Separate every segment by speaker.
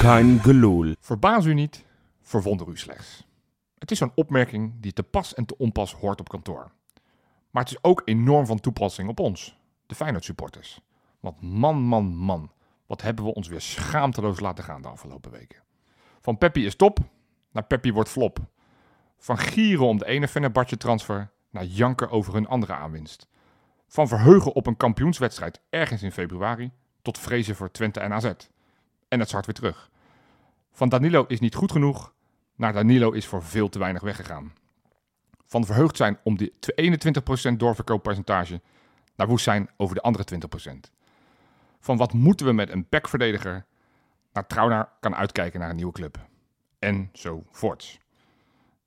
Speaker 1: kein gelul.
Speaker 2: Verbaas u niet, verwonder u slechts. Het is zo'n opmerking die te pas en te onpas hoort op kantoor. Maar het is ook enorm van toepassing op ons, de Feyenoord supporters. Want man, man, man, wat hebben we ons weer schaamteloos laten gaan de afgelopen weken. Van Peppi is top, naar Peppi wordt flop. Van gieren om de ene Fenerbahce transfer, naar janken over hun andere aanwinst. Van verheugen op een kampioenswedstrijd ergens in februari, tot vrezen voor Twente en AZ. En het zwart weer terug. Van Danilo is niet goed genoeg, naar Danilo is voor veel te weinig weggegaan. Van verheugd zijn om die 21% doorverkooppercentage naar woest zijn over de andere 20%. Van wat moeten we met een backverdediger naar Trauner kan uitkijken naar een nieuwe club. En zo voorts.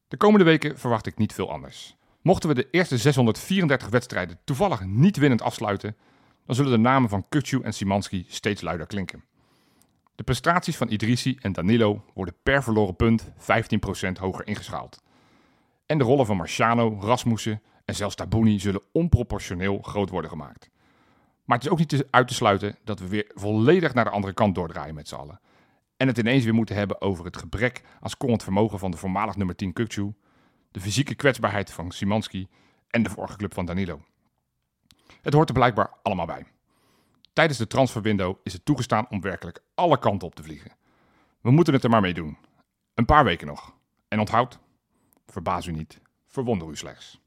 Speaker 2: De komende weken verwacht ik niet veel anders. Mochten we de eerste 634 wedstrijden toevallig niet winnend afsluiten, dan zullen de namen van Kutsu en Simanski steeds luider klinken. De prestaties van Idrissi en Danilo worden per verloren punt 15% hoger ingeschaald. En de rollen van Marciano, Rasmussen en zelfs Tabuni zullen onproportioneel groot worden gemaakt. Maar het is ook niet te- uit te sluiten dat we weer volledig naar de andere kant doordraaien met z'n allen. En het ineens weer moeten hebben over het gebrek aan scorend vermogen van de voormalig nummer 10 Kukçu, de fysieke kwetsbaarheid van Simanski en de vorige club van Danilo. Het hoort er blijkbaar allemaal bij. Tijdens de transferwindow is het toegestaan om werkelijk alle kanten op te vliegen. We moeten het er maar mee doen. Een paar weken nog. En onthoud, verbaas u niet, verwonder u slechts.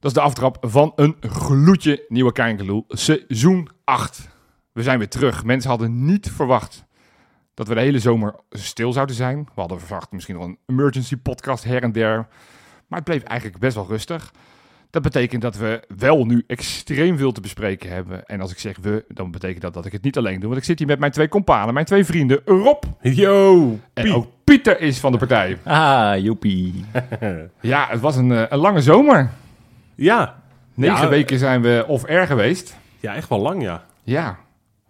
Speaker 2: Dat is de aftrap van een gloedje nieuwe Keinkeloel, seizoen 8. We zijn weer terug. Mensen hadden niet verwacht dat we de hele zomer stil zouden zijn. We hadden verwacht misschien nog een emergency podcast her en der. Maar het bleef eigenlijk best wel rustig. Dat betekent dat we wel nu extreem veel te bespreken hebben. En als ik zeg we, dan betekent dat dat ik het niet alleen doe. Want ik zit hier met mijn twee kompanen, mijn twee vrienden, Rob.
Speaker 1: Yo!
Speaker 2: En ook Pieter is van de partij.
Speaker 3: Ah, joepie.
Speaker 2: Ja, het was een, eh, een lange zomer.
Speaker 1: Ja.
Speaker 2: Negen
Speaker 1: Ja,
Speaker 2: weken zijn we off-air geweest.
Speaker 1: Ja, echt wel lang, ja.
Speaker 2: Ja,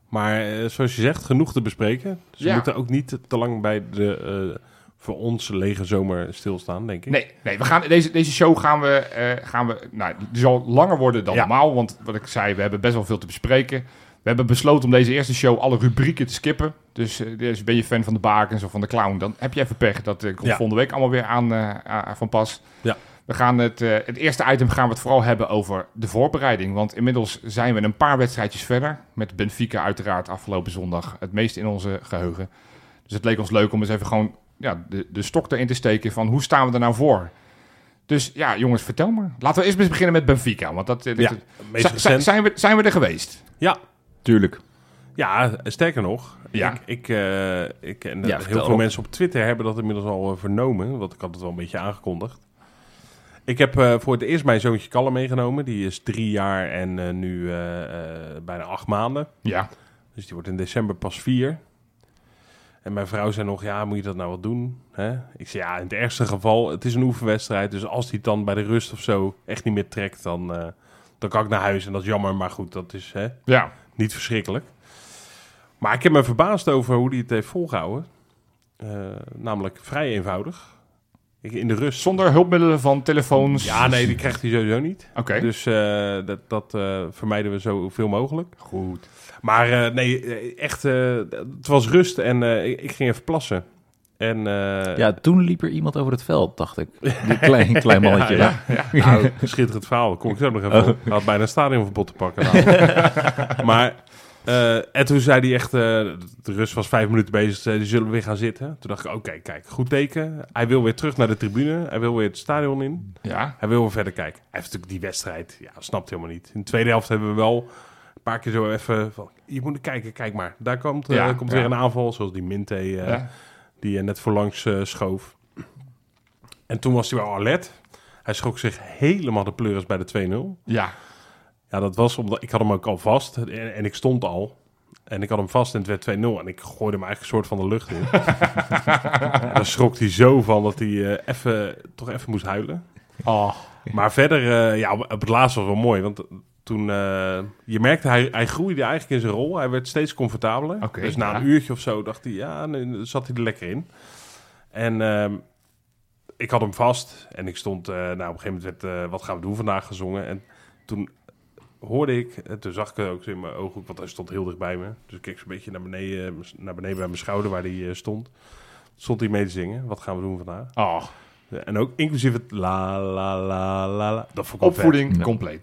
Speaker 1: Maar eh, zoals je zegt, genoeg te bespreken. Dus we
Speaker 2: Ja.
Speaker 1: moeten ook niet te lang bij de eh, voor ons lege zomer stilstaan, denk ik.
Speaker 2: Nee, nee we gaan, deze, deze show gaan we, eh, gaan we nou, die zal langer worden dan
Speaker 1: Ja.
Speaker 2: normaal. Want wat ik zei, we hebben best wel veel te bespreken. We hebben besloten om deze eerste show alle rubrieken te skippen. Dus eh, dus ben je fan van de bakens of van de clown, dan heb je even pech. Dat eh, komt
Speaker 1: Ja.
Speaker 2: volgende week allemaal weer aan eh, aan- van pas.
Speaker 1: Ja.
Speaker 2: We gaan het, eh, het eerste item gaan we het vooral hebben over de voorbereiding. Want inmiddels zijn we een paar wedstrijdjes verder. Met Benfica uiteraard afgelopen zondag het meest in onze geheugen. Dus het leek ons leuk om eens even gewoon ja, de, de stok erin te steken van hoe staan we er nou voor? Dus ja, jongens, vertel maar. Laten we eerst eens beginnen met Benfica. Want dat, eh, dat-
Speaker 1: Ja,
Speaker 2: zi-
Speaker 1: meest
Speaker 2: zi-
Speaker 1: recent.
Speaker 2: zijn, we, zijn we er geweest?
Speaker 1: Ja,
Speaker 3: Tuurlijk.
Speaker 1: ja, sterker nog.
Speaker 2: Ja.
Speaker 1: Ik, ik, eh, ik en
Speaker 3: Ja,
Speaker 1: heel
Speaker 3: vertel
Speaker 1: veel
Speaker 3: op.
Speaker 1: mensen op Twitter hebben dat inmiddels al eh, vernomen. Want ik had het wel een beetje aangekondigd. Ik heb eh, voor het eerst mijn zoontje Kalle meegenomen. Die is drie jaar en eh, nu eh, eh, bijna acht maanden.
Speaker 2: Ja.
Speaker 1: Dus die wordt in december pas vier. En mijn vrouw zei nog, ja, moet je dat nou wat doen? Hè? Ik zei, ja, in het ergste geval, het is een oefenwedstrijd. Dus als die het dan bij de rust of zo echt niet meer trekt, dan, eh, dan kan ik naar huis. En dat is jammer, maar goed, dat is hè,
Speaker 2: Ja.
Speaker 1: niet verschrikkelijk. Maar ik heb me verbaasd over hoe die het heeft volgehouden. Eh, namelijk vrij eenvoudig. Ik, in de rust.
Speaker 2: Zonder hulpmiddelen van telefoons.
Speaker 1: Ja, nee, die krijgt hij sowieso niet.
Speaker 2: Oké.
Speaker 1: Dus eh, dat, dat eh, vermijden we zoveel mogelijk.
Speaker 2: Goed.
Speaker 1: Maar eh, nee, eh, echt, eh, het was rust en eh, ik, ik ging even plassen. En, eh,
Speaker 3: Ja, toen liep er iemand over het veld, dacht ik. Een klein, klein mannetje.
Speaker 1: Ja, nou, schitterend verhaal, daar kom ik zo nog even op. Hij had bijna een stadionverbod te pakken. namelijk. maar, eh, en toen zei hij echt, eh, de rust was vijf minuten bezig, zei die zullen we weer gaan zitten. Toen dacht ik, oké, kijk, goed teken. Hij wil weer terug naar de tribune, hij wil weer het stadion in.
Speaker 2: Ja.
Speaker 1: Hij wil weer verder kijken. Hij heeft natuurlijk die wedstrijd, ja, snapt helemaal niet. In de tweede helft hebben we wel een paar keer zo even van, je moet kijken, kijk maar. Daar komt, eh,
Speaker 2: Ja,
Speaker 1: komt
Speaker 2: ja.
Speaker 1: weer een aanval, zoals die Minte eh,
Speaker 2: Ja.
Speaker 1: die eh, net voorlangs eh, schoof. En toen was hij wel alert. Hij schrok zich helemaal de pleuris bij de 2-0.
Speaker 2: Ja.
Speaker 1: Ja, dat was omdat ik had hem ook al vast en, en ik stond al. En ik had hem vast en het werd 2-0. En ik gooide hem eigenlijk een soort van de lucht in. en daar schrok hij zo van dat hij eh, even, toch even moest huilen.
Speaker 2: Oh.
Speaker 1: Maar verder, eh, ja, op op het laatste was wel mooi. Want toen, eh, je merkte, hij, hij groeide eigenlijk in zijn rol. Hij werd steeds comfortabeler.
Speaker 2: Oké,
Speaker 1: dus na
Speaker 2: ja.
Speaker 1: een uurtje of zo dacht hij, ja, nu zat hij er lekker in. En ehm, ik had hem vast. En ik stond, eh, nou, op een gegeven moment werd, eh, wat gaan we doen vandaag gezongen. En toen hoorde ik, en toen zag ik het ook zo in mijn ooghoek, want hij stond heel dicht bij me. Dus ik keek zo'n beetje naar beneden, eh, m'n- naar beneden bij mijn schouder waar hij eh, stond. Stond hij mee te zingen, wat gaan we doen vandaag?
Speaker 2: Oh,
Speaker 1: En ook inclusief het la la la la la. Dat vond ik wel vet.
Speaker 2: opvoeding
Speaker 3: Ja.
Speaker 2: compleet.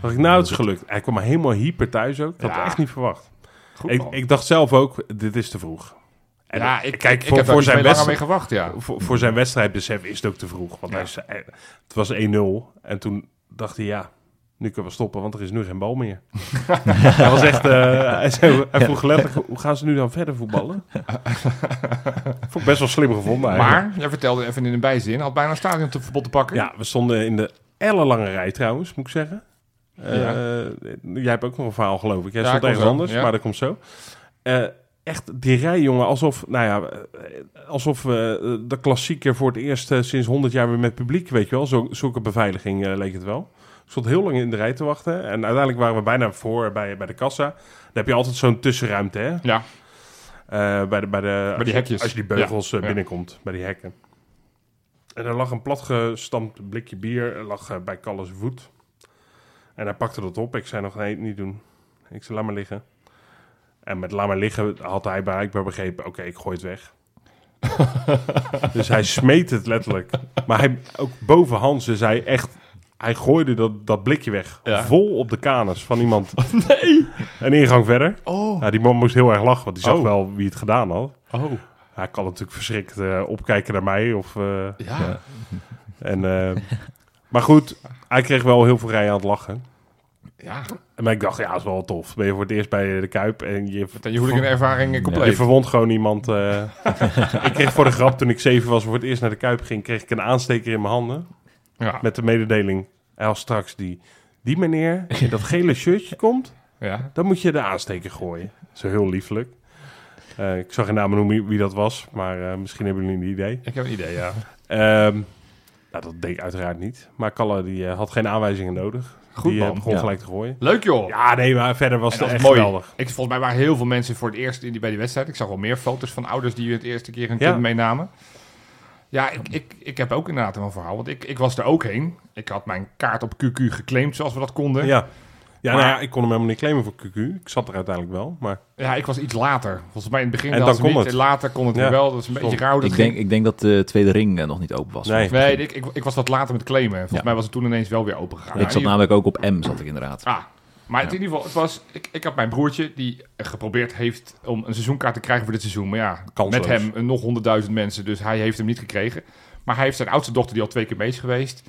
Speaker 1: Dacht ik, nou, het is gelukt. Hij kwam maar helemaal hyper thuis ook. Ik had
Speaker 2: Ja.
Speaker 1: het echt niet verwacht.
Speaker 2: Goed,
Speaker 1: Ik,
Speaker 2: man.
Speaker 1: ik dacht zelf ook, dit is te vroeg. En
Speaker 2: ja, ik,
Speaker 1: kijk,
Speaker 2: ik
Speaker 1: voor,
Speaker 2: heb daar
Speaker 1: voor,
Speaker 2: niet
Speaker 1: zijn
Speaker 2: mee langer mee
Speaker 1: wedstrijd,
Speaker 2: gewacht, ja.
Speaker 1: voor, voor zijn wedstrijdbesef is het ook te vroeg. Want
Speaker 2: Ja.
Speaker 1: hij is, hij- het was 1-0. En toen dacht hij, ja, nu kunnen we stoppen, want er is nu geen bal meer. hij was echt... eh, hij, zei- hij vroeg letterlijk, hoe gaan ze nu dan verder voetballen? Vond ik best wel slim gevonden eigenlijk.
Speaker 2: Maar, jij vertelde even in een bijzin, had bijna een stadion te verbod te pakken.
Speaker 1: Ja, we stonden in de ellenlange rij trouwens, moet ik zeggen. Eh, Jij hebt ook nog een verhaal, geloof ik. Jij
Speaker 2: Ja,
Speaker 1: stond
Speaker 2: komt
Speaker 1: ergens
Speaker 2: zo,
Speaker 1: anders,
Speaker 2: ja.
Speaker 1: maar dat komt zo. Eh, echt die rij, jongen, alsof, nou ja, eh, alsof eh, de klassieker voor het eerst eh, sinds 100 jaar weer met publiek, weet je wel. Zo, zulke beveiliging eh, leek het wel. Ik stond heel lang in de rij te wachten. En uiteindelijk waren we bijna voor bij, bij de kassa. Dan heb je altijd zo'n tussenruimte, hè?
Speaker 2: Ja,
Speaker 1: Eh, bij, de, bij, de,
Speaker 2: Bij die hekjes.
Speaker 1: Als je die beugels eh,
Speaker 2: ja.
Speaker 1: binnenkomt, bij die hekken. En er lag een platgestampt blikje bier er lag eh, bij Calles voet. En hij pakte dat op. Ik zei nog, nee, niet doen. Ik zei, laat maar liggen. En met laat maar liggen had hij bereikbaar begrepen, oké, ik gooi het weg. dus hij smeet het letterlijk. Maar hij, ook boven Hans, dus hij echt... Hij gooide dat, dat blikje weg.
Speaker 2: Ja.
Speaker 1: Vol op de kanus van iemand. nee! Een ingang verder.
Speaker 2: Oh.
Speaker 1: Ja, die man moest heel erg lachen, want die zag
Speaker 2: Oh.
Speaker 1: wel wie het gedaan had.
Speaker 2: Oh.
Speaker 1: Hij kan natuurlijk verschrikt eh, opkijken naar mij. Of, eh,
Speaker 2: Ja.
Speaker 3: Ja.
Speaker 1: en, eh, maar goed, hij kreeg wel heel veel rijen aan het lachen.
Speaker 2: Ja.
Speaker 1: En maar ik dacht, ja, dat is wel tof. Ben je voor het eerst bij de Kuip en je,
Speaker 2: Dan je hooligan-ervaring eh,
Speaker 1: je
Speaker 2: compleet.
Speaker 1: verwondt gewoon iemand. eh. ik kreeg voor de grap, toen ik zeven was en voor het eerst naar de Kuip ging, kreeg ik een aansteker in mijn handen.
Speaker 2: Ja.
Speaker 1: Met de mededeling, als straks die, die meneer in dat gele shirtje komt,
Speaker 2: ja.
Speaker 1: dan moet je de aansteker gooien. Zo heel liefelijk. Eh, ik zag geen namen noemen wie- wie dat was, maar eh, misschien hebben jullie een idee.
Speaker 2: Ik heb een idee, ja.
Speaker 1: Ehm, nou, dat deed ik uiteraard niet. Maar Kalle die, eh, had geen aanwijzingen nodig.
Speaker 2: Goed,
Speaker 1: die eh,
Speaker 2: man.
Speaker 1: begon
Speaker 3: Ja.
Speaker 1: gelijk te gooien.
Speaker 2: Leuk, joh.
Speaker 1: Ja, nee, maar verder was
Speaker 2: En
Speaker 1: het
Speaker 2: dat is
Speaker 1: echt
Speaker 2: mooi.
Speaker 1: geweldig.
Speaker 2: Ik, volgens mij waren heel veel mensen voor het eerst in die, bij die wedstrijd. Ik zag wel meer foto's van ouders die het eerste keer hun
Speaker 1: Ja.
Speaker 2: kind meenamen. Ja, ik, ik, ik heb ook inderdaad wel een verhaal. Want ik, ik was er ook heen. Ik had mijn kaart op QQ geclaimd, zoals we dat konden. Ja,
Speaker 1: Ja. Ja,
Speaker 2: Maar-
Speaker 1: nou ja, ik kon hem helemaal niet claimen voor QQ. Ik zat er uiteindelijk wel, maar...
Speaker 2: ik was iets later. Volgens mij in het begin
Speaker 1: En
Speaker 2: hadden
Speaker 1: dan
Speaker 2: ze
Speaker 1: kon
Speaker 2: niet.
Speaker 1: het.
Speaker 2: En later kon het
Speaker 1: Ja.
Speaker 2: weer wel. Dat is een
Speaker 1: Stond.
Speaker 2: beetje rauw. Dat
Speaker 3: Ik
Speaker 2: ging-
Speaker 3: denk, ik denk dat de tweede ring eh, nog niet open was.
Speaker 1: Nee.
Speaker 2: Nee, ik, ik, ik was wat later met claimen. Volgens
Speaker 3: Ja.
Speaker 2: mij was het toen ineens wel weer open gegaan.
Speaker 3: Ik zat namelijk ook op M, zat ik inderdaad.
Speaker 2: Ah, maar het
Speaker 3: Ja.
Speaker 2: in ieder geval, het was, ik, ik had mijn broertje die geprobeerd heeft om een seizoenkaart te krijgen voor dit seizoen. Maar ja,
Speaker 1: Kansloos.
Speaker 2: met hem eh, nog honderdduizend mensen, dus hij heeft hem niet gekregen. Maar hij heeft zijn oudste dochter die al twee keer mee is geweest.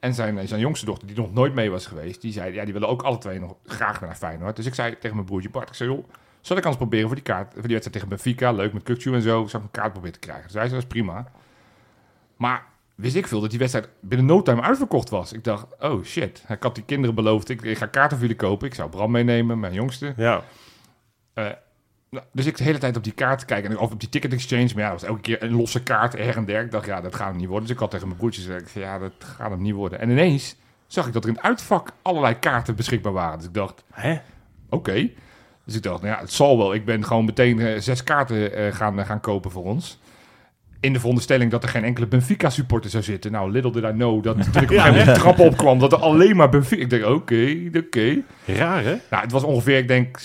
Speaker 2: En zijn, zijn jongste dochter die nog nooit mee was geweest. Die zei, ja, die willen ook alle twee nog graag naar Feyenoord. Dus ik zei tegen mijn broertje Bart, ik zei, joh, zal ik anders proberen voor die, kaart, voor die wedstrijd tegen Benfica? Leuk met Kukcu en zo. Zal ik een kaart proberen te krijgen? Dus hij zei, dat is prima. Maar wist ik veel dat die wedstrijd binnen no time uitverkocht was. Ik dacht, oh shit. Ik had die kinderen beloofd, ik, ik ga kaarten voor jullie kopen. Ik zou Bram meenemen, mijn jongste.
Speaker 1: Ja,
Speaker 2: Eh, nou, dus ik de hele tijd op die kaart kijken. En of op die ticket exchange. Maar ja, dat was elke keer een losse kaart her en der. Ik dacht, ja, dat gaat hem niet worden. Dus ik had tegen mijn broertje gezegd, ik zei, ja, dat gaat hem niet worden. En ineens zag ik dat er in het uitvak allerlei kaarten beschikbaar waren. Dus ik dacht,
Speaker 1: hè?
Speaker 2: oké. Dus ik dacht, nou ja, het zal wel. Ik ben gewoon meteen eh, zes kaarten eh, gaan, eh, gaan kopen voor ons. In de veronderstelling dat er geen enkele Benfica-supporter zou zitten. Nou, little did I know dat toen ik op een gegeven moment de trap opkwam... dat er alleen maar Benfica... Ik denk, oké, oké.
Speaker 1: Raar, hè?
Speaker 2: Nou, het was ongeveer, ik denk,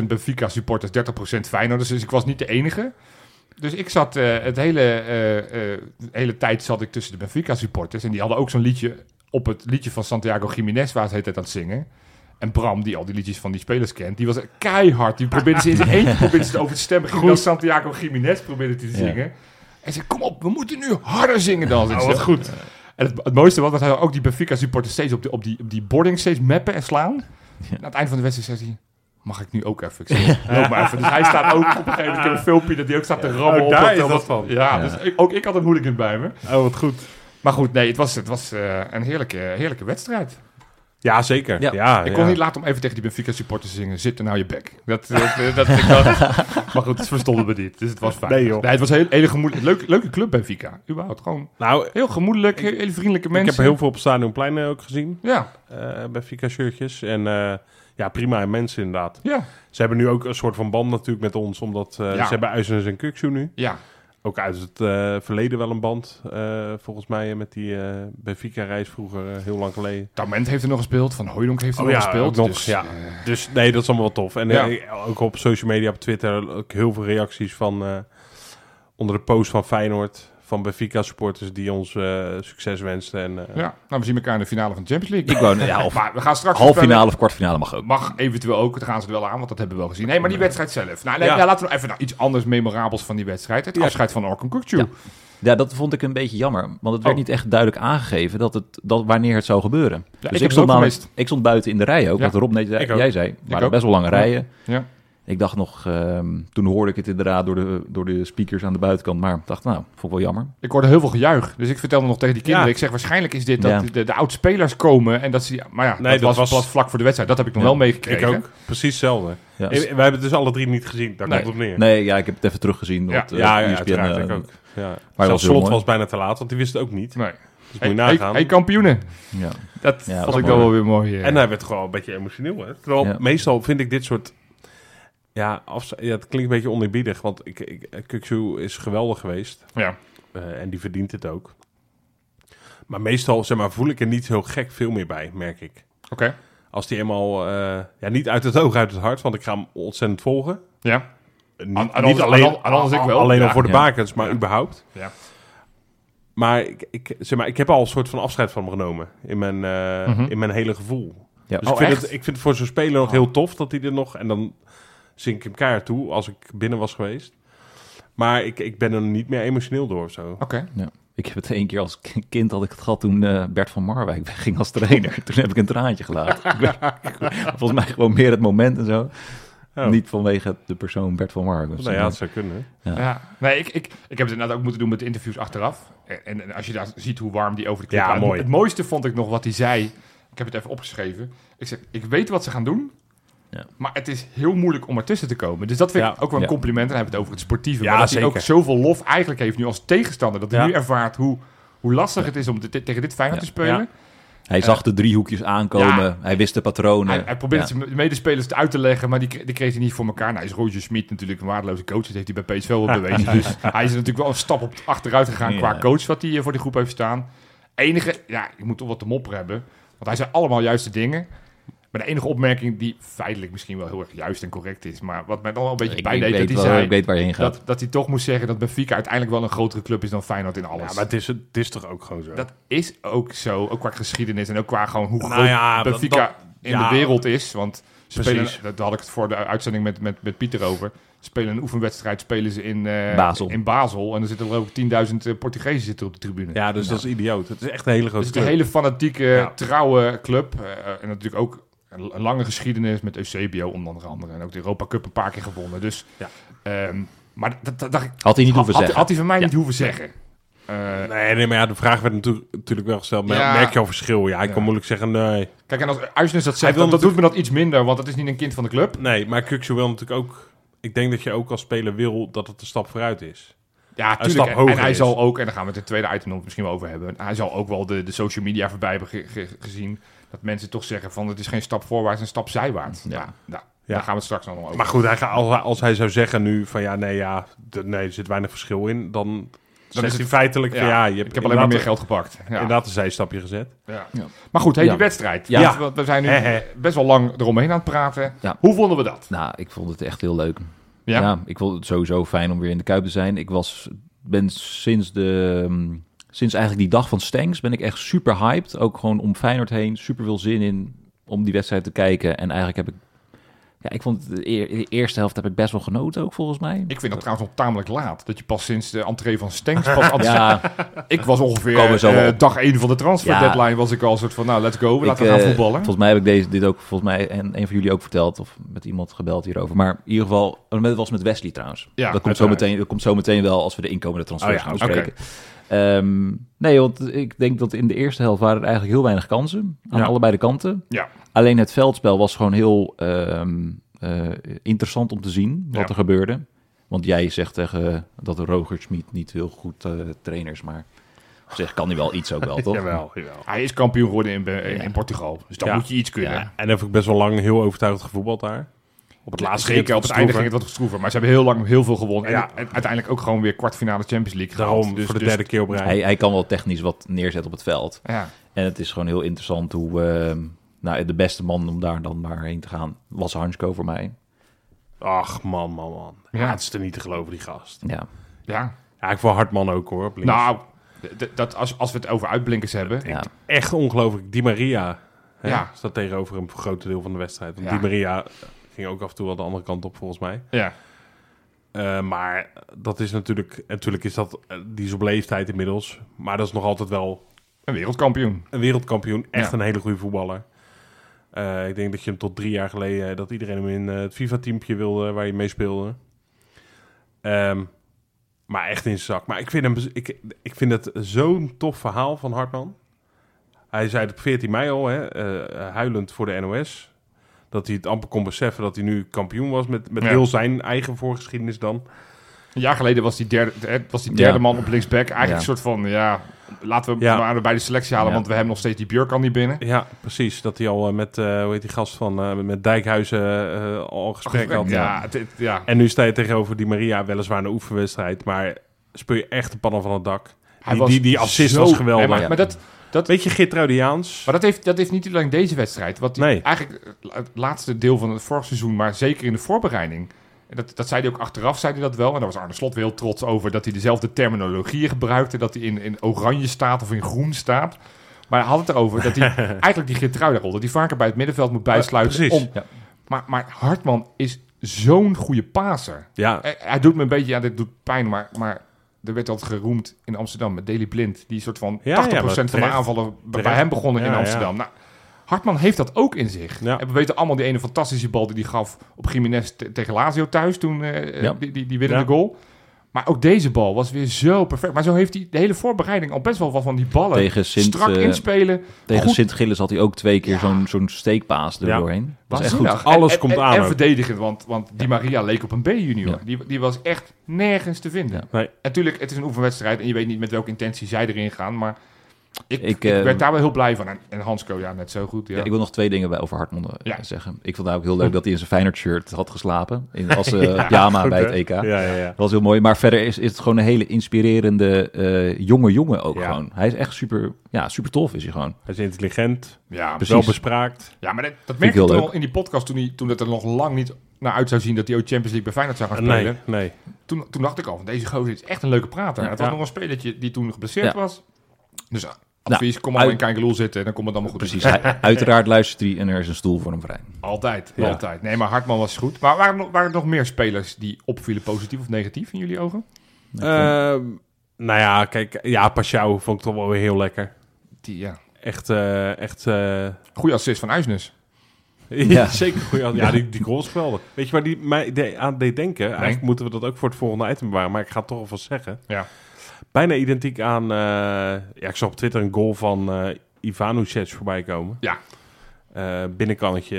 Speaker 2: 70% Benfica-supporters, 30% Feyenoorders. Dus ik was niet de enige. Dus ik zat eh, het hele, eh, eh, de hele tijd zat ik tussen de Benfica-supporters. En die hadden ook zo'n liedje op het liedje van Santiago Jiménez, waar ze de hele tijd aan het zingen. En Bram, die al die liedjes van die spelers kent, die was keihard. Die probeerde ze in zijn eentje probeerde ze het over te stemmen. Ging dan Santiago Jiménez probeerde te
Speaker 3: Ja.
Speaker 2: zingen. En ze kom op, we moeten nu harder zingen dan. Ik
Speaker 1: Oh,
Speaker 2: zei,
Speaker 1: wat goed.
Speaker 2: en het, het mooiste was dat hij ook die Benfica-supporters steeds op, de, op, die, op die boarding steeds mappen en slaan. En aan het eind van de wedstrijd zei hij, mag ik nu ook even? Ik zei, loop maar even. Dus hij staat ook op een gegeven moment, ik heb een filmpje dat hij ook staat te rammen.
Speaker 1: Oh,
Speaker 2: op
Speaker 1: daar is
Speaker 2: eh,
Speaker 1: dat van.
Speaker 2: Ja,
Speaker 3: Ja.
Speaker 2: dus ik- ook ik had een hooligan bij me.
Speaker 1: Oh, wat goed.
Speaker 2: Maar goed, nee, het was, het was eh, een heerlijke, heerlijke wedstrijd.
Speaker 1: Ja, zeker. Ja,
Speaker 3: Ja.
Speaker 2: Ik kon
Speaker 1: ja.
Speaker 2: niet laten om even tegen die Benfica-supporters te zingen, zit er nou je bek. Dat, dat, dat, ik dacht, maar goed, dat verstonden we niet, dus het was fijn.
Speaker 1: Nee, joh.
Speaker 2: het was een hele, hele gemoedelijke, leuke, leuke club Benfica, überhaupt. Gewoon
Speaker 1: Nou,
Speaker 2: heel gemoedelijk, heel- hele vriendelijke
Speaker 1: ik
Speaker 2: mensen.
Speaker 1: heb er heel veel op het Stadionplein eh, ook gezien.
Speaker 2: Ja,
Speaker 1: eh, bij Fika shirtjes. En eh, ja, prima mensen inderdaad.
Speaker 2: ja,
Speaker 1: Ze hebben nu ook een soort van band natuurlijk met ons. Omdat eh,
Speaker 2: Ja.
Speaker 1: ze hebben Uizens en Kuksu nu.
Speaker 2: ja.
Speaker 1: ook uit het eh, verleden wel een band. eh, volgens mij eh, met die eh Benfica-reis vroeger, eh, heel lang geleden.
Speaker 2: Tament heeft er nog gespeeld, Van Hooijdonk heeft er
Speaker 1: Oh
Speaker 2: nog
Speaker 1: ja,
Speaker 2: gespeeld.
Speaker 1: ook nog,
Speaker 2: dus,
Speaker 1: ja.
Speaker 2: eh,
Speaker 1: Dus nee, dat is allemaal wel tof. En
Speaker 2: Ja.
Speaker 1: eh, ook op social media, op Twitter, ook heel veel reacties van eh, onder de post van Feyenoord. Van Benfica-supporters die ons eh, succes wensten. En, eh,
Speaker 2: ja, nou, we zien elkaar in de finale van de Champions League.
Speaker 3: Ik wou, ja, of
Speaker 2: Maar we gaan straks...
Speaker 3: half
Speaker 2: vertellen-
Speaker 3: finale of kwartfinale mag ook.
Speaker 2: Mag eventueel ook, dan gaan ze er wel aan, want dat hebben we wel gezien. Nee, maar die wedstrijd zelf. Nou, nee,
Speaker 1: Ja.
Speaker 2: nou, laten we nog even nou, iets anders memorabels van die wedstrijd. Het
Speaker 1: Ja.
Speaker 2: afscheid van Orkan Kukcu.
Speaker 3: Ja. Ja, dat vond ik een beetje jammer. Want het
Speaker 2: Oh.
Speaker 3: werd niet echt duidelijk aangegeven dat het, dat, wanneer het zou gebeuren.
Speaker 2: heb
Speaker 3: dus
Speaker 2: het
Speaker 3: ik stond,
Speaker 2: ook
Speaker 3: namelijk,
Speaker 2: gemist.
Speaker 3: ik stond buiten in de rij ook.
Speaker 2: Ja.
Speaker 3: Wat Rob net zei-
Speaker 1: Ik ook.
Speaker 3: jij zei.
Speaker 2: ook.
Speaker 3: waren best wel lange rijen.
Speaker 2: Ja.
Speaker 3: Ik dacht nog, ehm, toen hoorde ik het inderdaad door de, door de speakers aan de buitenkant. Maar ik dacht, nou, vond ik wel jammer.
Speaker 2: Ik hoorde heel veel gejuich. Dus ik vertelde nog tegen die kinderen.
Speaker 1: Ja.
Speaker 2: Ik zeg, waarschijnlijk is dit dat
Speaker 3: Ja.
Speaker 2: de, de oud-spelers komen. En dat ze, maar ja,
Speaker 1: Nee,
Speaker 2: dat,
Speaker 1: dat
Speaker 2: was
Speaker 1: was-
Speaker 2: pas vlak voor de wedstrijd. Dat heb ik nog
Speaker 3: Ja.
Speaker 2: wel meegekregen.
Speaker 1: ik ook. Precies hetzelfde.
Speaker 3: Ja.
Speaker 1: Eh, Wij hebben het dus alle drie niet gezien. Daar
Speaker 2: Nee.
Speaker 1: komt het op neer.
Speaker 3: Nee, ja, ik heb het even teruggezien.
Speaker 2: Ja.
Speaker 3: want, eh,
Speaker 1: ja, ja,
Speaker 3: ESPN,
Speaker 1: uiteraard.
Speaker 3: eh,
Speaker 1: ik ook. Ja.
Speaker 3: was heel
Speaker 1: Zelfs Slot
Speaker 3: mooi.
Speaker 1: was bijna te laat, want die wist het ook niet.
Speaker 2: Nee.
Speaker 1: Dus
Speaker 2: Hey,
Speaker 1: moet je nagaan.
Speaker 2: hey, hey, kampioenen.
Speaker 3: Ja.
Speaker 2: Dat
Speaker 3: Ja, dat
Speaker 2: vond
Speaker 3: is
Speaker 2: ik dan
Speaker 3: mooi.
Speaker 2: wel weer mooi. eh.
Speaker 1: En hij werd gewoon een beetje emotioneel. Hè? Terwijl
Speaker 3: Ja.
Speaker 1: meestal vind ik dit soort... Ja, afs- ja, het klinkt een beetje oneerbiedig. Want ik, ik, eh, Kukçu is geweldig geweest.
Speaker 2: ja.
Speaker 1: eh, en die verdient het ook. Maar meestal zeg maar, voel ik er niet heel gek veel meer bij, merk ik.
Speaker 2: Oké.
Speaker 1: Als die eenmaal... eh, ja, niet uit het oog, uit het hart. Want ik ga hem ontzettend volgen. Eh,
Speaker 2: Ja.
Speaker 1: Niet,
Speaker 2: An- an-
Speaker 1: niet
Speaker 2: an-
Speaker 1: alleen,
Speaker 2: an- an- anders ik wel.
Speaker 1: alleen
Speaker 2: Ja.
Speaker 1: al voor de
Speaker 3: Ja.
Speaker 1: bakens, maar überhaupt.
Speaker 2: Ja.
Speaker 1: Maar ik, ik, zeg maar ik heb al een soort van afscheid van hem genomen. In mijn, eh,
Speaker 2: Mhm.
Speaker 1: in mijn hele gevoel.
Speaker 3: Ja.
Speaker 1: Dus
Speaker 2: Oh,
Speaker 1: ik, vind
Speaker 2: echt? Oh.
Speaker 1: het, ik vind het voor zo'n speler nog heel tof dat hij er nog... En dan zink ik hem keihard toe als ik binnen was geweest. Maar ik, ik ben er niet meer emotioneel door of zo.
Speaker 2: Oké.
Speaker 3: Ja. Ik heb het één keer als k- kind had ik het gehad toen eh, Bert van Marwijk wegging als trainer. Toen heb ik een traantje gelaten. Ik weet- Volgens mij gewoon meer het moment en zo.
Speaker 1: Oh.
Speaker 3: Niet vanwege de persoon Bert van Marwijk.
Speaker 1: nou ja, dat zou kunnen.
Speaker 2: Ja. Nee, ik, ik, ik heb het inderdaad ook moeten doen met de interviews achteraf. En, en, en als je daar ziet hoe warm die over de clip
Speaker 1: Ja,
Speaker 2: gaat.
Speaker 1: mooi.
Speaker 2: Het mooiste vond ik nog wat hij zei. Ik heb het even opgeschreven. Ik zeg, ik weet wat ze gaan doen.
Speaker 3: Ja.
Speaker 2: Maar het is heel moeilijk om ertussen te komen. Dus dat vind ik
Speaker 1: Ja.
Speaker 2: ook wel een
Speaker 3: Ja.
Speaker 2: compliment. En dan hebben we het over het sportieve.
Speaker 1: Ja,
Speaker 2: maar dat hij
Speaker 1: zeker.
Speaker 2: ook zoveel lof eigenlijk heeft nu als tegenstander. Dat hij
Speaker 1: Ja.
Speaker 2: nu ervaart hoe, hoe lastig het is om dit- tegen dit Feyenoord
Speaker 3: Ja.
Speaker 2: te spelen.
Speaker 1: Ja.
Speaker 3: Hij zag de driehoekjes aankomen.
Speaker 2: Ja.
Speaker 3: Hij wist de patronen.
Speaker 2: Hij, hij probeert
Speaker 3: Ja.
Speaker 2: zijn medespelers te uit te leggen, maar die, kre- die kreeg hij niet voor elkaar. Nou, is Roger Smit natuurlijk een waardeloze coach. Dat heeft hij bij PSV wel bewezen. Dus hij is er natuurlijk wel een stap op achteruit gegaan
Speaker 3: Ja.
Speaker 2: qua coach wat hij eh, voor die groep heeft staan. Enige, ja, ik moet toch wat te mopperen hebben. Want hij zei allemaal juiste dingen. Maar de enige opmerking die feitelijk misschien wel heel erg juist en correct is, maar wat mij dan wel een beetje
Speaker 3: Ik-
Speaker 2: pijn
Speaker 3: ik,
Speaker 2: deed, dat
Speaker 3: weet
Speaker 2: hij
Speaker 3: wel-
Speaker 2: zei
Speaker 3: ik weet waar je heen gaat.
Speaker 2: dat, dat hij toch moest zeggen dat Benfica uiteindelijk wel een grotere club is dan Feyenoord in alles.
Speaker 1: Ja, maar het is, het is toch ook gewoon zo.
Speaker 2: Dat is ook zo, ook qua geschiedenis en ook qua gewoon hoe
Speaker 1: Nou
Speaker 2: groot
Speaker 1: ja, dat-
Speaker 2: Benfica
Speaker 1: dat-
Speaker 2: in
Speaker 1: ja.
Speaker 2: de wereld is. Want ze
Speaker 1: Precies.
Speaker 2: spelen, dat had ik het voor de uitzending met, met, met Pieter over. Ze Spelen een oefenwedstrijd, spelen ze in, eh,
Speaker 3: Basel.
Speaker 2: in Basel. En er zitten er ook 10.000 eh, Portugezen zitten op de tribune.
Speaker 1: ja, dus dat is idioot. Het is echt een hele
Speaker 2: dus
Speaker 1: grote
Speaker 2: het is
Speaker 1: club.
Speaker 2: een hele fanatieke,
Speaker 1: Ja.
Speaker 2: trouwe club. eh, en natuurlijk ook een, een lange geschiedenis met Eusebio onder andere. En ook de Europa Cup een paar keer gewonnen. Dus,
Speaker 1: Ja.
Speaker 2: ehm, maar dat, dat dacht ik,
Speaker 3: Had hij niet hoeven
Speaker 2: had,
Speaker 3: zeggen.
Speaker 2: had hij van mij niet hoeven zeggen. Eh,
Speaker 1: Nee, nee, maar ja, de vraag werd natuurlijk, natuurlijk wel gesteld. Maar
Speaker 2: Ja.
Speaker 1: merk je al verschil? Ja, ik
Speaker 2: Ja.
Speaker 1: kan moeilijk zeggen nee.
Speaker 2: Kijk, en als Uisnes dat zegt,
Speaker 1: wil
Speaker 2: dan, dan doet me dat iets minder, want dat is niet een kind van de club.
Speaker 1: Nee, maar Kukçu wil natuurlijk ook... Ik denk dat je ook als speler wil dat het een stap vooruit is.
Speaker 2: Ja,
Speaker 1: Een
Speaker 2: tuurlijk.
Speaker 1: stap
Speaker 2: En, en
Speaker 1: hoger
Speaker 2: hij
Speaker 1: is.
Speaker 2: zal ook, en daar gaan we het in het tweede item nog misschien wel over hebben, hij zal ook wel de, de social media voorbij hebben ge- ge- gezien, dat mensen toch zeggen van het is geen stap voorwaarts, een stap zijwaarts. Ja.
Speaker 3: Ja.
Speaker 2: Nou, daar gaan we het straks nog over.
Speaker 1: Maar goed, hij gaat, als, hij, als hij zou zeggen nu van ja, nee, ja, d- nee, er zit weinig verschil in, dan, dan
Speaker 2: is
Speaker 1: is hij
Speaker 2: het-
Speaker 1: feitelijk van ja, je hebt
Speaker 2: ik heb alleen maar meer
Speaker 1: inderdaad-
Speaker 2: geld gepakt. Ja.
Speaker 1: Inderdaad een zijstapje gezet.
Speaker 2: Ja.
Speaker 3: Ja.
Speaker 2: Maar goed, hey, die
Speaker 3: Ja.
Speaker 2: wedstrijd.
Speaker 3: Ja.
Speaker 2: Want We we zijn nu
Speaker 1: Hè, hè.
Speaker 2: best wel lang eromheen aan het praten.
Speaker 3: Ja.
Speaker 2: Hoe vonden we dat?
Speaker 3: Nou, ik vond het echt heel leuk.
Speaker 2: Ja.
Speaker 3: Ja. ik vond het sowieso fijn om weer in de Kuip te zijn. Ik was, ben sinds de... ehm, Sinds eigenlijk die dag van Stengs ben ik echt super hyped. Ook gewoon om Feyenoord heen. Super veel zin in om die wedstrijd te kijken. En eigenlijk heb ik... Ja, ik vond het- de, eer- de eerste helft heb ik best wel genoten ook, volgens mij.
Speaker 2: Ik vind dat trouwens nog tamelijk laat. Dat je pas sinds de entree van Stenks pas aan het
Speaker 3: ja,
Speaker 2: Ik was ongeveer
Speaker 3: Komen we zo
Speaker 2: eh,
Speaker 3: op.
Speaker 2: dag 1 van de transfer
Speaker 3: Ja.
Speaker 2: deadline was ik al een soort van nou let's go, laten
Speaker 3: Ik,
Speaker 2: we gaan
Speaker 3: eh,
Speaker 2: voetballen.
Speaker 3: Volgens mij heb ik deze, dit ook volgens mij en een van jullie ook verteld of met iemand gebeld hierover. Maar in ieder geval, het was met Wesley trouwens.
Speaker 2: Ja,
Speaker 3: dat, komt zo
Speaker 2: uiteraard.
Speaker 3: meteen, dat komt zo meteen wel als we de inkomende transfers
Speaker 1: Oh ja,
Speaker 3: gaan bespreken. Ehm, nee, want ik denk dat in de eerste helft waren er eigenlijk heel weinig kansen aan
Speaker 1: Ja.
Speaker 3: allebei de kanten.
Speaker 2: Ja.
Speaker 3: Alleen het veldspel was gewoon heel ehm, eh, interessant om te zien wat
Speaker 2: Ja.
Speaker 3: er gebeurde. Want jij zegt tegen dat Roger Smit niet heel goed eh trainers, maar op zich kan hij wel iets ook wel, toch?
Speaker 1: Jawel, jawel.
Speaker 2: Hij is kampioen geworden in, Be- in Portugal, dus dan
Speaker 1: Ja.
Speaker 2: moet je iets kunnen.
Speaker 3: Ja.
Speaker 1: En dan heb ik best wel lang heel overtuigd gevoetbald daar. Op het
Speaker 2: Laatst
Speaker 1: laatste
Speaker 2: zeker, op het einde ging
Speaker 1: stroever.
Speaker 2: het wat stroever. Maar ze hebben heel lang heel veel gewonnen.
Speaker 1: Ja.
Speaker 2: En, en uiteindelijk ook gewoon weer kwartfinale Champions League
Speaker 1: Daarom,
Speaker 2: gehaald. Dus-
Speaker 1: voor de
Speaker 2: dus-
Speaker 1: derde keer op rij.
Speaker 3: Hij, hij kan wel technisch wat neerzetten op het veld.
Speaker 2: Ja.
Speaker 3: En het is gewoon heel interessant hoe... ehm, nou, de beste man om daar dan maar heen te gaan was Hansko voor mij.
Speaker 1: Ach, man, man, man.
Speaker 2: Ja.
Speaker 1: Ja. Het is er niet te geloven, die gast.
Speaker 3: Ja.
Speaker 2: ja.
Speaker 1: Ja, ik vond Hartman ook, hoor. op links.
Speaker 2: Nou, d- d- dat, als, als we het over uitblinkers hebben.
Speaker 3: ja.
Speaker 1: echt ongelooflijk. Di Maria hè,
Speaker 2: Ja.
Speaker 1: staat tegenover een groot deel van de wedstrijd. Want
Speaker 2: Ja.
Speaker 1: Di Maria ging ook af en toe wel de andere kant op, volgens mij.
Speaker 2: Ja.
Speaker 1: Eh, maar dat is natuurlijk... en Natuurlijk is dat... eh, Die is op leeftijd inmiddels. Maar dat is nog altijd wel
Speaker 2: Een wereldkampioen.
Speaker 1: een wereldkampioen. Echt
Speaker 2: Ja.
Speaker 1: een hele goede voetballer. Eh, ik denk dat je hem tot drie jaar geleden... eh, dat iedereen hem in eh, het FIFA-teampje wilde... eh, waar je mee speelde. Ehm, maar echt in zijn zak. Maar ik vind, hem, ik, ik vind het zo'n tof verhaal van Hartman. Hij zei het op 14 mei al, hè, eh, huilend voor de NOS... dat hij het amper kon beseffen dat hij nu kampioen was... met, met
Speaker 2: Ja.
Speaker 1: heel zijn eigen voorgeschiedenis dan.
Speaker 2: Een jaar geleden was die derde, eh, was die derde
Speaker 3: Ja.
Speaker 2: man op linksback. Eigenlijk
Speaker 3: Ja.
Speaker 2: een soort van, ja, laten we
Speaker 1: Ja.
Speaker 2: hem maar bij de selectie halen.
Speaker 3: Ja.
Speaker 2: Want we hebben nog steeds die Björk al niet binnen.
Speaker 1: Ja, precies. Dat hij al eh, met, eh, hoe heet die gast van... eh, met Dijkhuizen eh, al gesprek had.
Speaker 2: ja, het, het- ja.
Speaker 1: En nu sta je tegenover die Maria, weliswaar een oefenwedstrijd, maar speel je echt de pannen van het dak. die, die, die assist
Speaker 2: zo-
Speaker 1: was
Speaker 2: Nee,
Speaker 1: geweldig.
Speaker 2: maar,
Speaker 3: Ja.
Speaker 2: maar dat,
Speaker 1: Weet je, Gitruidiaans.
Speaker 2: Maar dat heeft, dat heeft niet alleen deze wedstrijd. Wat die-
Speaker 1: Nee.
Speaker 2: eigenlijk het laatste deel van het vorig seizoen, maar zeker in de voorbereiding. En Dat, dat zei hij ook achteraf, zei hij dat wel. En daar was Arne Slot weer heel trots over dat hij dezelfde terminologie gebruikte. Dat hij in, in oranje staat of in groen staat. Maar hij had het erover dat hij eigenlijk die Gertruidenrol, dat hij vaker bij het middenveld moet bijsluiten.
Speaker 1: precies.
Speaker 2: om,
Speaker 3: Ja.
Speaker 2: maar, maar Hartman is zo'n goede paser.
Speaker 1: Ja,
Speaker 2: Hij, hij doet me een beetje, ja, dit doet pijn, maar, maar er werd altijd geroemd in Amsterdam met Daily Blind. Die soort van 80%
Speaker 1: Ja, ja, maar
Speaker 2: van de
Speaker 1: terecht.
Speaker 2: aanvallen bij
Speaker 1: Terecht.
Speaker 2: hem begonnen in
Speaker 1: Ja,
Speaker 2: Amsterdam. Nou, Hartman heeft dat ook in zich.
Speaker 1: Ja.
Speaker 2: En we weten allemaal die ene fantastische bal die hij gaf op Jiménez te- tegen Lazio thuis toen, eh,
Speaker 3: Ja.
Speaker 2: die, die, die winnende
Speaker 1: Ja.
Speaker 2: goal. Maar ook deze bal was weer zo perfect. Maar zo heeft hij de hele voorbereiding al best wel wat van die ballen.
Speaker 3: Tegen Sint,
Speaker 2: Strak
Speaker 3: eh,
Speaker 2: inspelen.
Speaker 3: Tegen
Speaker 2: Goed.
Speaker 3: Sint-Gilles had hij ook twee keer
Speaker 2: Ja.
Speaker 3: zo'n zo'n steekpaas er
Speaker 1: Ja.
Speaker 3: doorheen. Dat is echt
Speaker 2: Waanzinnig.
Speaker 3: goed.
Speaker 1: goed. Alles
Speaker 2: En- en-
Speaker 1: komt
Speaker 2: en-
Speaker 1: aan
Speaker 2: En
Speaker 1: ook.
Speaker 2: verdedigend, want, want die Maria leek op een B-junior.
Speaker 3: Ja.
Speaker 2: Die, die was echt nergens te vinden.
Speaker 3: Ja.
Speaker 1: Nee.
Speaker 2: En Natuurlijk, het is een oefenwedstrijd en je weet niet met welke intentie zij erin gaan. Maar ik,
Speaker 3: Ik,
Speaker 2: ik,
Speaker 3: eh,
Speaker 2: werd daar wel heel blij van. En, en Hansco, ja, net zo goed. Ja.
Speaker 3: Ja, ik wil nog twee dingen bij over Hartman eh,
Speaker 2: Ja.
Speaker 3: zeggen. Ik vond het ook heel leuk dat hij in zijn Feyenoord shirt had geslapen. In, als eh, pyjama
Speaker 1: Oh. goed,
Speaker 3: bij het
Speaker 1: hè?
Speaker 3: EK.
Speaker 1: Ja, ja, ja.
Speaker 3: Dat was heel mooi. Maar verder is, is het gewoon een hele inspirerende eh, jonge jongen ook
Speaker 1: Ja.
Speaker 3: gewoon. Hij is echt super, ja, super tof is hij gewoon.
Speaker 1: Hij is intelligent,
Speaker 2: ja,
Speaker 3: Precies.
Speaker 1: wel bespraakt.
Speaker 2: ja, maar dat, dat
Speaker 3: ik
Speaker 2: merkte
Speaker 3: heel
Speaker 2: ik toen
Speaker 3: leuk.
Speaker 2: al in die podcast toen, hij, toen het er nog lang niet naar uit zou zien dat hij ook Champions League bij Feyenoord zou gaan spelen.
Speaker 1: Nee, nee.
Speaker 2: Toen, toen dacht ik al van deze gozer is echt een leuke prater.
Speaker 3: Ja.
Speaker 2: het was
Speaker 1: Ja.
Speaker 2: nog een spelertje die toen geblesseerd
Speaker 3: Ja. Nou,
Speaker 2: was. Dus eh, advies, kom maar
Speaker 3: uit-
Speaker 2: in Kijkeloel zitten en dan komt het allemaal goed.
Speaker 3: Precies. Hij- uiteraard luistert hij en er is een stoel voor hem vrij.
Speaker 2: Altijd,
Speaker 1: Ja.
Speaker 2: altijd. Nee, maar Hartman was goed. Maar waren, er nog- waren er nog meer spelers die opvielen, positief of negatief in jullie ogen?
Speaker 1: Ehm, nou ja, kijk, ja, Pashao vond ik toch wel weer heel lekker.
Speaker 2: Die, ja.
Speaker 1: Echt, eh, echt... eh,
Speaker 2: Goeie assist van Uisnes.
Speaker 3: Ja.
Speaker 1: zeker goed. Ja, die, die goal is geweldig. Weet je waar die mij de- aan deed denken? Eigenlijk moeten we dat ook voor het volgende item bewaren, maar ik ga het toch alvast zeggen.
Speaker 2: Ja.
Speaker 1: Bijna identiek aan... eh, ja, ik zag op Twitter een goal van eh Ivanušec voorbij komen.
Speaker 2: Ja.
Speaker 1: Eh, binnenkannetje,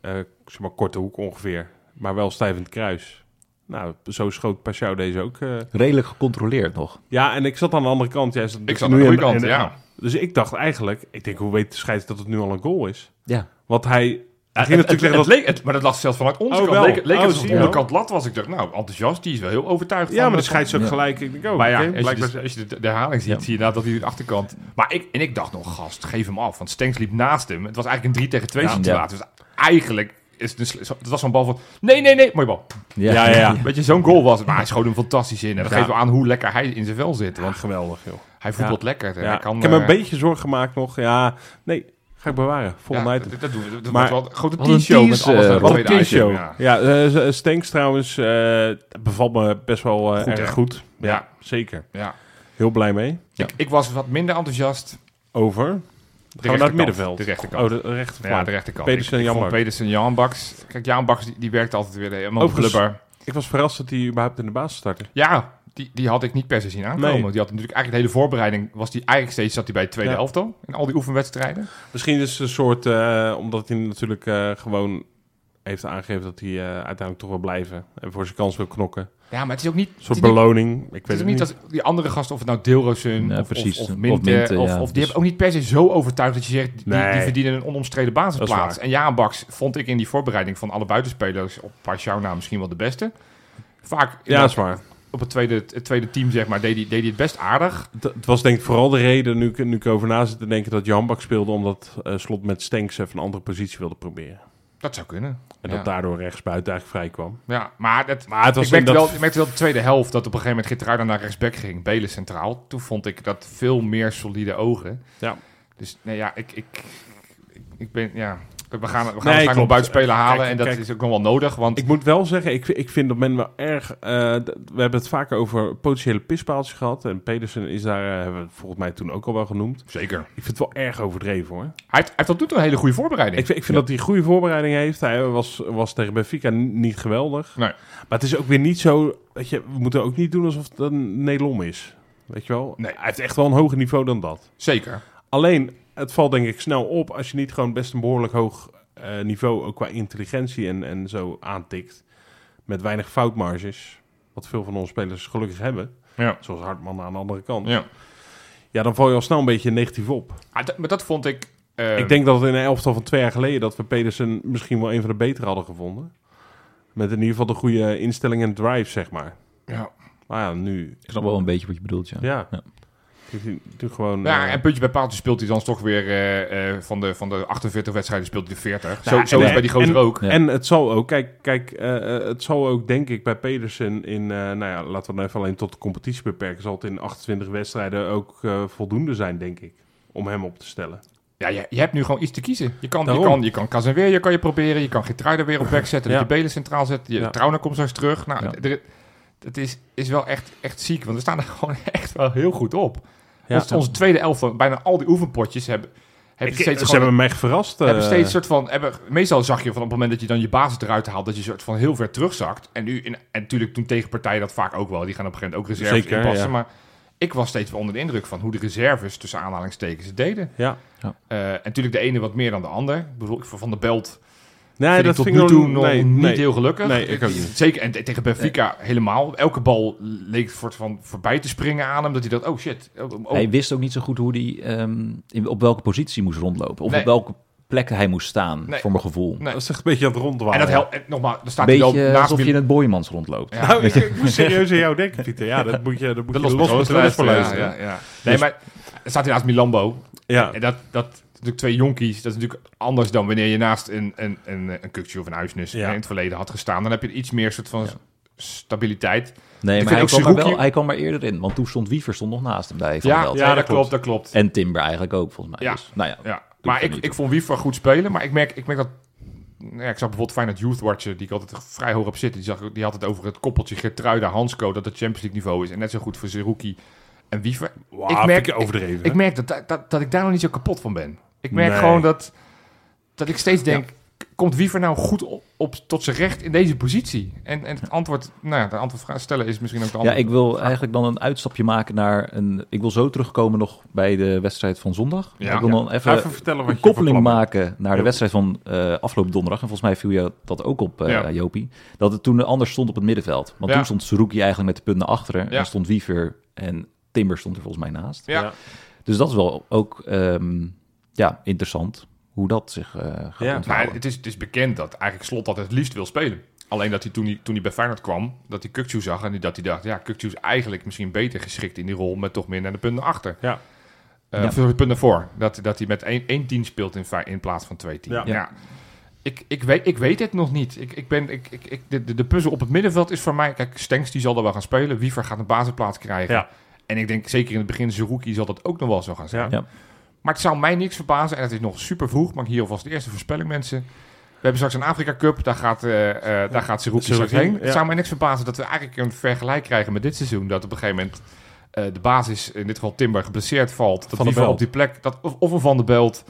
Speaker 1: eh, zeg maar korte hoek ongeveer. Maar wel stijvend kruis. Nou, zo schoot Pashao deze ook. eh.
Speaker 3: Redelijk gecontroleerd nog.
Speaker 1: Ja, en ik zat aan de andere kant. Jij zat,
Speaker 2: Ik zat aan de goede kant,
Speaker 1: en-
Speaker 2: ja.
Speaker 1: Dus ik dacht eigenlijk... Ik denk, hoe weet de scheids dat het nu al een goal is?
Speaker 3: Ja.
Speaker 1: Want hij... Hij
Speaker 2: Het,
Speaker 1: ging
Speaker 2: het,
Speaker 1: natuurlijk zeggen dat...
Speaker 2: leek, het- maar dat lag zelfs vanuit onze
Speaker 1: Oh,
Speaker 2: kant.
Speaker 1: wel.
Speaker 2: Leek, leek
Speaker 1: Oh,
Speaker 2: alsof
Speaker 1: zie
Speaker 2: het
Speaker 1: je
Speaker 2: onderkant lat was. Ik dacht, nou, enthousiast, die is wel heel overtuigd.
Speaker 1: Ja,
Speaker 2: van-
Speaker 1: maar de
Speaker 2: van-
Speaker 1: scheids ook
Speaker 3: Ja.
Speaker 1: gelijk. Ik denk, oh,
Speaker 2: Maar ja,
Speaker 1: oké,
Speaker 2: als je,
Speaker 1: blijkbaar...
Speaker 2: dus- als je de, de herhaling ziet,
Speaker 3: Ja.
Speaker 2: zie je inderdaad dat hij de achterkant... Maar ik, en ik dacht nog, gast, geef hem af. Want Stenks liep naast hem. Het was eigenlijk een 3 tegen 2
Speaker 3: Ja.
Speaker 2: situatie. Dus eigenlijk is het, een sle- zo- het was zo'n bal van... Nee, nee, nee, mooie bal. Ah,
Speaker 1: Ja, ja, ja.
Speaker 2: Weet je, zo'n goal was het. Maar hij schoot hem fantastisch in. En dat
Speaker 1: Ja.
Speaker 2: geeft wel aan hoe lekker hij in zijn vel zit.
Speaker 1: Want
Speaker 2: Want
Speaker 1: geweldig, joh.
Speaker 2: hij voetbalt lekker. En
Speaker 1: Ja,
Speaker 2: hij kan,
Speaker 1: ik heb me
Speaker 2: eh,
Speaker 1: een beetje zorgen gemaakt nog. Ja, nee, ga ik bewaren. Volgende
Speaker 2: ja,
Speaker 1: item.
Speaker 2: dat, dat doen we. Dat
Speaker 1: Maar-
Speaker 2: wordt wel een grote
Speaker 3: Wat een
Speaker 2: teashow met
Speaker 3: tease,
Speaker 2: alles.
Speaker 3: eh,
Speaker 2: naar de
Speaker 3: Wat
Speaker 1: Wat een
Speaker 2: tweede
Speaker 1: T-show.
Speaker 2: item, ja.
Speaker 1: Ja, eh, Stenks trouwens eh, bevalt me best wel eh,
Speaker 2: Goed,
Speaker 1: erg
Speaker 2: hè?
Speaker 1: goed. Ja,
Speaker 2: Ja.
Speaker 1: zeker.
Speaker 2: Ja.
Speaker 1: Heel blij mee.
Speaker 2: Ik, ik was wat minder enthousiast.
Speaker 1: Over. Gaan we naar
Speaker 2: rechterkant,
Speaker 1: het middenveld.
Speaker 2: de rechterkant.
Speaker 1: Oh, de rechterkant.
Speaker 2: Ja, de rechterkant.
Speaker 1: Pedersen en
Speaker 2: Ik- ik
Speaker 1: Jan
Speaker 2: vond
Speaker 1: Baks.
Speaker 2: Pedersen en Jan Baks. Kijk, Jan Baks die, die werkt altijd weer eh, helemaal op
Speaker 1: Overigens-
Speaker 2: blubber.
Speaker 1: Ik was verrast dat hij überhaupt in de basis startte.
Speaker 2: Ja, die, die had ik niet per se zien aankomen.
Speaker 1: Nee.
Speaker 2: Die had natuurlijk eigenlijk de hele voorbereiding... Was die eigenlijk steeds zat hij bij de tweede
Speaker 1: Ja.
Speaker 2: helft al. In al die oefenwedstrijden.
Speaker 1: Misschien is het een soort, eh, omdat hij natuurlijk eh, gewoon heeft aangegeven dat hij eh, uiteindelijk toch wil blijven. En voor zijn kans wil knokken.
Speaker 2: Ja, maar het is ook niet...
Speaker 1: Een
Speaker 2: het
Speaker 1: soort
Speaker 2: is niet-
Speaker 1: beloning. Ik
Speaker 2: Het
Speaker 1: weet
Speaker 2: is
Speaker 1: het
Speaker 2: ook niet
Speaker 1: niet.
Speaker 2: dat die andere gasten, of het nou Deelrozen
Speaker 3: Ja,
Speaker 2: of,
Speaker 3: precies.
Speaker 2: of, of
Speaker 3: Of
Speaker 2: Minte, of,
Speaker 3: Minte,
Speaker 2: of
Speaker 3: ja,
Speaker 2: die
Speaker 3: dus-
Speaker 2: hebben ook niet per se zo overtuigd dat je zegt, die, die
Speaker 1: Nee.
Speaker 2: verdienen een onomstreden
Speaker 1: Dat is
Speaker 2: basisplaats.
Speaker 1: waar.
Speaker 2: En Jaan Baks vond ik in die voorbereiding van alle buitenspelers op Paschau na misschien wel de beste. Vaak
Speaker 1: Ja,
Speaker 2: ja,
Speaker 1: is waar.
Speaker 2: op het tweede, het tweede team, zeg maar, deed hij deed hij het best aardig.
Speaker 1: Het- Het was denk ik vooral de reden, nu, ik- nu ik over na zit te denken, dat Jan Bak speelde omdat eh, Slot met Stenks even een andere positie wilde proberen.
Speaker 2: Dat zou kunnen.
Speaker 1: En
Speaker 2: Ja.
Speaker 1: dat daardoor rechtsbuiten eigenlijk vrij kwam.
Speaker 2: Ja, maar, dat,
Speaker 1: Maar het was
Speaker 2: ik, merkte
Speaker 1: in dat-
Speaker 2: wel, ik merkte wel de tweede helft dat op een gegeven moment Gitterada naar rechtsback ging, Belen centraal. Toen vond ik dat veel meer solide ogen.
Speaker 1: Ja.
Speaker 2: Dus nee, ja, ik, ik, ik, ik ben, ja, we gaan, we gaan
Speaker 1: klopt.
Speaker 2: waarschijnlijk nog buitenspelen halen
Speaker 1: Kijk,
Speaker 2: en dat
Speaker 1: kijk.
Speaker 2: is ook nog wel nodig, want
Speaker 1: Ik moet wel zeggen, ik, ik vind dat men wel erg... eh, d- we hebben het vaak over potentiële pispaaltjes gehad. En Pedersen is daar, eh, hebben we het volgens mij toen ook al wel genoemd.
Speaker 2: zeker. Hij
Speaker 1: Ik vind het wel erg overdreven hoor.
Speaker 2: heeft, hij heeft tot nu toe een hele goede voorbereiding.
Speaker 1: Ik, vind- ik vind dat hij goede voorbereiding heeft. Hij was, was tegen Benfica n- niet geweldig.
Speaker 2: Nee.
Speaker 1: Maar het is ook weer niet zo... Weet je, we moeten ook niet doen alsof het een Nelom is. Weet je wel?
Speaker 2: Nee.
Speaker 1: Hij heeft echt wel een hoger niveau dan dat.
Speaker 2: Zeker.
Speaker 1: Alleen, het valt denk ik snel op als je niet gewoon best een behoorlijk hoog eh, niveau... ook qua intelligentie en, en zo aantikt. Met weinig foutmarges. Wat veel van onze spelers gelukkig hebben.
Speaker 2: Ja.
Speaker 1: Zoals Hartman aan de andere kant. Ja,
Speaker 2: ja.
Speaker 1: dan val je al snel een beetje negatief op.
Speaker 2: Ah, dat- maar dat vond ik... eh,
Speaker 3: Ehm.
Speaker 1: Ik denk dat het in een elftal van twee jaar geleden dat we Pedersen misschien wel een van de betere hadden gevonden. Met in ieder geval de goede instelling en drive, zeg maar.
Speaker 2: Ja.
Speaker 1: Maar ja, nu.
Speaker 3: Ik snap wel een beetje wat je bedoelt, ja.
Speaker 1: Ja. Toen- toen- toen gewoon.
Speaker 2: Ja,
Speaker 1: eh,
Speaker 2: en puntje bij paaltje speelt hij dan toch weer eh, eh, van, de, van de 48 wedstrijden speelt hij de 40. zo
Speaker 1: Nou,
Speaker 2: zo
Speaker 1: en-
Speaker 2: is het bij die gozer ook.
Speaker 3: Ja.
Speaker 1: En het zal ook, kijk, kijk eh, eh, het zal ook denk ik bij Pedersen in, eh, nou ja, laten we het even alleen tot de competitie beperken, zal het in 28 wedstrijden ook eh, voldoende zijn, denk ik, om hem op te stellen.
Speaker 2: Ja, je, je hebt nu gewoon iets te kiezen. Je kan, je
Speaker 1: Daarom.
Speaker 2: kan, je kan Casemiro je kan je proberen. Je kan Geertruida weer op weg zetten.
Speaker 1: Ja.
Speaker 2: Dat je Belen centraal zet. Je
Speaker 1: Ja.
Speaker 2: Trauner komt straks terug. Nou,
Speaker 3: Ja.
Speaker 2: d- d- het is, is wel echt, echt ziek. Want we staan er gewoon echt wel heel goed op.
Speaker 1: Ja.
Speaker 2: Ons- onze tweede elf van bijna al die oefenpotjes hebben,
Speaker 1: Ik,
Speaker 2: hebben
Speaker 1: ze
Speaker 2: steeds gewoon...
Speaker 1: hebben me echt verrast. eh,
Speaker 2: hebben steeds soort van, hebben, meestal zag je van op het moment dat je dan je basis eruit haalt, dat je soort van heel ver terugzakt. En nu, in, en natuurlijk doen tegenpartijen dat vaak ook wel. Die gaan op een gegeven moment ook reserves
Speaker 1: Zeker,
Speaker 2: inpassen.
Speaker 1: ja.
Speaker 2: Maar ik was steeds wel onder de indruk van hoe de reserves tussen aanhalingstekens het deden.
Speaker 1: ja.
Speaker 2: Eh, en natuurlijk de ene wat meer dan de ander. Ik bedoel, ik vond Van der Belt
Speaker 1: Nee,
Speaker 2: vind
Speaker 1: dat
Speaker 2: ik tot
Speaker 1: vind ik
Speaker 2: nu toe
Speaker 1: nog-
Speaker 2: nog
Speaker 1: nee,
Speaker 2: niet
Speaker 1: nee.
Speaker 2: heel gelukkig.
Speaker 1: Nee, ik ook niet.
Speaker 2: Zeker, en te- tegen Benfica helemaal. Elke bal leek soort van voorbij te springen aan hem. Dat hij dacht, oh shit. Oh, oh.
Speaker 3: Hij wist ook niet zo goed hoe die ehm, in, op welke positie moest rondlopen. Of
Speaker 2: Nee.
Speaker 3: op welke plek hij moest staan,
Speaker 2: Nee.
Speaker 3: voor mijn gevoel.
Speaker 2: Nee.
Speaker 1: Dat is echt een beetje aan het
Speaker 2: en
Speaker 1: ronddwalen.
Speaker 2: dat helpt. en Nogmaals, er staat
Speaker 3: Beetje eh,
Speaker 2: hij wel naast
Speaker 3: alsof je
Speaker 2: Wil-
Speaker 3: in het boymans rondloopt.
Speaker 2: Ja.
Speaker 1: Nou, ik, ik moest serieus aan jou denken, Pieter. Ja, dat moet je, dat moet
Speaker 2: de
Speaker 1: je
Speaker 2: los
Speaker 1: los met de rest voor luisteren.
Speaker 2: Ja, ja, ja. Nee,
Speaker 1: Dus-
Speaker 2: maar er staat hij naast Milambo.
Speaker 1: Ja.
Speaker 2: En dat, dat dat natuurlijk twee jonkies. Dat is natuurlijk anders dan wanneer je naast een, een, een, een Kukje of een Huisnus
Speaker 1: Ja.
Speaker 2: in het verleden had gestaan. Dan heb je iets meer soort van stabiliteit.
Speaker 3: Nee,
Speaker 2: vind
Speaker 3: maar hij
Speaker 2: ook
Speaker 3: kwam, er
Speaker 2: Saruki-
Speaker 3: wel, hij kwam er eerder in. Want toen stond Wiever stond nog naast hem bij Van
Speaker 2: Ja,
Speaker 3: der Belt.
Speaker 2: ja, dat
Speaker 1: dat
Speaker 2: klopt,
Speaker 1: klopt.
Speaker 2: dat klopt.
Speaker 3: En Timber eigenlijk ook, volgens mij.
Speaker 2: Ja.
Speaker 3: Dus, nou ja,
Speaker 2: Ja,
Speaker 3: Doet
Speaker 2: maar
Speaker 3: er
Speaker 2: ik,
Speaker 3: niet
Speaker 2: ik vond Wiever goed spelen, maar ik merk, ik merk dat... nou Ja, ik zag bijvoorbeeld Feyenoord Youth Watcher, die ik altijd vrij hoog op zit. Die, zag, die had het over het koppeltje Gertruida-Hansco, dat het Champions League niveau is. En net zo goed voor Zerouki en Wiever.
Speaker 1: Wauw,
Speaker 2: ik
Speaker 1: vind
Speaker 2: merk-
Speaker 1: ik overdreven.
Speaker 2: Ik merk dat, dat, dat ik daar nog niet zo kapot van ben. Ik merk
Speaker 1: Nee.
Speaker 2: gewoon dat, dat ik steeds denk, komt Wiever nou goed op, op, tot zijn recht in deze positie? En, en het antwoord, nou ja, de antwoord stellen is misschien ook de
Speaker 3: Ja,
Speaker 2: antwoord.
Speaker 3: ik wil eigenlijk dan een uitstapje maken naar een... Ik wil zo terugkomen nog bij de wedstrijd van zondag.
Speaker 2: Ja.
Speaker 3: ik wil dan
Speaker 1: Ga
Speaker 3: even,
Speaker 1: even vertellen wat
Speaker 3: een
Speaker 1: je voor
Speaker 3: koppeling
Speaker 1: plan hebt.
Speaker 3: maken naar de
Speaker 1: Ja.
Speaker 3: wedstrijd van eh, afgelopen donderdag. En volgens mij viel je dat ook op, eh,
Speaker 2: Ja.
Speaker 3: Jopie. Dat het toen anders stond op het middenveld. Want
Speaker 2: Ja.
Speaker 3: toen stond Saruki eigenlijk met de punt naar achteren.
Speaker 2: Ja.
Speaker 3: En stond Wiever en Timber stond er volgens mij naast.
Speaker 2: Ja.
Speaker 1: Ja.
Speaker 3: Dus dat is wel ook ehm, ja, interessant hoe dat zich eh, gaat
Speaker 1: Ja.
Speaker 2: Maar
Speaker 3: ontwikkelen.
Speaker 2: het is, het is bekend dat eigenlijk Slot dat het liefst wil spelen. Alleen dat hij toen hij, toen hij bij Feyenoord kwam, dat hij Kukcu zag en dat hij dacht, ja, Kukcu is eigenlijk misschien beter geschikt in die rol met toch meer naar de punten achter.
Speaker 1: Ja.
Speaker 2: Eh,
Speaker 3: Ja.
Speaker 2: Of de punten voor. Dat, dat hij met één, één tien speelt in, fe- in plaats van twee tien. Ja.
Speaker 1: Ja.
Speaker 2: Ik, ik, weet, ik weet het nog niet. Ik, ik ben, ik, ik, ik- de, de, de puzzel op het middenveld is voor mij... Kijk, Stenks die zal er wel gaan spelen. Wiever gaat een basisplaats krijgen.
Speaker 1: Ja.
Speaker 2: En ik denk zeker in het begin, Zerouki zal dat ook nog wel zo gaan zijn.
Speaker 1: Ja.
Speaker 3: Ja.
Speaker 2: Maar het zou mij niks verbazen. En het is nog super vroeg. Maar hier alvast de eerste voorspelling, mensen. We hebben straks een Afrika Cup. Daar gaat, eh eh daar gaat Zerouki straks
Speaker 1: Zerouki,
Speaker 2: heen.
Speaker 1: ja.
Speaker 2: Het zou mij niks verbazen dat we eigenlijk een vergelijk krijgen met dit seizoen. Dat op een gegeven moment eh, de basis, in dit geval Timber, geblesseerd valt. Dat
Speaker 3: Van der
Speaker 2: Wiever
Speaker 3: Belt.
Speaker 2: op die plek, dat, of, of een Van der Belt.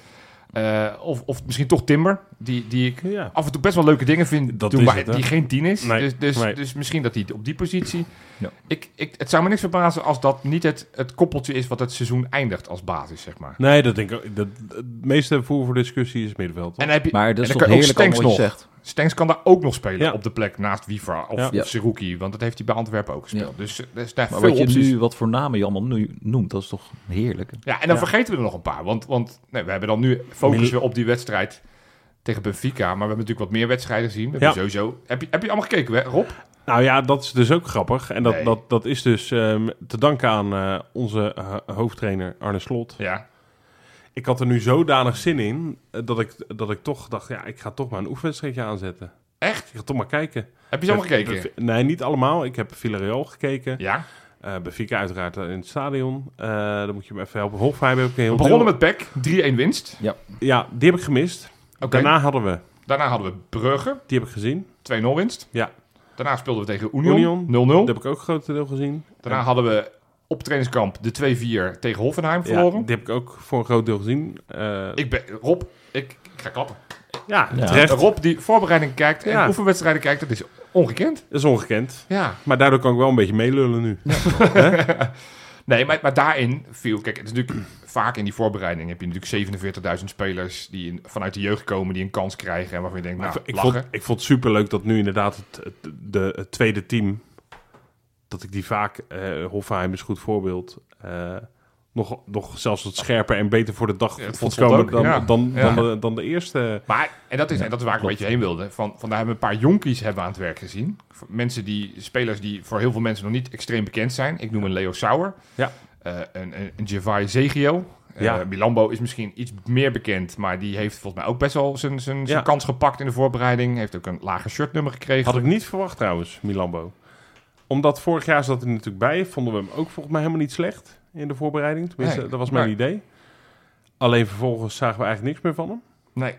Speaker 2: eh, of, of misschien toch Timber, die, die ik
Speaker 1: Ja.
Speaker 2: af en toe best wel leuke dingen vind
Speaker 1: Dat
Speaker 2: doen,
Speaker 1: is
Speaker 2: maar
Speaker 1: het, hè?
Speaker 2: die geen tien is.
Speaker 1: Nee,
Speaker 2: dus, dus,
Speaker 1: nee.
Speaker 2: dus misschien dat hij op die positie...
Speaker 3: Ja.
Speaker 2: Ik, ik, het zou me niks verbazen als dat niet het, het koppeltje is wat het seizoen eindigt als basis, zeg maar.
Speaker 1: Nee, dat denk ik ook. Dat, het meeste voer voor discussie is middenveld. toch?
Speaker 2: En dan heb je,
Speaker 3: Maar dat
Speaker 2: en
Speaker 3: is
Speaker 2: dan
Speaker 3: toch
Speaker 2: kan je ook
Speaker 3: heerlijk allemaal
Speaker 2: Stenks
Speaker 3: wat je
Speaker 2: nog.
Speaker 3: zegt.
Speaker 2: Stengs kan daar ook nog spelen
Speaker 1: Ja.
Speaker 2: op de plek naast Wiever of,
Speaker 1: Ja.
Speaker 2: of
Speaker 3: Ja.
Speaker 2: Seruki, want dat heeft hij bij Antwerpen ook gespeeld.
Speaker 3: Ja.
Speaker 2: Dus eh, er is daar
Speaker 3: Maar
Speaker 2: veel
Speaker 3: wat je
Speaker 2: opties.
Speaker 3: nu, wat voor namen je allemaal nu noemt, dat is toch heerlijk.
Speaker 2: Ja, en dan
Speaker 1: Ja.
Speaker 2: vergeten we er nog een paar. Want, want nee, we hebben dan nu focus
Speaker 1: Mil-
Speaker 2: weer op die wedstrijd tegen Benfica. Maar we hebben natuurlijk wat meer wedstrijden gezien. We
Speaker 1: Ja.
Speaker 2: hebben sowieso... Heb je, heb je allemaal gekeken, hè, Rob?
Speaker 1: Nou ja, dat is dus ook grappig. En dat,
Speaker 2: Nee.
Speaker 1: dat, dat is dus ehm, te danken aan eh, onze eh, hoofdtrainer Arne Slot.
Speaker 2: Ja.
Speaker 1: Ik had er nu zodanig zin in eh, dat ik, dat ik toch dacht, ja, ik ga toch maar een oefenwedstrijdje aanzetten.
Speaker 2: Echt?
Speaker 1: Ik ga toch maar kijken.
Speaker 2: Heb je ze allemaal gekeken?
Speaker 1: Nee, niet allemaal. Ik heb Villarreal gekeken.
Speaker 2: Ja.
Speaker 1: Eh Benfica uiteraard eh, in het stadion. Eh dan moet je me even helpen. Hoffenheim heb ik een
Speaker 2: We
Speaker 1: heel
Speaker 2: begonnen met PEC. 3-1 winst.
Speaker 1: deel- Ja, die heb ik gemist.
Speaker 2: Oké.
Speaker 1: Daarna hadden we,
Speaker 2: Daarna hadden we Brugge.
Speaker 1: die heb ik gezien.
Speaker 2: 2-0 winst.
Speaker 1: Ja.
Speaker 2: Daarna speelden we tegen
Speaker 1: Union.
Speaker 2: Union 0-0.
Speaker 1: Dat heb ik ook grotendeel gezien.
Speaker 2: Daarna hadden we op trainingskamp de 2-4 tegen Hoffenheim
Speaker 1: Ja,
Speaker 2: verloren.
Speaker 1: die heb ik ook voor een groot deel gezien. Eh,
Speaker 2: Ik ben, Rob, ik, ik ga klappen.
Speaker 1: ja,
Speaker 3: Ja.
Speaker 1: terecht.
Speaker 2: Rob die voorbereiding kijkt en
Speaker 1: Ja.
Speaker 2: oefenwedstrijden kijkt, dat is ongekend.
Speaker 1: Dat is ongekend.
Speaker 2: Ja.
Speaker 1: Maar daardoor kan ik wel een beetje meelullen nu.
Speaker 2: Nee, maar, maar daarin viel... Kijk, het is natuurlijk vaak in die voorbereiding heb je natuurlijk 47.000 spelers die in- vanuit de jeugd komen, die een kans krijgen en waarvan je denkt,
Speaker 1: Maar
Speaker 2: nou,
Speaker 1: ik,
Speaker 2: lachen.
Speaker 1: vond, ik vond het superleuk dat nu inderdaad het, het- de, het tweede team... dat ik die vaak... eh Hoffenheim is een goed voorbeeld... eh, nog, nog zelfs wat scherper en beter voor de dag
Speaker 2: Ja, het
Speaker 1: vond
Speaker 2: vond
Speaker 1: komen
Speaker 2: ik ook,
Speaker 1: dan,
Speaker 2: ja.
Speaker 1: dan,
Speaker 2: Ja.
Speaker 1: dan, de, dan de eerste.
Speaker 2: Maar, en dat is, en dat is waar ik een beetje heen wilde. Van, vandaar hebben we een paar jonkies hebben we aan het werk gezien. V- Mensen die, spelers die voor heel veel mensen nog niet extreem bekend zijn. Ik noem een Leo Sauer.
Speaker 1: Ja.
Speaker 2: Eh, een, een, een Javai Zegio. Eh,
Speaker 1: Ja.
Speaker 2: Milambo is misschien iets meer bekend, maar die heeft volgens mij ook best wel zijn, zijn, zijn
Speaker 1: Ja.
Speaker 2: kans gepakt in de voorbereiding. Heeft ook een lager shirtnummer gekregen.
Speaker 1: Had ik niet verwacht trouwens, Milambo. Omdat vorig jaar zat hij natuurlijk bij. Vonden we hem ook volgens mij helemaal niet slecht in de voorbereiding. Tenminste,
Speaker 2: Nee,
Speaker 1: dat was mijn
Speaker 2: maar-
Speaker 1: idee. Alleen vervolgens zagen we eigenlijk niks meer van hem.
Speaker 2: Nee.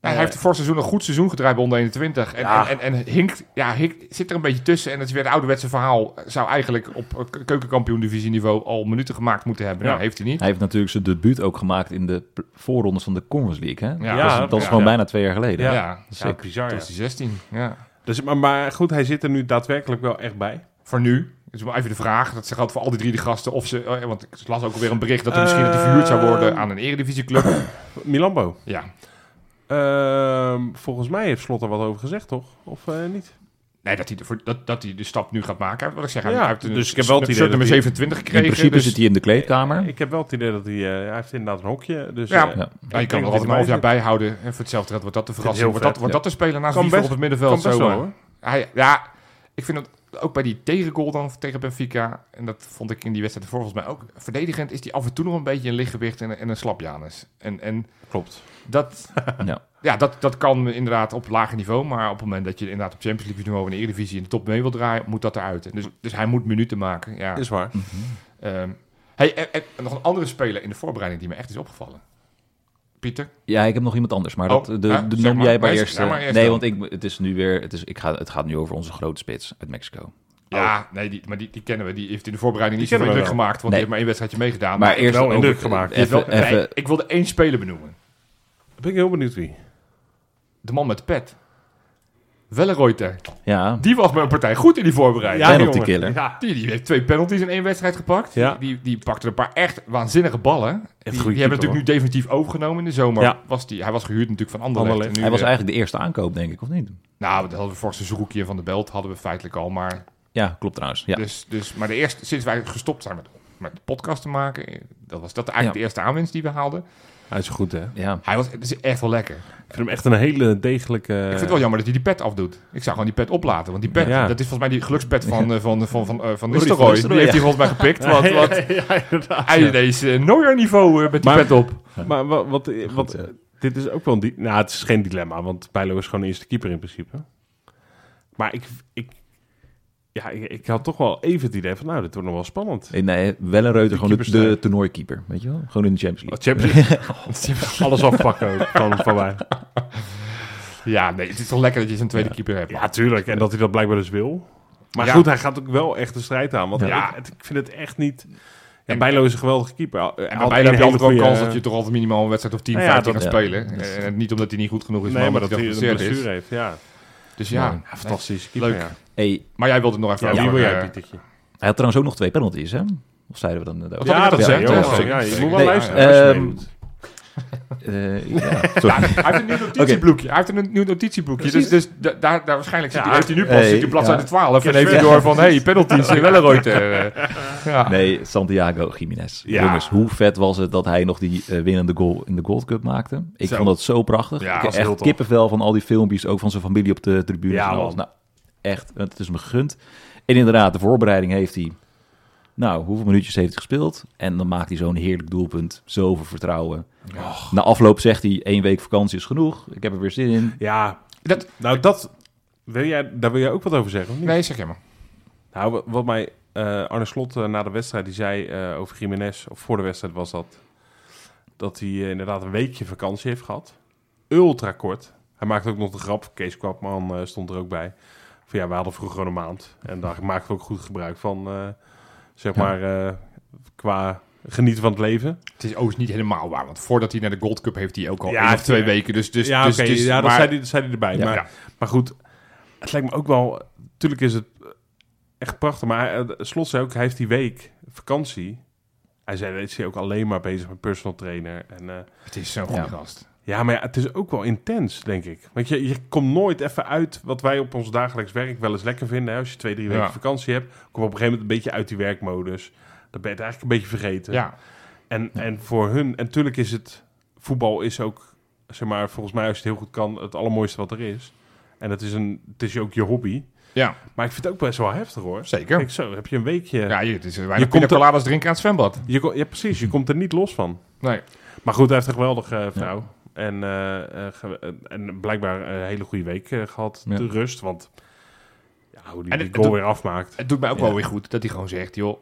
Speaker 2: Ja, hij heeft het voorseizoen een goed seizoen gedraaid bij onder 21. En,
Speaker 1: Ja.
Speaker 2: en, en, en hinkt, ja, hinkt, zit er een beetje tussen. En het is weer het ouderwetse verhaal. Zou eigenlijk op eh, keukenkampioen-divisieniveau al minuten gemaakt moeten hebben.
Speaker 1: Ja.
Speaker 2: Nou, heeft hij niet.
Speaker 3: Hij heeft natuurlijk zijn debuut ook gemaakt in de pl- voorrondes van de Conference League. Hè?
Speaker 2: Ja,
Speaker 3: dat is,
Speaker 1: ja,
Speaker 3: dat is
Speaker 2: ja.
Speaker 3: gewoon bijna twee jaar geleden.
Speaker 2: Ja,
Speaker 1: Ja.
Speaker 3: Dat is
Speaker 1: Ja,
Speaker 3: sick.
Speaker 1: bizar.
Speaker 2: toen
Speaker 1: ja.
Speaker 2: was hij 16. Ja.
Speaker 1: Dus, maar, maar goed, hij zit er nu daadwerkelijk wel echt bij.
Speaker 2: Voor nu. Dus wel even de vraag. Dat geldt voor al die drie de gasten. Of ze, eh, want ik las ook alweer een bericht dat hij misschien
Speaker 1: Eh.
Speaker 2: gevuurd zou worden aan een eredivisieclub.
Speaker 1: Milambo.
Speaker 2: ja.
Speaker 1: Ehm, volgens mij heeft Slot er wat over gezegd, toch? Of eh, niet?
Speaker 2: Nee, dat hij, de, voor- dat, dat hij de stap nu gaat maken. Wat ik zeg, hij-
Speaker 1: Ja,
Speaker 2: hij heeft een
Speaker 1: dus ik heb wel het idee
Speaker 2: shirt nummer
Speaker 1: dat hij-
Speaker 2: 27
Speaker 3: In
Speaker 2: gekregen.
Speaker 3: principe
Speaker 2: dus-
Speaker 3: zit hij in de kleedkamer.
Speaker 1: Ik heb wel het idee dat hij... eh, hij heeft inderdaad een hokje. Dus,
Speaker 2: Ja.
Speaker 1: eh,
Speaker 2: Ja,
Speaker 3: Ja.
Speaker 2: je
Speaker 1: Ik
Speaker 2: kan
Speaker 1: denk
Speaker 2: nog
Speaker 1: dat
Speaker 2: altijd
Speaker 1: hij
Speaker 2: een half jaar
Speaker 1: erbij
Speaker 2: bijhouden. En voor hetzelfde geld wordt dat de verrassing.
Speaker 1: heel
Speaker 2: Wordt dat,
Speaker 1: vet,
Speaker 2: wordt
Speaker 1: ja.
Speaker 2: dat de speler naast
Speaker 1: Kan
Speaker 2: Wiever op
Speaker 1: best-
Speaker 2: het middenveld?
Speaker 1: kan best
Speaker 2: zo,
Speaker 1: wel,
Speaker 2: eh,
Speaker 1: hoor.
Speaker 2: Hij, ja, ik vind dat ook bij die tegengoal dan tegen Benfica. En dat vond ik in die wedstrijd ervoor volgens mij ook. Verdedigend is die af en toe nog een beetje een lichtgewicht en, en een slap Janus. En, en
Speaker 1: Klopt.
Speaker 2: dat,
Speaker 3: Ja.
Speaker 2: ja, dat, dat kan inderdaad op lager niveau. Maar op het moment dat je inderdaad op Champions League niveau en de Eredivisie in de top mee wil draaien, moet dat eruit. En Dus, dus hij moet minuten maken. Ja.
Speaker 1: Is waar.
Speaker 2: Ehm, hey, en, en nog een andere speler in de voorbereiding die me echt is opgevallen. Pieter?
Speaker 3: Ja, ik heb nog iemand anders, maar
Speaker 2: Oh,
Speaker 3: dat, eh, de,
Speaker 2: ja,
Speaker 3: de
Speaker 2: zeg
Speaker 3: noem
Speaker 2: maar.
Speaker 3: jij maar
Speaker 2: Nee,
Speaker 3: eerst.
Speaker 2: zeg maar
Speaker 3: eh,
Speaker 2: eerst
Speaker 3: nee,
Speaker 2: dan.
Speaker 3: want ik, het is nu weer, het, is, ik ga, het gaat nu over onze grote spits uit Mexico.
Speaker 2: Ja, nee, die, maar die, die kennen we. Die heeft in de voorbereiding niet
Speaker 1: Oh. Die
Speaker 2: zoveel
Speaker 1: kennen
Speaker 2: druk
Speaker 1: we
Speaker 2: gemaakt, want
Speaker 3: Nee.
Speaker 2: die heeft maar één wedstrijdje meegedaan.
Speaker 3: Maar eerst
Speaker 1: wel
Speaker 3: ook-
Speaker 1: indruk gemaakt.
Speaker 2: Die heeft wel-
Speaker 3: Even, even,
Speaker 2: nee, ik wilde één speler benoemen.
Speaker 1: Ben ik heel benieuwd wie.
Speaker 2: De man met de pet. Welleroyter.
Speaker 3: ja,
Speaker 2: Die was bij een partij goed in die voorbereiding.
Speaker 1: Ja,
Speaker 3: penalty
Speaker 1: jongen.
Speaker 3: killer.
Speaker 1: Ja.
Speaker 2: Die, die heeft twee penalties in één wedstrijd gepakt.
Speaker 1: Ja.
Speaker 2: Die, die pakte een paar echt waanzinnige ballen. Die, die
Speaker 1: goede
Speaker 2: hebben
Speaker 1: keeper,
Speaker 2: natuurlijk nu definitief overgenomen in de zomer.
Speaker 1: Ja.
Speaker 2: Was die, hij was gehuurd natuurlijk van Anderlecht.
Speaker 1: Anderlecht.
Speaker 2: En nu,
Speaker 3: Hij was
Speaker 2: eh,
Speaker 3: eigenlijk de eerste aankoop, denk ik, of niet?
Speaker 2: Nou, dat hadden we vorig seizoen Roekie van de Belt. Hadden we feitelijk al. Maar
Speaker 3: Ja, klopt trouwens. Ja.
Speaker 2: Dus, dus, maar de eerste, sinds wij gestopt zijn met, met de podcast te maken, dat was dat eigenlijk
Speaker 3: Ja.
Speaker 2: de eerste aanwinst die we haalden.
Speaker 1: Hij is goed, hè? Ik
Speaker 3: ja.
Speaker 2: Hij was, het is echt wel lekker.
Speaker 1: vind hem echt een hele degelijke...
Speaker 2: ik vind het wel jammer dat hij die pet afdoet. Ik zou gewoon die pet oplaten, want die pet,
Speaker 1: Ja.
Speaker 2: dat is volgens mij die gelukspet van, eh, van, van, van, eh, van
Speaker 3: Ruud
Speaker 2: Nistelrooy.
Speaker 3: van
Speaker 2: Die
Speaker 3: Nistelrooy,
Speaker 2: heeft hij volgens mij gepikt, want,
Speaker 1: Ja,
Speaker 2: want hij is eh, Neuer niveau eh, met die
Speaker 1: Maar-
Speaker 2: pet op.
Speaker 1: Maar wa- wat... wat,
Speaker 3: eh.
Speaker 1: dit is ook wel een... di- Nou, het is geen dilemma, want Bijlo is gewoon de eerste keeper in principe. Maar ik... ik ja, ik, ik had toch wel even het idee van, nou, dit wordt nog wel spannend.
Speaker 3: Nee, Nee, wel een Reuter, eh, gewoon de,
Speaker 1: keeperstijl.
Speaker 3: de toernooikeeper. Weet je wel? Gewoon in de Champions
Speaker 1: Oh,
Speaker 3: League.
Speaker 1: Champions League. Alles afpakken ook van, van mij.
Speaker 2: Ja, nee, het is toch lekker dat je zo'n tweede keeper hebt.
Speaker 1: Ja, tuurlijk. En dat hij dat blijkbaar dus wil. Maar
Speaker 2: Ja.
Speaker 1: goed, hij gaat ook wel echt de strijd aan. Want
Speaker 2: Ja.
Speaker 1: ik, het- ik vind het echt niet... Ja,
Speaker 2: En-
Speaker 1: Bijlo is een geweldige keeper. Hij
Speaker 2: En
Speaker 1: had
Speaker 2: bij
Speaker 1: één
Speaker 2: hem heb je altijd wel
Speaker 1: hele
Speaker 2: kans
Speaker 1: goeie-
Speaker 2: dat je toch altijd minimaal een wedstrijd of 10,
Speaker 1: Nou ja,
Speaker 2: 15 gaat
Speaker 3: dat-
Speaker 2: spelen. Eh, niet omdat hij niet goed genoeg is,
Speaker 1: Nee, maar dat
Speaker 2: omdat
Speaker 1: hij
Speaker 2: hij
Speaker 1: een
Speaker 2: geblesseerd
Speaker 1: blessure
Speaker 2: is.
Speaker 1: heeft, ja.
Speaker 2: Dus ja,
Speaker 3: Ja,
Speaker 2: nee.
Speaker 1: Fantastische keeper,
Speaker 2: Leuk.
Speaker 1: ja.
Speaker 3: Hey,
Speaker 2: Maar jij wilde het nog even
Speaker 1: Ja,
Speaker 2: over,
Speaker 1: wie wil
Speaker 2: eh,
Speaker 1: jij, Pietertje?
Speaker 3: hij had trouwens ook nog twee penalties, hè? Of zeiden we dan? eh,
Speaker 2: had ik
Speaker 1: Ja,
Speaker 2: net
Speaker 1: dat
Speaker 2: al
Speaker 1: zei je
Speaker 2: gezegd,
Speaker 1: ook.
Speaker 2: ja,
Speaker 1: Ja, je
Speaker 2: zeker.
Speaker 1: moet wel
Speaker 2: Nee,
Speaker 1: luisteren als je
Speaker 3: ehm,
Speaker 1: meedoet.
Speaker 3: Eh, ja, sorry.
Speaker 2: Hij heeft een nieuw notitieboekje. Hij heeft een nieuw notitieboekje. Dus, dus da- daar, daar waarschijnlijk zit
Speaker 1: Ja,
Speaker 2: hij, heeft hij nu pas
Speaker 3: hey,
Speaker 2: zit hij op bladzijde
Speaker 3: ja.
Speaker 2: 12. En
Speaker 1: Ja,
Speaker 2: heeft hij
Speaker 1: sure.
Speaker 2: door van, hé, hey, penalty is wel een rode. eh. Ja.
Speaker 3: Nee, Santiago Jiménez.
Speaker 1: Ah. Ja.
Speaker 3: Jongens, hoe vet was het dat hij nog die eh, winnende goal in de Gold Cup maakte? Ik
Speaker 1: Zo.
Speaker 3: vond dat zo prachtig.
Speaker 1: Ja,
Speaker 3: ik heb
Speaker 1: was heel
Speaker 3: echt
Speaker 1: tof.
Speaker 3: kippenvel van al die filmpjes, ook van zijn familie op de tribune.
Speaker 1: Ja,
Speaker 3: en
Speaker 1: man.
Speaker 3: alles. Nou, echt, het is me gegund. En inderdaad, de voorbereiding heeft hij... Nou, hoeveel minuutjes heeft hij gespeeld? En dan maakt hij zo'n heerlijk doelpunt. Zoveel vertrouwen. Na afloop zegt hij, één week vakantie is genoeg. Ik heb er weer zin in.
Speaker 1: Ja,
Speaker 2: Dat,
Speaker 1: nou dat... Wil jij, daar wil jij ook wat over zeggen, of niet?
Speaker 2: nee, zeg je maar.
Speaker 1: Nou, wat, wat mij eh Arne Slot eh, na de wedstrijd, die zei eh, over Jiménez, of voor de wedstrijd was dat, dat hij eh, inderdaad een weekje vakantie heeft gehad. Ultra kort. Hij maakte ook nog de grap, Kees Kwapman eh, stond er ook bij. Van ja, we hadden vroeger gewoon een maand. En daar maakten we ook goed gebruik van, eh, zeg
Speaker 3: Ja.
Speaker 1: maar, eh, qua genieten van het leven.
Speaker 2: Het is ook niet helemaal waar. Want voordat hij naar de Gold Cup heeft hij ook al
Speaker 1: Ja,
Speaker 2: één of twee
Speaker 1: tuurlijk.
Speaker 2: weken. Dus, dus,
Speaker 1: ja,
Speaker 2: dus,
Speaker 1: oké,
Speaker 2: dus-
Speaker 1: ja, dat
Speaker 2: maar-
Speaker 1: zei hij, dat zei hij erbij.
Speaker 3: Ja.
Speaker 1: maar,
Speaker 2: Ja.
Speaker 1: maar goed, het lijkt me ook wel... Tuurlijk is het eh, echt prachtig, maar eh, Slot zei ook... Hij heeft die week vakantie. Hij zei, is hij ook alleen maar bezig met personal trainer. En, eh,
Speaker 2: Het is zo'n goede
Speaker 3: Ja.
Speaker 2: gast.
Speaker 1: ja, maar ja, het is ook wel intens, denk ik. Want je, je komt nooit even uit wat wij op ons dagelijks werk wel eens lekker vinden. Hè? Als je twee, drie weken
Speaker 2: Ja.
Speaker 1: vakantie hebt, kom je op een gegeven moment een beetje uit die werkmodus. Dan ben je het eigenlijk een beetje vergeten.
Speaker 2: Ja.
Speaker 1: En, en voor hun, en natuurlijk is het voetbal is ook, zeg maar, volgens mij als je het heel goed kan, het allermooiste wat er is. En het is, een, het is ook je hobby.
Speaker 2: ja,
Speaker 1: Maar ik vind het ook best wel heftig hoor.
Speaker 2: zeker.
Speaker 1: Kijk, zo heb je een weekje.
Speaker 2: ja, je- het is eh, weinig
Speaker 1: komt
Speaker 2: je komt coladas drinken aan het zwembad.
Speaker 1: Je, ko- ja, precies, je komt er niet los van.
Speaker 2: Nee.
Speaker 1: Maar goed, hij heeft een geweldige eh, vrouw. En, eh, eh, ge- eh, en blijkbaar een hele goede week eh, gehad.
Speaker 3: Ja.
Speaker 1: De rust, want ja, hoe die,
Speaker 2: En
Speaker 1: die
Speaker 2: het-
Speaker 1: goal
Speaker 2: het-
Speaker 1: weer afmaakt.
Speaker 2: Het doet mij ook
Speaker 3: Ja.
Speaker 2: wel weer goed dat hij gewoon zegt, joh,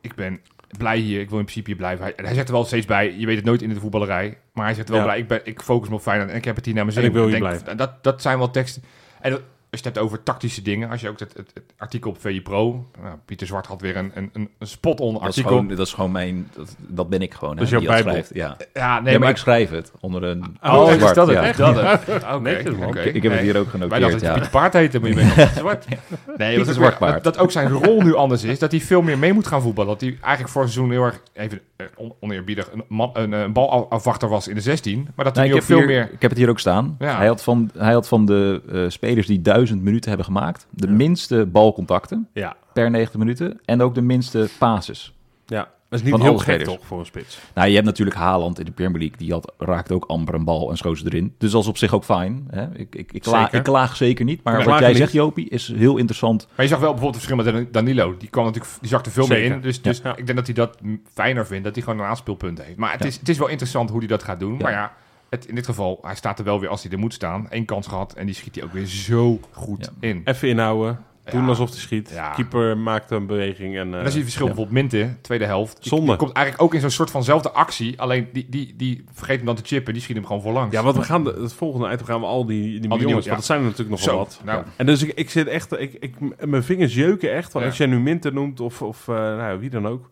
Speaker 2: ik ben blij hier, ik wil in principe hier blijven. Hij, en hij zegt er wel steeds bij, je weet het nooit in de voetballerij, maar hij zegt er wel
Speaker 1: Ja.
Speaker 2: bij, ik, ben, ik focus me op Feyenoord en ik heb het hier naar mijn
Speaker 1: En
Speaker 2: zin.
Speaker 1: ik wil hier
Speaker 2: denk, Dat, dat zijn wel teksten. En dat, als je het hebt over tactische dingen, als je ook het, het, het artikel op VI Pro, nou, Pieter Zwart had weer een, een, een spot-on
Speaker 3: Dat is,
Speaker 2: artikel.
Speaker 3: gewoon, dat is gewoon mijn... Dat, dat ben ik gewoon.
Speaker 1: Dat is
Speaker 3: hè,
Speaker 1: jouw
Speaker 3: die
Speaker 1: Bijbel.
Speaker 3: schrijft. Ja. Nee,
Speaker 2: Ja, nee,
Speaker 3: maar,
Speaker 2: maar
Speaker 3: ik schrijf het onder een...
Speaker 1: Oh,
Speaker 2: is
Speaker 3: zwart,
Speaker 2: dat het?
Speaker 3: ja.
Speaker 2: Echt dat het? Oké,
Speaker 1: Netjes, man.
Speaker 2: oké.
Speaker 3: Ik, ik heb het
Speaker 2: Nee.
Speaker 3: hier ook
Speaker 2: Wij
Speaker 3: genoteerd.
Speaker 2: dachten dat
Speaker 3: ja.
Speaker 2: het Piet Paard heette, maar je bent nog zwart. Nee, dat,
Speaker 3: Pieter
Speaker 2: is weer-
Speaker 3: Zwartpaard.
Speaker 2: dat, dat ook zijn rol nu anders is. Dat hij veel meer mee moet gaan voetballen. Dat hij eigenlijk vorig seizoen heel erg, even eh, on- oneerbiedig, een, man, een, eh, balafwachter was in de 16. Maar dat hij
Speaker 3: Nee, Nou, ik,
Speaker 2: nu
Speaker 3: heb
Speaker 2: ook veel
Speaker 3: hier-
Speaker 2: meer...
Speaker 3: ik heb het hier ook staan.
Speaker 2: Ja.
Speaker 3: Hij, had van, hij had van de eh, spelers die duizend minuten hebben gemaakt... de minste balcontacten
Speaker 1: Ja.
Speaker 3: per 90 minuten... en ook de minste pases.
Speaker 1: ja, dat is niet
Speaker 3: Van
Speaker 1: heel
Speaker 3: alle
Speaker 1: gek
Speaker 3: spelers.
Speaker 1: toch voor een spits.
Speaker 3: Nou, je hebt natuurlijk Haaland in de Premier League. Die had, raakte ook amper een bal en schoot ze erin. Dus dat is op zich ook fijn. Hè? Ik, ik, ik, kla-
Speaker 1: Zeker.
Speaker 3: ik klaag zeker niet. Maar
Speaker 1: Nee,
Speaker 3: wat
Speaker 1: klagen
Speaker 3: jij
Speaker 1: niet.
Speaker 3: zegt, Jopie, is heel interessant.
Speaker 2: Maar je zag wel bijvoorbeeld het verschil met Dan- Danilo. Die, kwam natuurlijk, die zakte veel meer
Speaker 1: Zeker.
Speaker 2: in. Dus, dus
Speaker 1: Ja.
Speaker 2: ik denk dat hij dat m- fijner vindt. Dat hij gewoon een aanspeelpunt heeft. Maar het, is, het is wel interessant hoe hij dat gaat doen. Maar ja, het, in dit geval, hij staat er wel weer als hij er moet staan. Eén kans gehad en die schiet hij ook weer zo goed in.
Speaker 1: Even inhouden, doen
Speaker 2: Ja.
Speaker 1: alsof hij schiet.
Speaker 2: Ja.
Speaker 1: Keeper maakt een beweging en... eh,
Speaker 2: En dan zie je het verschil
Speaker 3: Ja.
Speaker 2: bijvoorbeeld Minte, tweede helft. Die-
Speaker 1: Zonde.
Speaker 2: Die komt eigenlijk ook in zo'n soort vanzelfde actie. Alleen die, die, die vergeet hem dan te chippen. Die schiet hem gewoon voorlangs.
Speaker 1: ja, want we gaan de, het volgende item gaan we al die, die,
Speaker 2: nieuwe,
Speaker 1: jongens,
Speaker 2: ja.
Speaker 1: want dat zijn er natuurlijk nog wel
Speaker 2: Zo,
Speaker 1: wat.
Speaker 2: nou,
Speaker 1: En dus ik, ik zit echt, ik, ik, mijn vingers jeuken echt. Want
Speaker 2: Ja.
Speaker 1: als jij nu Minter noemt of, of eh, nou, wie dan ook,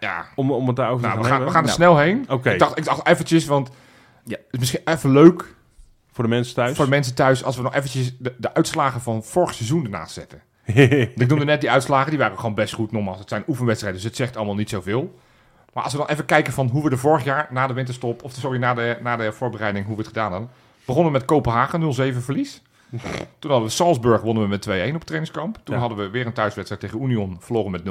Speaker 2: ja.
Speaker 1: om, om het daarover
Speaker 2: Nou,
Speaker 1: te
Speaker 2: we,
Speaker 1: gaan
Speaker 2: gaan, we
Speaker 1: hebben.
Speaker 2: gaan er
Speaker 3: Nou.
Speaker 2: snel heen.
Speaker 1: Oké,
Speaker 2: Ik, dacht, ik dacht eventjes, want
Speaker 3: Ja.
Speaker 2: het is misschien even leuk
Speaker 1: voor de mensen thuis.
Speaker 2: voor de mensen thuis... als we nog eventjes de, de uitslagen van vorig seizoen ernaast zetten. Ik noemde net die uitslagen, die waren gewoon best goed. Nogmaals, het zijn oefenwedstrijden, dus het zegt allemaal niet zoveel. Maar als we dan even kijken van hoe we er vorig jaar na de winterstop... of sorry, na de, na de voorbereiding, hoe we het gedaan hadden. Begonnen met Kopenhagen, 0-7 verlies. Toen hadden we Salzburg, wonnen we met 2-1 op het trainingskamp. Toen
Speaker 1: Ja.
Speaker 2: hadden we weer een thuiswedstrijd tegen Union, verloren met 0-4.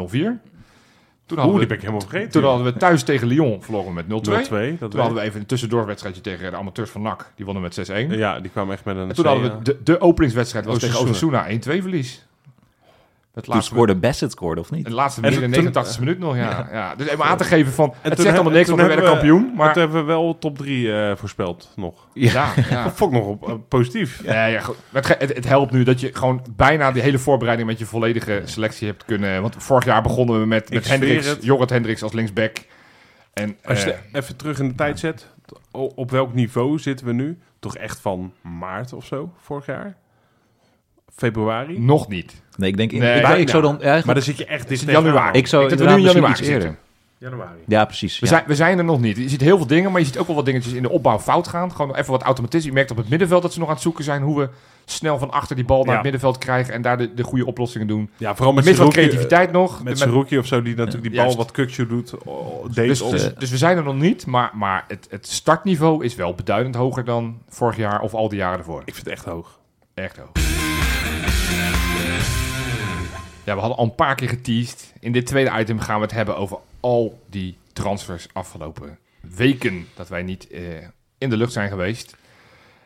Speaker 2: Toen
Speaker 1: Oeh,
Speaker 2: hadden,
Speaker 1: die
Speaker 2: we,
Speaker 1: ben ik helemaal vergeten.
Speaker 2: toen hadden we thuis tegen Lyon, verloren met 0-2.
Speaker 1: 0-2, dat
Speaker 2: Toen hadden we even een tussendoorwedstrijdje tegen de amateurs van NAC. Die wonnen met 6-1.
Speaker 1: weet ik. Ja, die kwam echt met Oh, een...
Speaker 2: En toen hadden we de, de openingswedstrijd, was tegen
Speaker 1: Osasuna.
Speaker 2: Osasuna 1-2 verlies. Het
Speaker 3: Toen scoorde Bassett scoorde, of niet?
Speaker 2: de
Speaker 1: En
Speaker 2: laatste minuut in
Speaker 1: toen-
Speaker 2: 89 e minuut nog, ja. ja. Dus even aan te geven van, het
Speaker 1: toen
Speaker 2: zegt allemaal
Speaker 1: he-
Speaker 2: niks,
Speaker 1: toen
Speaker 2: want we werden
Speaker 1: hebben we-
Speaker 2: kampioen.
Speaker 1: Maar
Speaker 2: Maar
Speaker 1: toen hebben we wel top 3 voorspeld nog.
Speaker 2: ja, ja.
Speaker 1: Dat vond ik nog op, eh, positief.
Speaker 2: Ja, ja, goed. Maar Het, ge- het, het helpt nu dat je gewoon bijna die hele voorbereiding met je volledige selectie hebt kunnen. Want vorig jaar begonnen we met, met
Speaker 1: zweer
Speaker 2: Hendricks,
Speaker 1: het.
Speaker 2: Jorrit Hendricks als linksback. En
Speaker 1: Als je
Speaker 2: eh,
Speaker 1: het even terug in de tijd zet, t- o- op welk niveau zitten we nu? Toch echt van maart of zo, vorig jaar? Februari?
Speaker 2: nog niet.
Speaker 3: Nee, ik denk... In,
Speaker 2: Nee,
Speaker 3: ik,
Speaker 2: bijna.
Speaker 3: ik zou dan...
Speaker 1: Maar
Speaker 3: eigenlijk
Speaker 1: dan zit je echt dicht
Speaker 2: in januari.
Speaker 1: tegenaan.
Speaker 3: ik zou
Speaker 2: Ik denk dat we
Speaker 3: inderdaad
Speaker 2: nu in
Speaker 3: misschien
Speaker 2: januari
Speaker 3: iets eerder.
Speaker 1: Januari.
Speaker 3: Ja, precies.
Speaker 2: We,
Speaker 3: ja.
Speaker 2: zijn, we zijn er nog niet. Je ziet heel veel dingen, maar je ziet ook wel wat dingetjes in de opbouw fout gaan. Gewoon even wat automatisme. Je merkt op het middenveld dat ze nog aan het zoeken zijn hoe we snel van achter die bal naar
Speaker 1: Ja.
Speaker 2: het middenveld krijgen en daar de, de goede oplossingen doen.
Speaker 1: Ja, vooral met
Speaker 2: Met wat
Speaker 1: Saruki,
Speaker 2: creativiteit nog.
Speaker 1: eh, Met Saruki of zo, die natuurlijk die bal
Speaker 2: Juist.
Speaker 1: wat kukje doet. oh, deed
Speaker 2: dus,
Speaker 1: op.
Speaker 2: dus, dus we zijn er nog niet, maar, maar het, het startniveau is wel beduidend hoger dan vorig jaar of al die jaren ervoor.
Speaker 1: ik vind het echt hoog.
Speaker 2: Echt hoog. Ja, we hadden al een paar keer geteased. In dit tweede item gaan we het hebben over al die transfers afgelopen weken. Dat wij niet eh, in de lucht zijn geweest.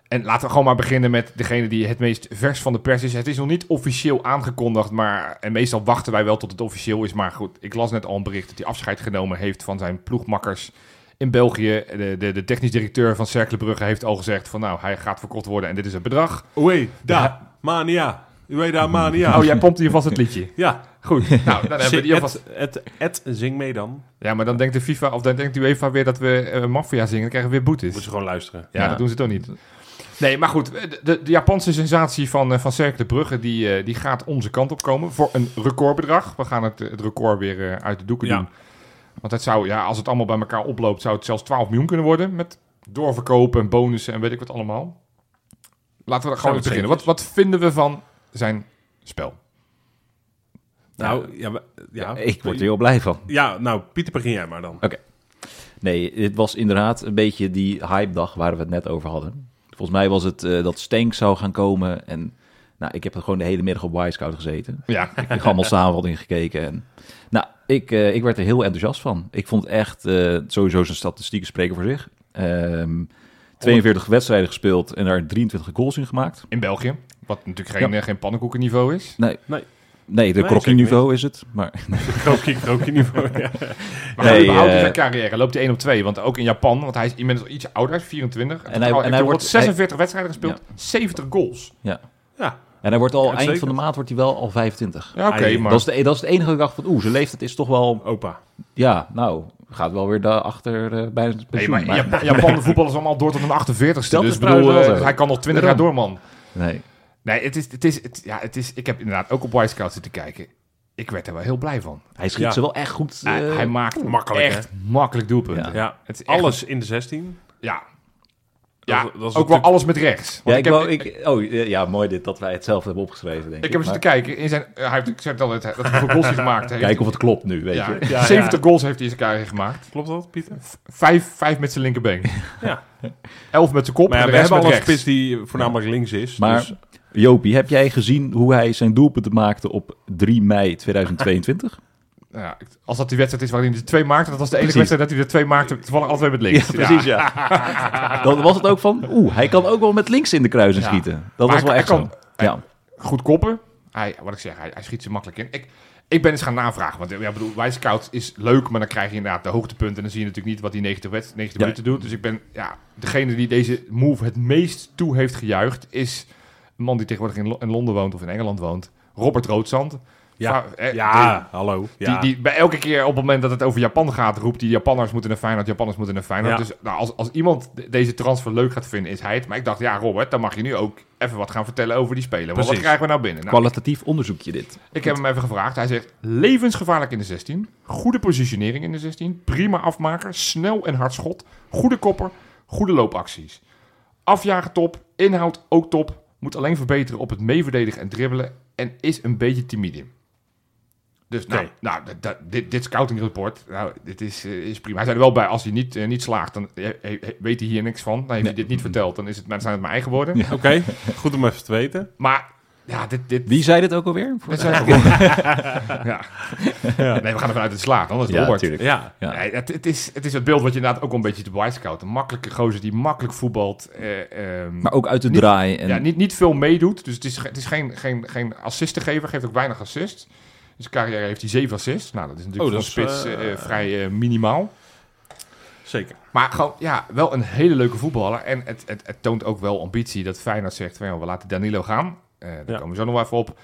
Speaker 2: En laten we gewoon maar beginnen met degene die het meest vers van de pers is. Het is nog niet officieel aangekondigd, maar en meestal wachten wij wel tot het officieel is. Maar goed, ik las net al een bericht dat hij afscheid genomen heeft van zijn ploegmakkers in België. De, de, de technisch directeur van Cercle Brugge heeft al gezegd van nou, hij gaat verkocht worden en dit is het bedrag.
Speaker 1: Oei, da, mania. Oei, da, mania.
Speaker 2: Oh, jij pompt hier vast het liedje.
Speaker 1: Ja,
Speaker 2: Goed. Nou, dan hebben we in ieder geval-
Speaker 1: het, het, het, zing mee dan.
Speaker 2: Ja, maar dan denkt de FIFA of dan denkt de UEFA weer dat we eh, maffia zingen. Dan krijgen we weer
Speaker 1: Moet
Speaker 2: boetes.
Speaker 1: je gewoon luisteren.
Speaker 2: Ja,
Speaker 3: Ja.
Speaker 2: dat doen ze toch niet. Nee, maar goed. eh, De, de, de Japanse sensatie van, eh, van Cercle de Brugge, die, eh, die gaat onze kant op komen. Voor een recordbedrag. We gaan het, eh, het record weer eh, uit de doeken
Speaker 1: Ja.
Speaker 2: doen. Want het zou, ja, als het allemaal bij elkaar oploopt, zou het zelfs 12 miljoen kunnen worden. Met doorverkopen en bonussen en weet ik wat allemaal. Laten we dan gewoon
Speaker 1: Ja,
Speaker 2: eens beginnen. Wat,
Speaker 1: zeker.
Speaker 2: wat vinden we van zijn spel?
Speaker 1: Nou, ja, maar- ja.
Speaker 3: Ik word er heel blij van.
Speaker 1: Ja, nou, Pieter, begin jij maar dan.
Speaker 3: Nee, het was inderdaad een beetje die hype-dag waar we het net over hadden. Volgens mij was het eh, dat Stank zou gaan komen. En nou, ik heb er gewoon de hele middag op Wisecout gezeten.
Speaker 2: Ja,
Speaker 3: Ik heb allemaal samenvatting gekeken. En, nou, ik, eh, ik werd er heel enthousiast van. Ik vond echt, eh, sowieso zijn statistieken spreken voor zich. Ehm 42 wedstrijden gespeeld en daar 23 goals in gemaakt.
Speaker 2: in België. Wat natuurlijk geen,
Speaker 3: Ja.
Speaker 2: eh, geen pannenkoekenniveau is.
Speaker 3: Nee,
Speaker 1: Nee.
Speaker 3: nee de
Speaker 1: Nee,
Speaker 3: niveau is het. Maar
Speaker 1: Krookje, krookje niveau. Ja.
Speaker 2: Maar
Speaker 3: Nee,
Speaker 2: hij behoudt
Speaker 3: eh,
Speaker 2: zijn carrière. Loopt hij 1 op 2. Want ook in Japan, want hij is inmiddels iets ouder, hij is 24.
Speaker 3: hij- en hij
Speaker 2: wordt
Speaker 3: wordt-
Speaker 2: 46 wedstrijden gespeeld, 70 goals.
Speaker 1: ja.
Speaker 3: En hij wordt al
Speaker 1: Ja,
Speaker 3: eind
Speaker 1: zeker.
Speaker 3: van de maand wordt hij wel al 25.
Speaker 2: Ja, oké,
Speaker 1: Hij-
Speaker 2: maar
Speaker 3: Dat, is de, dat is het enige dat ik dacht van, oeh, zijn leeftijd is toch wel...
Speaker 1: Opa.
Speaker 3: Ja, nou, gaat wel weer daarachter eh bij het
Speaker 2: Nee,
Speaker 3: pensioen.
Speaker 2: maar
Speaker 3: maar-
Speaker 2: Japan, Japan de voetballers allemaal door tot een 48ste.
Speaker 3: Dat
Speaker 2: dus
Speaker 3: is
Speaker 2: bedoel,
Speaker 3: trouwens wel
Speaker 2: eh,
Speaker 3: zo.
Speaker 2: hij kan nog 20 jaar
Speaker 3: Daarom.
Speaker 2: door, man.
Speaker 3: nee.
Speaker 2: Nee, het is, het is, het, ja, het is, ik heb inderdaad ook op Wisecout zitten kijken. Ik werd er wel heel blij van.
Speaker 3: Hij schiet
Speaker 1: Ja.
Speaker 3: ze wel echt goed. eh,
Speaker 2: hij, hij maakt
Speaker 1: makkelijk,
Speaker 2: echt makkelijk doelpunten.
Speaker 3: Ja.
Speaker 1: Ja,
Speaker 2: Het is echt-
Speaker 1: alles in de 16.
Speaker 2: Ja,
Speaker 1: Dat-
Speaker 2: ja
Speaker 1: dat is
Speaker 2: ook wel
Speaker 1: natuurlijk-
Speaker 2: alles met rechts. Want
Speaker 3: ja, ik
Speaker 2: heb-
Speaker 3: wou, ik, oh, eh, ja, mooi dit, dat wij het zelf hebben opgeschreven, denk ik.
Speaker 2: ik heb eens
Speaker 3: Maar
Speaker 2: zitten kijken. In zijn, eh, hij heeft, ik zei het al, dat hij dat hij voor goals hij gemaakt heeft.
Speaker 3: Kijken of het klopt nu, weet
Speaker 2: Ja,
Speaker 3: je.
Speaker 1: Ja,
Speaker 2: 70
Speaker 1: ja.
Speaker 2: goals heeft hij in zijn carrière gemaakt.
Speaker 1: Klopt dat, Pieter?
Speaker 2: Vijf, vijf met zijn linkerbeen.
Speaker 1: Ja.
Speaker 2: Elf met zijn kop.
Speaker 1: Maar ja,
Speaker 2: en
Speaker 1: we
Speaker 2: de
Speaker 1: hebben
Speaker 2: rest
Speaker 1: al
Speaker 2: met
Speaker 1: een
Speaker 2: rechts.
Speaker 1: spits die voornamelijk links is.
Speaker 3: Maar
Speaker 1: dus-
Speaker 3: Jopie, heb jij gezien hoe hij zijn doelpunten maakte op 3 mei 2022?
Speaker 2: Ja, als dat die wedstrijd is waarin hij er twee maakte, dat was de enige
Speaker 3: Precies.
Speaker 2: wedstrijd dat hij er twee maakte, toevallig altijd met links.
Speaker 3: ja. Dan was het ook van, oeh, hij kan ook wel met links in de kruisen
Speaker 2: Ja.
Speaker 3: schieten. Dat
Speaker 2: Maar
Speaker 3: was wel
Speaker 2: hij
Speaker 3: echt
Speaker 2: kan-
Speaker 3: zo. Ja.
Speaker 2: Goed koppen. Hij, wat ik zeg, hij, hij schiet ze makkelijk in. Ik, ik ben eens gaan navragen, want ja, bedoel, Wisecout is leuk, maar dan krijg je inderdaad de hoogtepunten en dan zie je natuurlijk niet wat die 90, wedst- 90
Speaker 3: Ja.
Speaker 2: minuten doet. Dus ik ben, ja, degene die deze move het meest toe heeft gejuicht, is een man die tegenwoordig in, Lo- in Londen woont of in Engeland woont, Robert Roodzand.
Speaker 1: ja,
Speaker 2: Va- eh,
Speaker 1: ja, hallo. Ja.
Speaker 2: Die, die, bij elke keer op het moment dat het over Japan gaat, roept die Japanners moeten naar Feyenoord, Japanners moeten naar Feyenoord.
Speaker 1: Ja.
Speaker 2: Dus nou, als, als iemand de- deze transfer leuk gaat vinden, is hij het. Maar ik dacht, ja Robert, dan mag je nu ook even wat gaan vertellen over die speler. Want wat
Speaker 1: Precies.
Speaker 2: krijgen we nou binnen? Nou,
Speaker 3: Kwalitatief onderzoekje dit.
Speaker 2: ik heb hem even gevraagd. Hij zegt, levensgevaarlijk in de 16. Goede positionering in de 16. Prima afmaker. Snel en hard schot. Goede kopper. Goede loopacties. Afjagen top. Inhoud ook top. Moet alleen verbeteren op het meeverdedigen en dribbelen. En is een beetje timide. Dus nou,
Speaker 1: Nee.
Speaker 2: nou dat- dat- dit, dit scouting rapport, nou, dit is, eh, is prima. Hij zei er wel bij, als hij niet, eh, niet slaagt, dan eh, eh, weet hij hier niks van. Dan heeft hij dit niet verteld, dan, is het, dan zijn het mijn eigen woorden.
Speaker 1: Oké, goed om even te weten.
Speaker 2: Maar ja, dit, dit,
Speaker 3: Wie zei dit ook alweer?
Speaker 2: dat zijn gewoon. ja. Nee, we gaan ervan uit dat het slaagt, anders
Speaker 3: Ja,
Speaker 2: ja, Robert.
Speaker 3: natuurlijk.
Speaker 1: Ja,
Speaker 3: Ja.
Speaker 2: Nee, het, het, is, het is het beeld wat je inderdaad ook wel een beetje te wise scout. Een makkelijke gozer die makkelijk voetbalt. eh, ehm,
Speaker 3: Maar ook uit de
Speaker 2: Niet-
Speaker 3: draai. En,
Speaker 2: ja, niet, niet veel meedoet. Dus het is, ge- het is geen, geen, geen assistengever, geeft ook weinig assists. Dus carrière heeft hij zeven assists. Nou, dat is natuurlijk
Speaker 1: Oh, dat
Speaker 2: voor een
Speaker 1: is,
Speaker 2: spits
Speaker 1: eh,
Speaker 2: eh, vrij eh, minimaal.
Speaker 1: zeker.
Speaker 2: Maar gewoon, ja, wel een hele leuke voetballer. En het, het, het toont ook wel ambitie dat Feyenoord zegt... van, joh, we laten Danilo gaan. Eh daar
Speaker 1: Ja.
Speaker 2: komen we zo nog wel even op.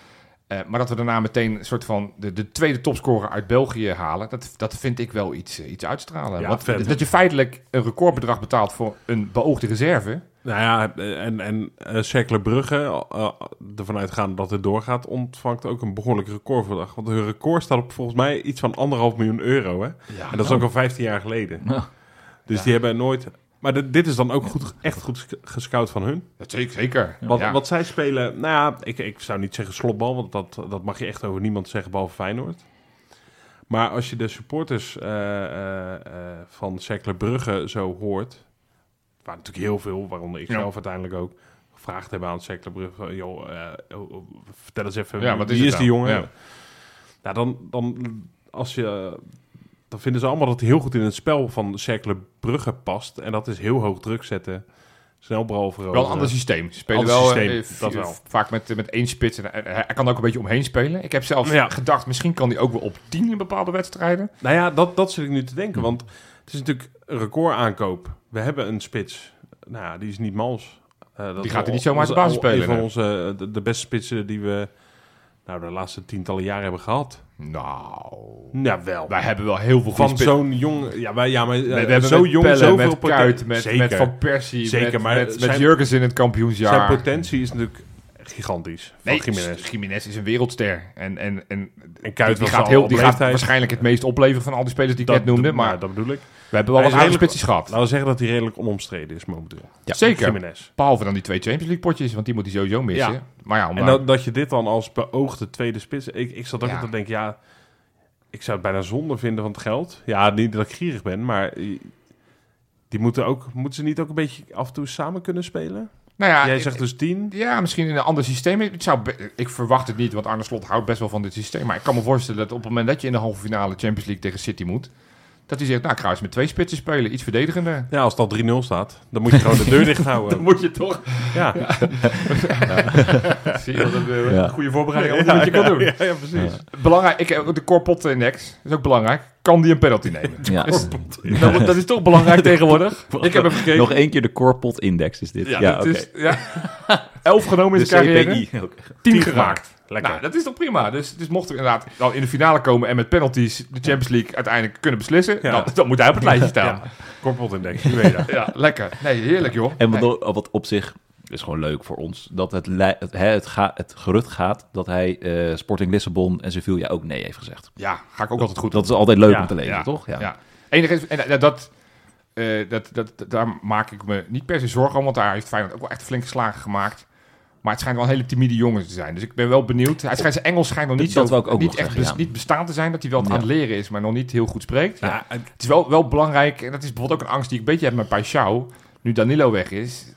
Speaker 2: Eh, maar dat we daarna meteen een soort van de, de tweede topscorer uit België halen... dat, dat vind ik wel iets, eh, iets uitstralen.
Speaker 1: Ja,
Speaker 2: Want
Speaker 1: vet.
Speaker 2: dat je feitelijk een recordbedrag betaalt voor een beoogde reserve...
Speaker 1: Nou ja, en, en eh Cercle Brugge, eh, ervan uitgaande dat het doorgaat, ontvangt ook een behoorlijk record vandaag. Want hun record staat op volgens mij iets van anderhalf miljoen euro. Hè?
Speaker 2: Ja,
Speaker 1: En dat is ook al 15 jaar geleden.
Speaker 3: Ja.
Speaker 1: Dus
Speaker 2: Oh. Ja.
Speaker 1: die hebben nooit. Maar dit- dit is dan ook goed, echt goed gesc- gescout van hun.
Speaker 2: dat zeker. zeker.
Speaker 1: Wat,
Speaker 2: Ja.
Speaker 1: wat zij spelen, nou ja, ik, ik zou niet zeggen slotbal, want dat, dat mag je echt over niemand zeggen, behalve Feyenoord. Maar als je de supporters eh, eh, eh, van Cercle Brugge zo hoort, er waren natuurlijk heel veel, waaronder ik
Speaker 2: Ja.
Speaker 1: zelf uiteindelijk ook, gevraagd hebben aan Cercle Brugge, van, joh, eh, oh, oh, vertel eens even,
Speaker 2: Ja,
Speaker 1: wie
Speaker 2: wat
Speaker 1: is,
Speaker 2: is het
Speaker 1: die
Speaker 2: nou?
Speaker 1: jongen?
Speaker 2: Ja.
Speaker 1: Nou, dan, dan, als je, dan vinden ze allemaal dat hij heel goed in het spel van Cercle Brugge past. En dat is heel hoog druk zetten, snel bal
Speaker 2: Wel
Speaker 1: veroveren.
Speaker 2: een ander systeem. Ze spelen
Speaker 1: Ander
Speaker 2: wel,
Speaker 1: systeem,
Speaker 2: eh, v-
Speaker 1: dat wel.
Speaker 2: vaak met, met één spits. En hij, hij kan ook een beetje omheen spelen. Ik heb zelfs
Speaker 1: Ja.
Speaker 2: gedacht, misschien kan hij ook wel op 10 in bepaalde wedstrijden.
Speaker 1: Nou ja, dat, dat zit ik nu te denken. Want het is natuurlijk een record aankoop. We hebben een spits. Nou ja, die is niet mals. Eh, dat
Speaker 2: Die
Speaker 1: is
Speaker 2: gaat hij
Speaker 1: al-
Speaker 2: niet zomaar uit de
Speaker 1: onze-
Speaker 2: basis
Speaker 1: al-
Speaker 2: spelen,
Speaker 1: Een van
Speaker 2: hè?
Speaker 1: onze, eh, de, de beste spitsen die we nou, de laatste tientallen jaren hebben gehad.
Speaker 2: Nou,
Speaker 1: Nou, wel.
Speaker 2: wij hebben wel heel veel goede
Speaker 1: Van
Speaker 2: spitsen.
Speaker 1: zo'n jong... Ja, wij, ja maar eh,
Speaker 2: We, we hebben
Speaker 1: zo
Speaker 2: met
Speaker 1: jong,
Speaker 2: Pelle,
Speaker 1: zoveel
Speaker 2: met
Speaker 1: poten-
Speaker 2: Kuyt, met,
Speaker 1: Zeker.
Speaker 2: met Van Persie,
Speaker 1: Zeker,
Speaker 2: met,
Speaker 1: maar
Speaker 2: met, met
Speaker 1: zijn-
Speaker 2: Jurgens in het kampioensjaar.
Speaker 1: Zijn potentie is natuurlijk gigantisch. Van
Speaker 2: Nee,
Speaker 1: Gimenez.
Speaker 2: Jiménez. is een wereldster. En, en, en
Speaker 1: En Kuyt
Speaker 2: die
Speaker 1: was
Speaker 2: gaat,
Speaker 1: al
Speaker 2: heel,
Speaker 1: op
Speaker 2: die gaat
Speaker 1: leeftijd.
Speaker 2: waarschijnlijk het meest opleveren van al die spelers die ik net noemde. Maar
Speaker 1: nou, dat bedoel ik.
Speaker 2: we hebben
Speaker 1: hij is
Speaker 2: wel wat aardige
Speaker 1: redelijk-
Speaker 2: spitsjes gehad.
Speaker 1: Laten we zeggen dat hij redelijk onomstreden is momenteel.
Speaker 3: Ja,
Speaker 2: Zeker.
Speaker 1: Gimenez.
Speaker 2: Behalve dan die twee Champions League potjes, want die moet hij sowieso missen.
Speaker 1: Ja.
Speaker 2: Maar ja, om
Speaker 1: En
Speaker 2: nou-
Speaker 1: dat, dat je dit dan als beoogde tweede spits... Ik, ik zat ook
Speaker 2: Ja.
Speaker 1: altijd te denken, ja... Ik zou het bijna zonde vinden van het geld. Ja, niet dat ik gierig ben, maar... eh, Die moeten, ook, moeten ze niet ook een beetje af en toe samen kunnen spelen?
Speaker 2: nou ja,
Speaker 1: Jij
Speaker 2: ik-
Speaker 1: zegt dus 10.
Speaker 2: ja, misschien in een ander systeem. Ik, zou, be- ik verwacht het niet, want Arne Slot houdt best wel van dit systeem. Maar ik kan me voorstellen dat op het moment dat je in de halve finale Champions League tegen City moet, dat hij zegt, nou, ik ga eens met twee spitsen spelen, iets verdedigender.
Speaker 1: Ja, als dat 3-0 staat, dan moet je gewoon de deur dicht houden.
Speaker 2: moet je toch
Speaker 1: Ja,
Speaker 2: zien dat het eh,
Speaker 3: Ja.
Speaker 2: goede voorbereiding is. wat je kan doen.
Speaker 1: Ja, ja, precies.
Speaker 2: Belangrijk, ik, eh, de Corpotte index is ook belangrijk. Kan die een penalty nemen?
Speaker 3: Ja.
Speaker 2: Dus- dat, dat is toch belangrijk tegenwoordig? Ik heb hem gekeken.
Speaker 3: Nog één keer de Corpot Index is dit. Ja,
Speaker 2: dat
Speaker 3: oké.
Speaker 2: is, ja. Elf genomen
Speaker 3: De
Speaker 2: in zijn carrière,
Speaker 3: CPI. Oké.
Speaker 2: E tien gemaakt.
Speaker 1: Lekker.
Speaker 2: Nou, dat is toch prima. Dus, dus mocht er inderdaad dan in de finale komen en met penalties de Champions League uiteindelijk kunnen beslissen,
Speaker 1: Ja.
Speaker 2: dan, dan moet hij op het lijstje staan.
Speaker 1: ja. Korpeltindex, je weet dat.
Speaker 2: Ja, lekker. Nee, heerlijk joh.
Speaker 3: En wat,
Speaker 2: Nee.
Speaker 3: wat op zich is gewoon leuk voor ons, dat het, lei- het, hè, het, ga, het gerucht gaat dat hij eh, Sporting Lissabon en Sevilla ook nee heeft gezegd.
Speaker 2: Ja, ga ik ook altijd goed.
Speaker 3: Dat is altijd leuk
Speaker 1: Ja,
Speaker 3: om te lezen,
Speaker 2: ja,
Speaker 3: toch? Ja.
Speaker 2: Ja. Enige is, en eh, dat, eh, dat, dat, dat- daar maak ik me niet per se zorgen om, want daar heeft Feyenoord ook wel echt flink slagen gemaakt. Maar het schijnt wel een hele timide jongen te zijn. Dus ik ben wel benieuwd. Hij schijnt zijn Engels schijnt nog niet
Speaker 3: Dat
Speaker 2: zo
Speaker 3: wou ik ook
Speaker 2: niet
Speaker 3: nog
Speaker 2: echt
Speaker 3: zeggen,
Speaker 2: bes-
Speaker 3: ja.
Speaker 2: niet bestaan te zijn. Dat hij wel
Speaker 3: Ja.
Speaker 2: aan het leren is, maar nog niet heel goed spreekt.
Speaker 1: Ja, en-
Speaker 2: Het is wel, wel belangrijk, en dat is bijvoorbeeld ook een angst die ik een beetje heb met Paixão, nu Danilo weg is.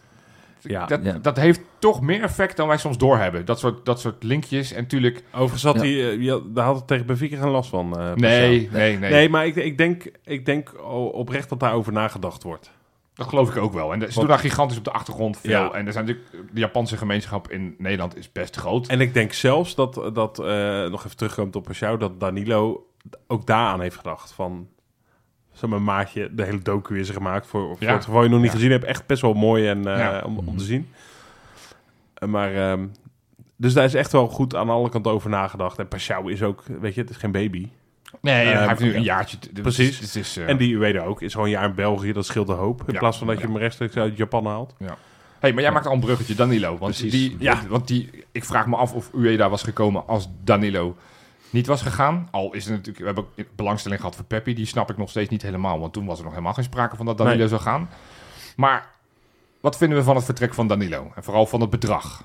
Speaker 1: Ja,
Speaker 2: dat,
Speaker 3: ja.
Speaker 2: dat heeft toch meer effect dan wij soms doorhebben. Dat soort, dat soort linkjes. En natuurlijk.
Speaker 1: Overigens had
Speaker 3: Ja.
Speaker 1: hij, eh, die had- daar had het tegen Benfica geen last van. eh, Marcel.
Speaker 2: Nee, nee, nee,
Speaker 1: nee. maar ik, ik denk, ik denk o- oprecht dat daarover nagedacht wordt.
Speaker 2: Dat geloof ik ook wel. En ze doen daar gigantisch op de achtergrond veel.
Speaker 1: Ja.
Speaker 2: En er zijn natuurlijk, de Japanse gemeenschap in Nederland is best groot.
Speaker 1: En ik denk zelfs dat, dat eh, nog even terugkomt op jou, dat Danilo ook daaraan heeft gedacht. Van, zeg maar, maatje, de hele docu is er gemaakt voor, voor
Speaker 2: Ja.
Speaker 1: het geval je nog niet
Speaker 2: Ja.
Speaker 1: gezien hebt. Echt best wel mooi en, eh,
Speaker 2: Ja.
Speaker 1: om, om te zien. Eh, maar, ehm, dus daar is echt wel goed aan alle kanten over nagedacht. En Pashao is ook, weet je, het is geen baby.
Speaker 2: nee,
Speaker 1: Eh,
Speaker 2: hij heeft nu
Speaker 1: ja.
Speaker 2: een jaartje. te- dus
Speaker 1: Precies.
Speaker 2: Het is, eh,
Speaker 1: En die Ueda ook, is gewoon een jaar in België, dat scheelt een hoop. In
Speaker 2: Ja.
Speaker 1: plaats van dat je hem rechtstreeks uit Japan haalt.
Speaker 2: hey, maar jij maakt al een bruggetje, Danilo. Want
Speaker 3: Precies.
Speaker 2: die,
Speaker 1: Ja.
Speaker 2: want die, ik vraag me af of Ueda was gekomen als Danilo niet was gegaan. Al is er natuurlijk, we hebben ook belangstelling gehad voor Peppi, die snap ik nog steeds niet helemaal, want toen was er nog helemaal geen sprake van dat Danilo
Speaker 1: Nee.
Speaker 2: zou gaan. Maar wat vinden we van het vertrek van Danilo en vooral van het bedrag?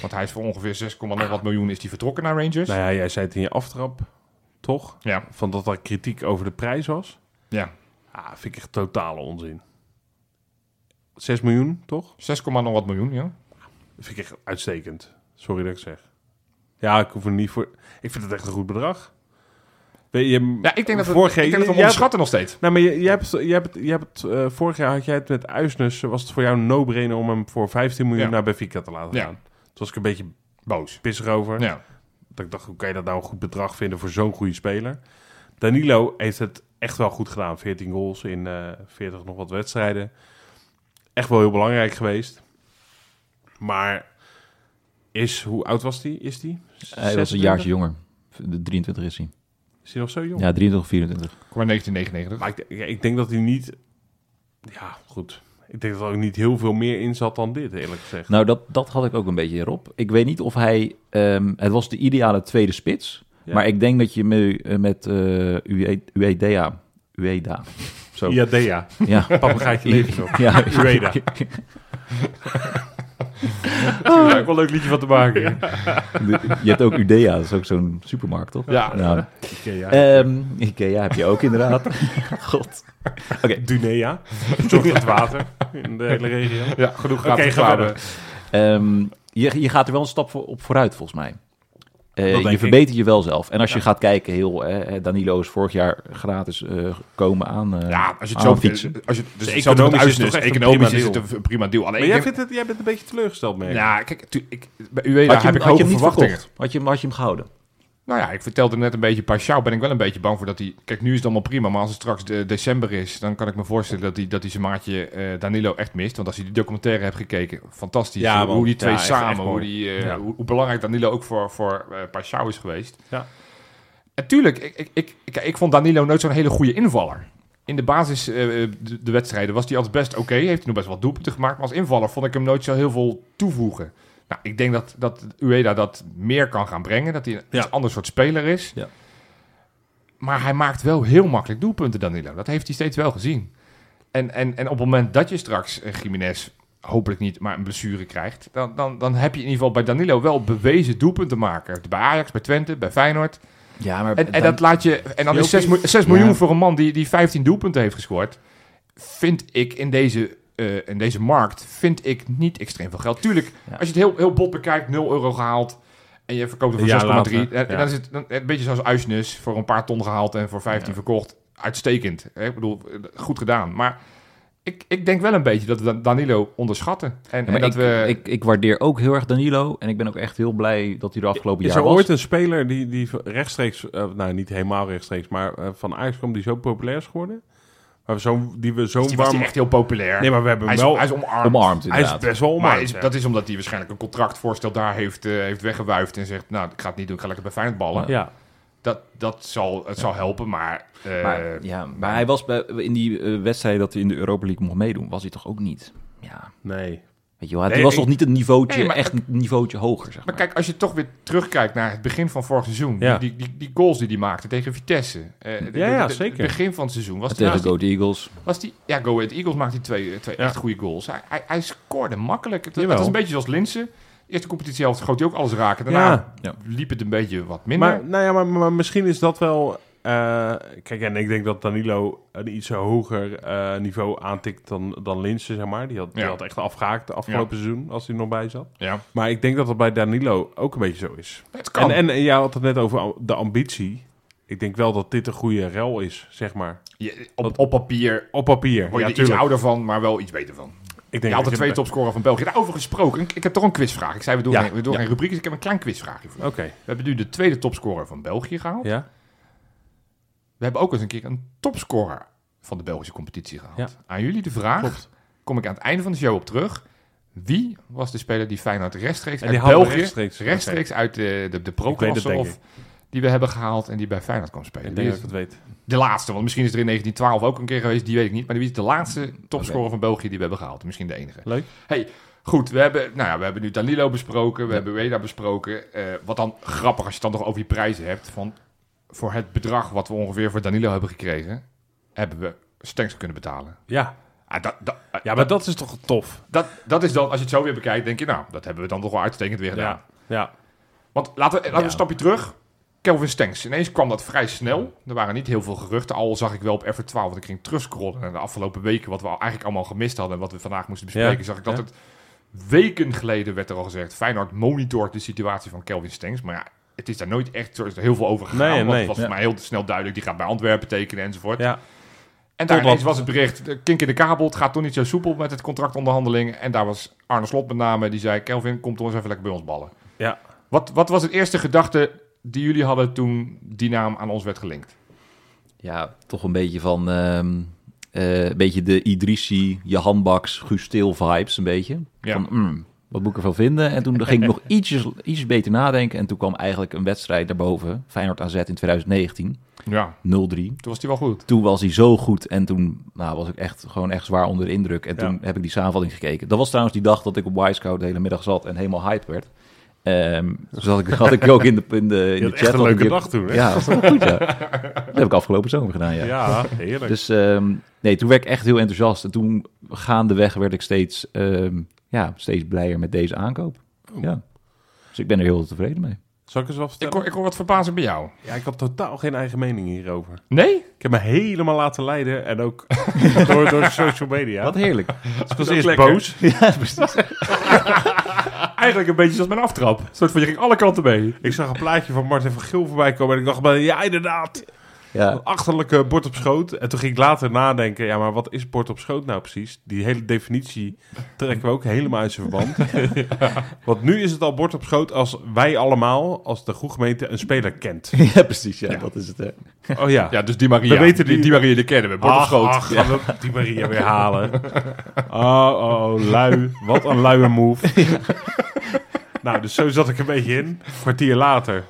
Speaker 2: Want hij is voor ongeveer 6,0 wat miljoen is die vertrokken naar Rangers.
Speaker 1: Nou ja, jij zei het in je aftrap, toch?
Speaker 2: Ja,
Speaker 1: Van dat er kritiek over de prijs was.
Speaker 2: ja.
Speaker 1: Ah, vind ik echt totale onzin. 6 miljoen, toch?
Speaker 2: 6,0 wat miljoen, ja.
Speaker 1: Dat vind ik echt uitstekend. Sorry dat ik het zeg. Ja, ik hoef er niet voor... Ik vind het echt een goed bedrag. Weet je...
Speaker 2: Ja, ik denk dat we,
Speaker 1: Vorige-
Speaker 2: ik denk dat we hem
Speaker 1: jij-
Speaker 2: onderschatten nog steeds.
Speaker 1: Nou, maar je, je hebt, je hebt, je hebt eh, vorig jaar had jij het met Uisnes, was het voor jou een no-brainer om hem voor 15 miljoen
Speaker 2: Ja.
Speaker 1: naar Benfica te laten
Speaker 2: Ja.
Speaker 1: gaan. Toen was ik een beetje
Speaker 2: Boos.
Speaker 1: pissig over.
Speaker 2: Ja.
Speaker 1: Dat ik dacht, hoe kan je dat nou een goed bedrag vinden voor zo'n goede speler? Danilo heeft het echt wel goed gedaan. 14 goals in eh 40 nog wat wedstrijden. Echt wel heel belangrijk geweest. Maar is, hoe oud was die? Is die?
Speaker 3: Hij was
Speaker 1: 26?
Speaker 3: een jaartje jonger. De 23 is hij.
Speaker 1: Is hij nog zo jong?
Speaker 3: Ja, 23 of 24.
Speaker 2: Kom maar 1999.
Speaker 1: Maar ik, ik denk dat hij niet... Ja, goed. Ik denk dat er ook niet heel veel meer in zat dan dit, eerlijk gezegd.
Speaker 3: Nou, dat, dat had ik ook een beetje Rob. Ik weet niet of hij... ehm, het was de ideale tweede spits.
Speaker 1: Ja.
Speaker 3: Maar ik denk dat je me, eh, met eh UE UEDA... UEDA. Zo. Ja.
Speaker 1: Ja, Dea.
Speaker 3: E ja.
Speaker 1: Papagaaitje leeft nog.
Speaker 3: ja.
Speaker 1: Ueda.
Speaker 2: Ja, ik wel een leuk liedje van te maken. Ja.
Speaker 3: De- Je hebt ook Udea, dat is ook zo'n supermarkt, toch?
Speaker 2: Ja.
Speaker 3: Nou,
Speaker 1: Ikea.
Speaker 3: ehm, Ikea heb je ook inderdaad. God.
Speaker 2: Eh,
Speaker 1: Dunea. Zorg het water in de hele regio. Oké,
Speaker 2: genoeg
Speaker 1: ga
Speaker 2: gratis reclame.
Speaker 1: verder.
Speaker 3: Ehm, je, je gaat er wel een stap voor, op vooruit, volgens mij. Eh,
Speaker 1: denk
Speaker 3: je
Speaker 1: ik.
Speaker 3: verbetert je wel zelf. En als je gaat kijken, heel, eh, Danilo is vorig jaar gratis eh, gekomen aan, eh,
Speaker 2: Nou Ja, als je het
Speaker 3: aan
Speaker 2: zo
Speaker 3: fietsen.
Speaker 2: Als je, dus
Speaker 1: De
Speaker 2: hetzelfde met
Speaker 1: economisch
Speaker 2: Uisnes.
Speaker 1: is toch echt een
Speaker 2: economisch
Speaker 1: prima
Speaker 2: is het
Speaker 1: deal.
Speaker 2: een v- prima deal. Alleen,
Speaker 1: Maar
Speaker 2: ik
Speaker 1: jij,
Speaker 2: denk- Nou,
Speaker 1: vindt het, jij bent een beetje teleurgesteld, merk ik.
Speaker 2: ja, kijk, tu- ik, bij UEDA
Speaker 3: Had
Speaker 2: heb
Speaker 3: je, hem-
Speaker 2: ik
Speaker 3: had je
Speaker 2: hoge
Speaker 3: hem niet
Speaker 2: verwachtingen.
Speaker 3: verkocht? Had je, hem- had je hem gehouden?
Speaker 2: Nou ja, ik vertelde net een beetje, Paschal ben ik wel een beetje bang voor dat hij... Kijk, nu is het allemaal prima, maar als het straks de- december is... dan kan ik me voorstellen dat hij, dat hij zijn maatje eh, Danilo echt mist. Want als je die documentaire hebt gekeken, fantastisch.
Speaker 1: Ja,
Speaker 2: hoe,
Speaker 1: man.
Speaker 2: hoe die twee
Speaker 1: Ja, echt-
Speaker 2: samen,
Speaker 1: echt mooi.
Speaker 2: hoe, die, eh,
Speaker 1: Ja.
Speaker 2: hoe, hoe belangrijk Danilo ook voor, voor eh Paschal is geweest.
Speaker 1: Ja.
Speaker 2: En tuurlijk, ik, ik, ik, ik, ik vond Danilo nooit zo'n hele goede invaller. In de basis, eh, de, de wedstrijden, was hij altijd best oké. Heeft hij nog best wel doelpunten gemaakt. Maar als invaller vond ik hem nooit zo heel veel toevoegen. Nou, ik denk dat, dat Ueda dat meer kan gaan brengen. Dat hij een
Speaker 1: Ja.
Speaker 2: iets ander soort speler is.
Speaker 3: Ja.
Speaker 2: Maar hij maakt wel heel makkelijk doelpunten, Danilo. Dat heeft hij steeds wel gezien. En, en, en op het moment dat je straks eh, Jiménez hopelijk niet, maar een blessure krijgt... Dan, dan, dan heb je in ieder geval bij Danilo wel bewezen doelpunten maken. Bij Ajax, bij Twente, bij Feyenoord.
Speaker 3: Ja, maar
Speaker 2: En, en dat laat je. En dan is 6,
Speaker 3: Ja.
Speaker 2: miljoen voor een man die, die 15 doelpunten heeft gescoord. Vind ik in deze, eh, in deze markt. Vind ik niet extreem veel geld. Tuurlijk,
Speaker 3: Ja.
Speaker 2: als je het heel, heel bot bekijkt, 0 euro gehaald. En je verkoopt
Speaker 1: Een jaar
Speaker 2: het voor 6,3.
Speaker 1: later,
Speaker 2: En, en
Speaker 1: ja.
Speaker 2: eh, dan is het dan- een beetje zoals Uisnes. Voor een paar ton gehaald en voor 15 verkocht. Uitstekend. Hè? Ik bedoel, eh, goed gedaan. Maar ik, ik denk wel een beetje dat we Dan- Danilo onderschatten. En,
Speaker 3: Ja,
Speaker 2: en
Speaker 3: maar
Speaker 2: dat
Speaker 3: ik,
Speaker 2: we.
Speaker 3: ik, ik waardeer ook heel erg Danilo. En ik ben ook echt heel blij dat hij er afgelopen
Speaker 1: Is
Speaker 3: jaar
Speaker 1: er
Speaker 3: was.
Speaker 1: ooit een speler die, die rechtstreeks, eh, nou niet helemaal rechtstreeks, maar eh, van Ajax kwam die zo populair is geworden? Maar zo, die we zo'n
Speaker 2: Dus die was
Speaker 1: warm...
Speaker 2: die echt heel populair.
Speaker 1: Nee, maar we hebben
Speaker 2: hij,
Speaker 1: hem
Speaker 2: is,
Speaker 1: wel...
Speaker 2: hij is omarmd.
Speaker 3: Omarmd,
Speaker 1: Hij is
Speaker 3: inderdaad.
Speaker 1: best wel
Speaker 2: Maar
Speaker 1: omarmd.
Speaker 2: is,
Speaker 1: ja.
Speaker 2: dat is omdat hij waarschijnlijk een contractvoorstel daar heeft, eh, heeft weggewuifd en zegt, nou, ik ga het niet doen, ik ga lekker bij Feyenoord ballen.
Speaker 1: Ja.
Speaker 2: Dat, dat zal, het zal helpen, maar... eh,
Speaker 3: Maar, ja, maar hij was bij, in die eh, wedstrijd dat hij in de Europa League mocht meedoen, was hij toch ook niet? Ja,
Speaker 1: Nee.
Speaker 3: weet je wel. Hij
Speaker 1: Nee,
Speaker 3: was
Speaker 1: ik-
Speaker 3: toch niet een niveautje,
Speaker 2: Nee, maar-
Speaker 3: echt een niveautje hoger, zeg
Speaker 2: maar
Speaker 3: maar.
Speaker 2: kijk, als je toch weer terugkijkt naar het begin van vorig seizoen,
Speaker 1: Ja.
Speaker 2: die, die, die goals die hij maakte tegen Vitesse. eh, de-
Speaker 1: Ja, ja,
Speaker 2: de- de-
Speaker 1: zeker.
Speaker 2: Het begin van het seizoen was, die,
Speaker 3: Tegen
Speaker 2: was,
Speaker 3: Go
Speaker 2: die,
Speaker 3: Ahead Eagles.
Speaker 2: was die- Ja, Go Ahead Eagles maakte die twee, eh, twee
Speaker 1: Ja.
Speaker 2: echt goede goals. Hij, hij, hij scoorde makkelijk. Het, het
Speaker 1: Jawel.
Speaker 2: was een beetje zoals Linsen. Eerste competitiehelft goot hij ook alles raken. Daarna
Speaker 3: Ja.
Speaker 2: liep het een beetje wat minder.
Speaker 1: Maar, nou ja, maar, maar misschien is dat wel... eh, kijk, en ik denk dat Danilo een iets hoger eh, niveau aantikt dan, dan Linsen, zeg maar. Die had, die
Speaker 2: Ja.
Speaker 1: had echt afgehaakt de afgelopen seizoen, als hij er nog bij zat.
Speaker 2: ja,
Speaker 1: Maar ik denk dat dat bij Danilo ook een beetje zo is.
Speaker 2: het kan.
Speaker 1: En, en, en jij had het net over am- de ambitie. Ik denk wel dat dit een goede rel is, zeg maar.
Speaker 2: Je- op, op papier
Speaker 1: Op papier.
Speaker 2: Word je
Speaker 1: ja,
Speaker 2: er iets
Speaker 1: tuurlijk.
Speaker 2: ouder van, maar wel iets beter van.
Speaker 1: Ik
Speaker 2: Je
Speaker 1: denk
Speaker 2: had de
Speaker 1: dat
Speaker 2: twee topscorer van België. Daarover gesproken, ik- ik heb toch een quizvraag. Ik zei, we doen,
Speaker 1: Ja.
Speaker 2: geen, we doen
Speaker 1: Ja.
Speaker 2: geen rubriek, dus ik heb een klein quizvraagje voor je.
Speaker 1: Oké,
Speaker 2: We hebben nu de tweede topscorer van België gehaald.
Speaker 1: ja.
Speaker 2: We hebben ook eens een keer een topscorer van de Belgische competitie gehaald.
Speaker 1: Ja.
Speaker 2: Aan jullie de
Speaker 1: Ah.
Speaker 2: vraag, kom ik aan het einde van de show op terug. Wie was de speler die Feyenoord rechtstreeks
Speaker 1: En
Speaker 2: uit
Speaker 1: die haalde
Speaker 2: België, rechtstreeks,
Speaker 1: rechtstreeks-
Speaker 2: uit de, de, de
Speaker 1: Ik
Speaker 2: pro-klasse
Speaker 1: weet het,
Speaker 2: of
Speaker 1: denk
Speaker 2: die we hebben gehaald en die bij Feyenoord kwam
Speaker 1: Ik
Speaker 2: spelen?
Speaker 1: denk
Speaker 2: Wie
Speaker 1: dat
Speaker 2: is-
Speaker 1: ik het weet.
Speaker 2: De laatste, want misschien is er in 1912 ook een keer geweest, die weet ik niet. Maar wie is de laatste topscorer van België die we hebben gehaald? Misschien de enige.
Speaker 1: Leuk.
Speaker 2: Hey, goed, we hebben, nou ja, we hebben nu Danilo besproken, we hebben Weda besproken. Eh, wat dan grappig als je het dan nog over die prijzen hebt. Van voor het bedrag wat we ongeveer voor Danilo hebben gekregen, hebben we Stenks kunnen betalen.
Speaker 1: Ja.
Speaker 2: Ah, dat, dat,
Speaker 1: ja, maar dat is toch tof?
Speaker 2: dat, dat is dan, als je het zo weer bekijkt, denk je, nou, dat hebben we dan toch wel uitstekend weer gedaan.
Speaker 1: Ja. ja.
Speaker 2: Want laten we, laten we
Speaker 3: Ja.
Speaker 2: een stapje terug. Kelvin Stenks. Ineens kwam dat vrij snel. Er waren niet heel veel geruchten. Al zag ik wel op F12, want ik ging terugscrollen. En de afgelopen weken, wat we al- eigenlijk allemaal gemist hadden... en wat we vandaag moesten bespreken...
Speaker 1: Ja,
Speaker 2: zag ik dat
Speaker 1: ja.
Speaker 2: het weken geleden werd er al gezegd... Feyenoord monitort de situatie van Kelvin Stenks. Maar ja, het is daar nooit echt zo- heel veel over gegaan.
Speaker 1: Nee,
Speaker 2: want
Speaker 1: nee.
Speaker 2: het was voor
Speaker 3: Ja.
Speaker 2: mij heel snel duidelijk. Die gaat bij Antwerpen tekenen enzovoort.
Speaker 1: ja.
Speaker 2: En daar
Speaker 1: Totdat-
Speaker 2: Nou, ineens was het bericht, de kink in de kabel, het gaat toch niet zo soepel met het contractonderhandelingen. En daar was Arne Slot met name, die zei, Kelvin, kom toch eens even lekker bij ons ballen.
Speaker 1: Ja.
Speaker 2: Wat, wat was het eerste gedachte die jullie hadden toen die naam aan ons werd gelinkt?
Speaker 3: Ja, toch een beetje van... ehm, eh, een beetje de Idrissi, Jahan Baks, Guus Til vibes, een beetje.
Speaker 2: Ja.
Speaker 3: Van, mm, Wat moet ik ervan vinden? En toen ging ik nog ietsjes, ietsjes beter nadenken. En toen kwam eigenlijk een wedstrijd daarboven. Feyenoord AZ in 2019.
Speaker 2: Ja,
Speaker 3: 0-3.
Speaker 2: toen was die wel goed.
Speaker 3: Toen was hij zo goed. En toen nou, was ik echt, gewoon echt zwaar onder de indruk. En toen
Speaker 1: Ja.
Speaker 3: heb ik die samenvatting gekeken. Dat was trouwens die dag dat ik op Wisecout de hele middag zat en helemaal hyped werd. Ehm dus had ik, had ik ook in de, in de, in
Speaker 1: Je
Speaker 3: de
Speaker 1: had
Speaker 3: chat...
Speaker 1: echt een
Speaker 3: had ik
Speaker 1: leuke
Speaker 3: weer-
Speaker 1: dag toen, hè?
Speaker 3: Ja, dat was wel goed, ja. Dat heb ik afgelopen zomer gedaan, ja.
Speaker 1: Ja, heerlijk.
Speaker 3: Dus ehm, nee, toen werd ik echt heel enthousiast. En toen gaandeweg werd ik steeds, ehm, ja, steeds blijer met deze aankoop. Ja. Dus ik ben er heel tevreden mee.
Speaker 1: Zal ik eens wat
Speaker 2: Ik
Speaker 1: vertellen?
Speaker 2: hoor, ik hoor wat verbazing bij jou.
Speaker 1: Ja, ik had totaal geen eigen mening hierover.
Speaker 2: Nee?
Speaker 1: Ik heb me helemaal laten leiden en ook door, door social media.
Speaker 3: Wat heerlijk.
Speaker 1: Dus ik was
Speaker 2: ook
Speaker 1: eerst
Speaker 2: lekker.
Speaker 1: boos.
Speaker 3: ja, precies.
Speaker 2: Eigenlijk een beetje zoals mijn aftrap. Een soort van, je ging alle kanten mee.
Speaker 1: Ik zag een plaatje van Martin van Geel voorbij komen en ik dacht, maar, ja inderdaad,
Speaker 3: Ja.
Speaker 1: een achterlijke bord op schoot. En toen ging ik later nadenken, ja maar wat is bord op schoot nou precies? Die hele definitie trekken we ook helemaal uit zijn verband. Want nu is het al bord op schoot als wij allemaal, als de goede gemeente, een speler kent.
Speaker 3: ja, precies. Ja, dat is het. hè.
Speaker 1: Oh ja.
Speaker 2: Ja, dus die Maria.
Speaker 1: We weten
Speaker 2: die,
Speaker 1: die-
Speaker 2: die Maria, die kennen we. Bord op
Speaker 1: Ach,
Speaker 2: schoot.
Speaker 1: ach, gaan we die Maria weer halen. Oh, oh, oh, lui. Wat een luie move. nou, dus zo zat ik een beetje in. Een kwartier later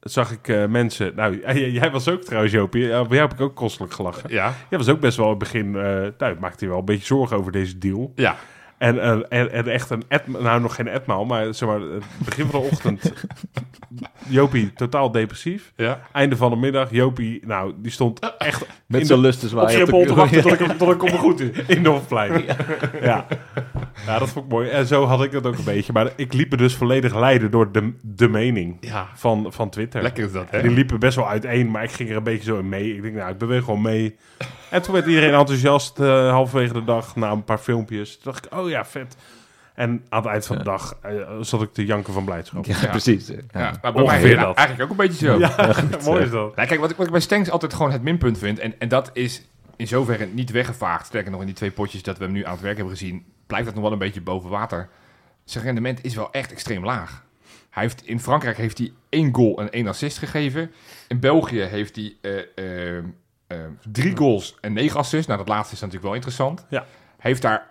Speaker 1: zag ik eh, mensen... Nou, j- j- jij was ook trouwens, Joopie. Ja, bij jou heb ik ook kostelijk gelachen.
Speaker 2: Ja.
Speaker 1: Jij was ook best wel in het begin... eh nou, maakte je wel een beetje zorgen over deze deal.
Speaker 2: Ja.
Speaker 1: En, eh, en, en echt een etma- nou nog geen etmaal, maar zeg maar het begin van de ochtend. Jopie totaal depressief.
Speaker 2: Ja.
Speaker 1: Einde van de middag, Jopie, nou die stond echt
Speaker 3: Met
Speaker 1: in
Speaker 3: zijn
Speaker 1: de,
Speaker 3: lusten
Speaker 1: op
Speaker 3: zwaaien.
Speaker 1: Schiphol te wachten tot ik hem
Speaker 2: Tot ik kom er goed in.
Speaker 1: in de Hofplein. Ja. Ja. dat vond ik mooi. En zo had ik het ook een beetje. Maar ik liep me dus volledig leiden door de, de mening
Speaker 2: Ja.
Speaker 1: van, van Twitter.
Speaker 2: Lekker is dat, hè?
Speaker 1: En die liepen best wel uiteen, maar ik ging er een beetje zo in mee. Ik denk, nou, ik beweeg gewoon mee. En toen werd iedereen enthousiast eh, halverwege de dag na een paar filmpjes. Toen dacht ik, oh ja, vet. En aan het eind van de dag eh, zat ik te janken van blijdschap. Ja,
Speaker 3: Ja, precies. Ja.
Speaker 2: Ja, maar bij mij
Speaker 1: Ongeveer
Speaker 2: ja,
Speaker 1: dat.
Speaker 2: Eigenlijk ook een beetje zo.
Speaker 1: mooi is dat.
Speaker 2: Nou, kijk, wat ik, wat ik bij Stengs altijd gewoon het minpunt vind, en, en dat is in zoverre niet weggevaagd, sterker nog in die twee potjes dat we hem nu aan het werk hebben gezien, blijft dat nog wel een beetje boven water. Zijn rendement is wel echt extreem laag. Hij heeft, in Frankrijk heeft hij één goal en één assist gegeven. In België heeft hij eh, eh, eh, drie goals en negen assists. Nou, dat laatste is natuurlijk wel interessant.
Speaker 1: Ja.
Speaker 2: Hij heeft daar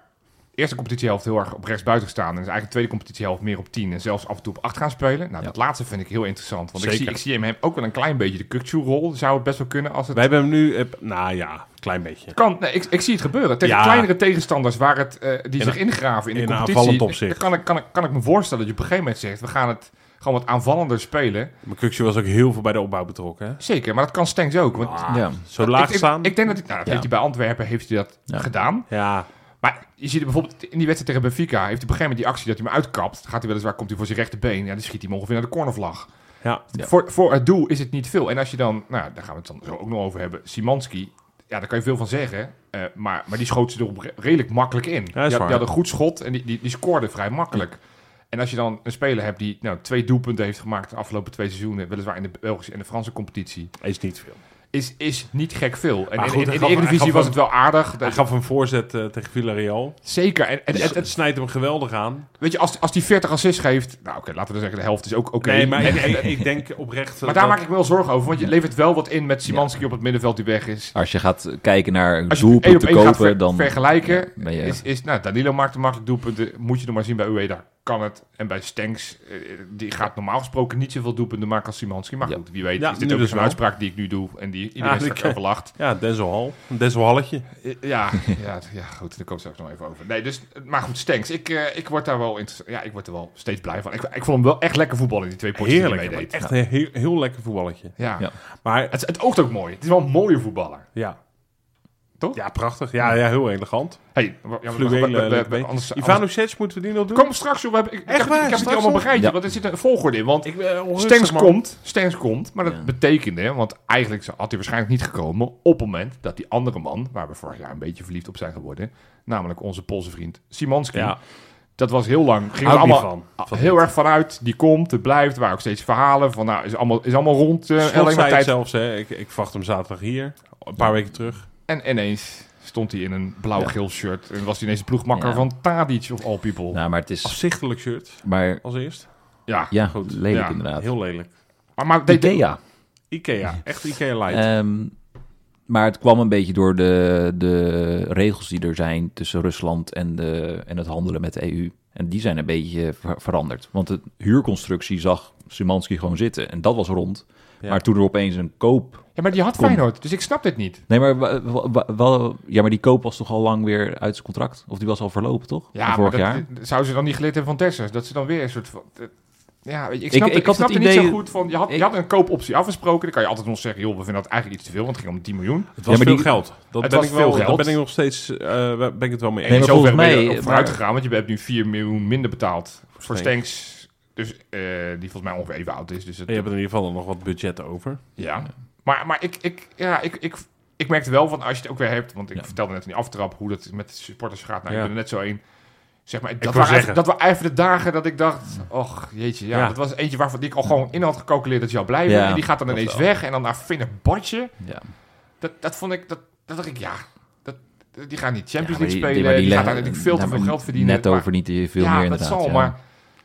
Speaker 2: eerste competitiehelft heel erg op rechts buiten gestaan. En is eigenlijk de tweede competitiehelft meer op 10 en zelfs af en toe op 8 gaan spelen. Nou,
Speaker 3: Ja.
Speaker 2: dat laatste vind ik heel interessant. Want ik
Speaker 1: Zeker.
Speaker 2: zie, ik zie hem, hem ook wel een klein beetje de Kukchu-rol. Zou het best wel kunnen als het...
Speaker 1: Wij hebben hem nu, eh, nou ja, een klein beetje.
Speaker 2: Kan, nee, ik, ik zie het gebeuren. Tegen
Speaker 1: Ja.
Speaker 2: kleinere tegenstanders waar het, eh, die
Speaker 1: In
Speaker 2: zich ingraven in,
Speaker 1: in
Speaker 2: de
Speaker 1: een
Speaker 2: competitie.
Speaker 1: aanvallend opzicht.
Speaker 2: Dan Kan ik, kan, ik, kan ik me voorstellen dat je op een gegeven moment zegt... we gaan het gewoon wat aanvallender spelen.
Speaker 1: Maar Kuksje was ook heel veel bij de opbouw betrokken. hè?
Speaker 2: Zeker, maar dat kan Stengs ook. Want
Speaker 3: Ja.
Speaker 1: Ah, Zo laag
Speaker 2: ik, ik,
Speaker 1: staan.
Speaker 2: ik denk dat... Ik, nou, dat
Speaker 3: Ja.
Speaker 2: heeft hij bij Antwerpen heeft hij dat
Speaker 3: Ja.
Speaker 2: gedaan.
Speaker 1: ja,
Speaker 2: Maar je ziet er bijvoorbeeld in die wedstrijd tegen Benfica... heeft hij op een gegeven moment die actie dat hij hem uitkapt. Gaat hij weliswaar, komt hij voor zijn rechterbeen. Ja, dan schiet hij hem ongeveer naar de cornervlag.
Speaker 1: ja.
Speaker 3: Ja.
Speaker 2: Voor, voor het doel is het niet veel. En als je dan, nou, daar gaan we het dan zo ook nog over hebben. Simanski, ja, daar kan je veel van zeggen. eh, maar, maar die schoot ze er op re- redelijk makkelijk in. Die
Speaker 1: is
Speaker 2: had, die
Speaker 1: waar.
Speaker 2: had een goed schot en die, die, die scoorde vrij makkelijk. En als je dan een speler hebt die nou, twee doelpunten heeft gemaakt de afgelopen twee seizoenen, weliswaar in de Belgische en de Franse competitie,
Speaker 1: is niet veel.
Speaker 2: is, is niet gek veel. En
Speaker 1: Maar
Speaker 2: in-
Speaker 1: goed, hij
Speaker 2: in, in de
Speaker 1: gaf- hij
Speaker 2: Eredivisie
Speaker 1: gaf
Speaker 2: was
Speaker 1: hem-
Speaker 2: het wel aardig.
Speaker 1: Hij
Speaker 2: Dat,
Speaker 1: gaf een voorzet eh, tegen Villarreal.
Speaker 2: zeker. En, en,
Speaker 1: Het,
Speaker 2: en-
Speaker 1: het snijdt hem geweldig aan.
Speaker 2: weet je, als, als die 40 assists geeft, nou oké, laten we dan zeggen de helft is ook oké.
Speaker 1: Nee, maar
Speaker 2: En-
Speaker 1: ik, ik, ik denk oprecht... eh,
Speaker 2: maar daar
Speaker 1: dat-
Speaker 2: maak ik me wel zorgen over, want je levert wel wat in met Simanski op het middenveld die weg is.
Speaker 3: Als je gaat kijken naar een
Speaker 2: Als je één
Speaker 3: doelpunt
Speaker 2: op
Speaker 3: te
Speaker 2: één gaat ver-
Speaker 3: kopen, dan...
Speaker 2: vergelijken,
Speaker 3: ben je-
Speaker 2: is, is, nou, Danilo maakt de makkelijk doelpunten. Moet je nog maar zien bij Ueda. Kan het. En bij Stenks, eh, die gaat normaal gesproken niet zoveel doelpunten maken als Simanski. Maar
Speaker 3: Ja.
Speaker 2: goed, wie weet
Speaker 1: Ja,
Speaker 2: is
Speaker 1: nu
Speaker 2: dit ook
Speaker 1: dus
Speaker 2: een
Speaker 1: wel.
Speaker 2: uitspraak die ik nu doe en die iedereen
Speaker 1: Ah,
Speaker 2: straks
Speaker 1: oké.
Speaker 2: over lacht.
Speaker 1: Ja, Denzel Hall. Een Denzel Halletje.
Speaker 2: Eh, Ja, ja, ja, goed, daar komt straks nog even over. Nee, dus, maar goed, Stenks, ik, eh, ik word daar wel inter- ja, ik word er wel steeds blij van. Ik, ik vond hem wel echt lekker voetballen, die twee potjes die hij
Speaker 1: Heerlijk.
Speaker 2: meedeed.
Speaker 1: Echt een heel, heel lekker voetballetje.
Speaker 2: Ja.
Speaker 3: Ja.
Speaker 1: Maar
Speaker 2: Het, het oogt ook mooi. Het is wel een mooie voetballer.
Speaker 1: ja.
Speaker 2: Toch?
Speaker 1: Ja, prachtig. Ja, ja heel elegant.
Speaker 2: Hey, ja, maar-
Speaker 1: Fluwele,
Speaker 2: maar- maar-
Speaker 1: leuk been.
Speaker 2: anders- anders-
Speaker 1: Ivano Sets moeten we die nog doen?
Speaker 2: Kom straks, joh. We hebben- Ik, ik
Speaker 1: Echt
Speaker 2: heb,
Speaker 1: waar?
Speaker 2: ik heb het hier
Speaker 1: Straks
Speaker 2: allemaal
Speaker 1: nog?
Speaker 2: begrepen,
Speaker 3: Ja.
Speaker 2: want er zit een volgorde in. Want
Speaker 1: Ik ben onrustig,
Speaker 2: Stengs
Speaker 1: man.
Speaker 2: komt, Stengs komt, maar dat
Speaker 3: Ja.
Speaker 2: betekende, want eigenlijk had hij waarschijnlijk niet gekomen op het moment dat die andere man, waar we vorig jaar een beetje verliefd op zijn geworden, namelijk onze Poolse vriend Simanski,
Speaker 1: Ja,
Speaker 2: dat was heel lang, gingen we
Speaker 1: hou niet
Speaker 2: allemaal
Speaker 1: van.
Speaker 2: a- heel erg vanuit, die komt, het blijft, er waren ook steeds verhalen van, nou, is allemaal, is allemaal rond, eh,
Speaker 1: Slot
Speaker 2: alleen
Speaker 1: zei
Speaker 2: maar
Speaker 1: het
Speaker 2: tijd.
Speaker 1: zelfs, hè. Ik, ik vacht hem zaterdag hier. Een paar weken terug.
Speaker 2: En ineens stond hij in een blauw-geel shirt en was hij ineens de ploegmakker
Speaker 3: Ja.
Speaker 2: van Tadic of all people. Ja,
Speaker 3: Nou, maar het is...
Speaker 1: Afzichtelijk shirt,
Speaker 3: Maar
Speaker 1: als eerst.
Speaker 3: ja,
Speaker 1: Goed.
Speaker 3: lelijk
Speaker 2: Ja,
Speaker 3: inderdaad.
Speaker 1: Heel lelijk.
Speaker 2: maar, maar deed-
Speaker 3: Ikea.
Speaker 1: Ikea. Echt Ikea light.
Speaker 2: Eh,
Speaker 3: Ehm, maar het kwam een beetje door de, de regels die er zijn tussen Rusland en, de, en het handelen met de EU. En die zijn een beetje ver- veranderd. Want de huurconstructie zag Simanski gewoon zitten. En dat was rond.
Speaker 1: Ja.
Speaker 3: Maar toen er opeens een koop...
Speaker 2: Ja, maar die had
Speaker 3: Kom.
Speaker 2: Feyenoord, dus ik snap dit niet.
Speaker 3: Nee, maar, wa- wa- wa- wa- ja, maar die koop was toch al lang weer uit zijn contract? Of die was al verlopen, toch? Van
Speaker 2: maar
Speaker 3: vorig
Speaker 2: dat-
Speaker 3: jaar.
Speaker 2: dat- Zou ze dan niet geleerd hebben van Texas? Dat ze dan weer een soort van... eh, Ja, weet je, ik
Speaker 3: Ik-
Speaker 2: snap, ik,
Speaker 3: ik had
Speaker 2: snap
Speaker 3: het
Speaker 2: er niet
Speaker 3: idee-
Speaker 2: zo goed van. Je had, je
Speaker 3: ik-
Speaker 2: had een koopoptie afgesproken. Dan kan je altijd nog zeggen, joh, we vinden dat eigenlijk iets te veel. Want het ging om 10 miljoen.
Speaker 1: Het was
Speaker 3: maar
Speaker 1: veel
Speaker 3: die-
Speaker 1: geld. Dat
Speaker 2: Het
Speaker 1: ben
Speaker 2: was
Speaker 1: ik wel,
Speaker 2: veel
Speaker 1: daar
Speaker 2: geld.
Speaker 1: ben ik nog steeds eh, ben ik het wel mee
Speaker 2: En
Speaker 1: eens.
Speaker 3: Nee, maar
Speaker 2: zover ben
Speaker 3: volgens
Speaker 2: je
Speaker 3: mij-
Speaker 2: erop vooruit
Speaker 3: maar-
Speaker 2: gegaan, want je hebt nu 4 miljoen minder betaald voor
Speaker 1: Stanks.
Speaker 2: Stanks. Dus eh, die volgens mij ongeveer even oud is. Dus het,
Speaker 1: En je hebt in ieder geval nog wat budget over.
Speaker 2: Ja. Maar, maar ik, ik, ja, ik, ik, ik merkte wel van als je het ook weer hebt, want ik vertelde net in die aftrap hoe dat met de supporters gaat. Nou,
Speaker 1: Ja.
Speaker 2: ik ben er net zo één. Zeg maar, dat,
Speaker 1: wou
Speaker 2: waren
Speaker 1: zeggen.
Speaker 2: even, dat waren even de dagen dat ik dacht, och jeetje, ja,
Speaker 1: Ja.
Speaker 2: dat was eentje waarvan ik al gewoon in had gecalculeerd dat hij zou blijven.
Speaker 3: Ja,
Speaker 2: en die gaat dan
Speaker 3: dat
Speaker 2: ineens
Speaker 3: wel.
Speaker 2: weg en dan naar Fenerbahce.
Speaker 3: Ja.
Speaker 2: Dat, dat vond ik, dat, dat dacht ik, ja, dat, die gaan niet Champions
Speaker 3: Ja, maar
Speaker 2: League
Speaker 3: maar
Speaker 2: spelen. Die,
Speaker 3: leggen-
Speaker 2: gaat daar natuurlijk veel
Speaker 3: nou,
Speaker 2: te veel
Speaker 3: maar
Speaker 2: geld verdienen.
Speaker 3: Net
Speaker 2: maar-
Speaker 3: over niet te veel
Speaker 2: ja,
Speaker 3: meer
Speaker 2: dat
Speaker 3: inderdaad.
Speaker 2: zal,
Speaker 3: ja.
Speaker 2: maar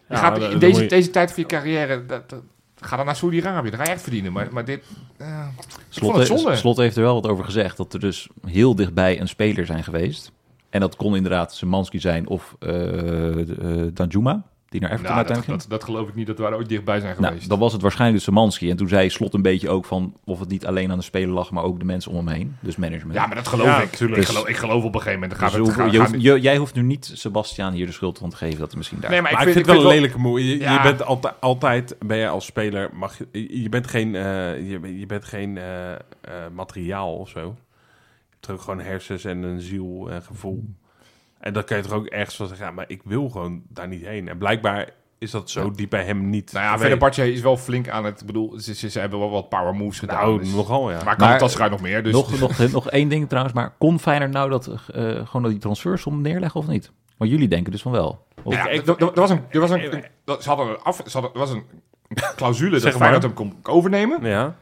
Speaker 2: je
Speaker 1: Ja,
Speaker 2: gaat
Speaker 1: dan-
Speaker 2: in
Speaker 1: dan
Speaker 2: deze,
Speaker 1: moet je-
Speaker 2: deze tijd van je carrière, dat, dat- ga dan naar Saudi-Arabië, daar ga je echt verdienen. Maar, maar dit, eh,
Speaker 3: Slot,
Speaker 2: vond het zonde.
Speaker 3: Slot heeft er wel wat over gezegd. Dat er dus heel dichtbij een speler zijn geweest. En dat kon inderdaad Szymanski zijn of eh eh, Danjuma. Die naar Everton
Speaker 2: Nou, dat,
Speaker 3: uiteindelijk ging.
Speaker 2: dat, dat geloof ik niet dat we daar ooit dichtbij zijn
Speaker 3: Nou,
Speaker 2: geweest.
Speaker 3: dan was het waarschijnlijk Szymanski. En toen zei Slot een beetje ook van... of het niet alleen aan de speler lag, maar ook de mensen om hem heen. Dus management.
Speaker 2: ja, maar dat geloof
Speaker 1: Ja,
Speaker 2: ik.
Speaker 1: tuurlijk.
Speaker 2: Ik, geloof, ik geloof op een gegeven moment. Dan
Speaker 3: Dus
Speaker 2: gaat het,
Speaker 3: hoe-
Speaker 2: gaan,
Speaker 3: je
Speaker 2: gaan,
Speaker 3: hoeft- je- jij hoeft nu niet Sebastiaan hier de schuld van te geven... dat er misschien daar...
Speaker 2: nee, maar,
Speaker 1: Maar, ik vind het wel een lelijke moe. Je,
Speaker 2: Ja.
Speaker 1: je bent alti- altijd, ben je als speler, mag je, je bent geen, eh, je, je bent geen eh, eh, materiaal of zo. Je hebt toch ook gewoon hersens en een ziel en gevoel. En dan kan je toch ook ergens van zeggen, ja, maar ik wil gewoon daar niet heen. En blijkbaar is dat zo diep bij hem niet.
Speaker 2: Nou ja,
Speaker 1: geweest.
Speaker 2: verder Bartje is wel flink aan het... Ik bedoel, ze, ze, ze hebben wel wat power moves gedaan.
Speaker 1: Nou,
Speaker 2: dus-
Speaker 1: nogal ja.
Speaker 2: Maar kan
Speaker 3: Maar-
Speaker 2: het uit nog meer. Dus
Speaker 3: nog, nog, nog één ding trouwens, maar kon Feyenoord nou dat, eh, gewoon die transfersom neerleggen of niet? Maar jullie denken dus van wel. Of-
Speaker 2: Ja,
Speaker 1: Ik- ik-
Speaker 2: er- er er was een... Er was een, een- dat- ze hadden een af, ze hadden, er was een clausule dat
Speaker 1: Zeg maar.
Speaker 2: Feyenoord hem kon overnemen.
Speaker 1: ja.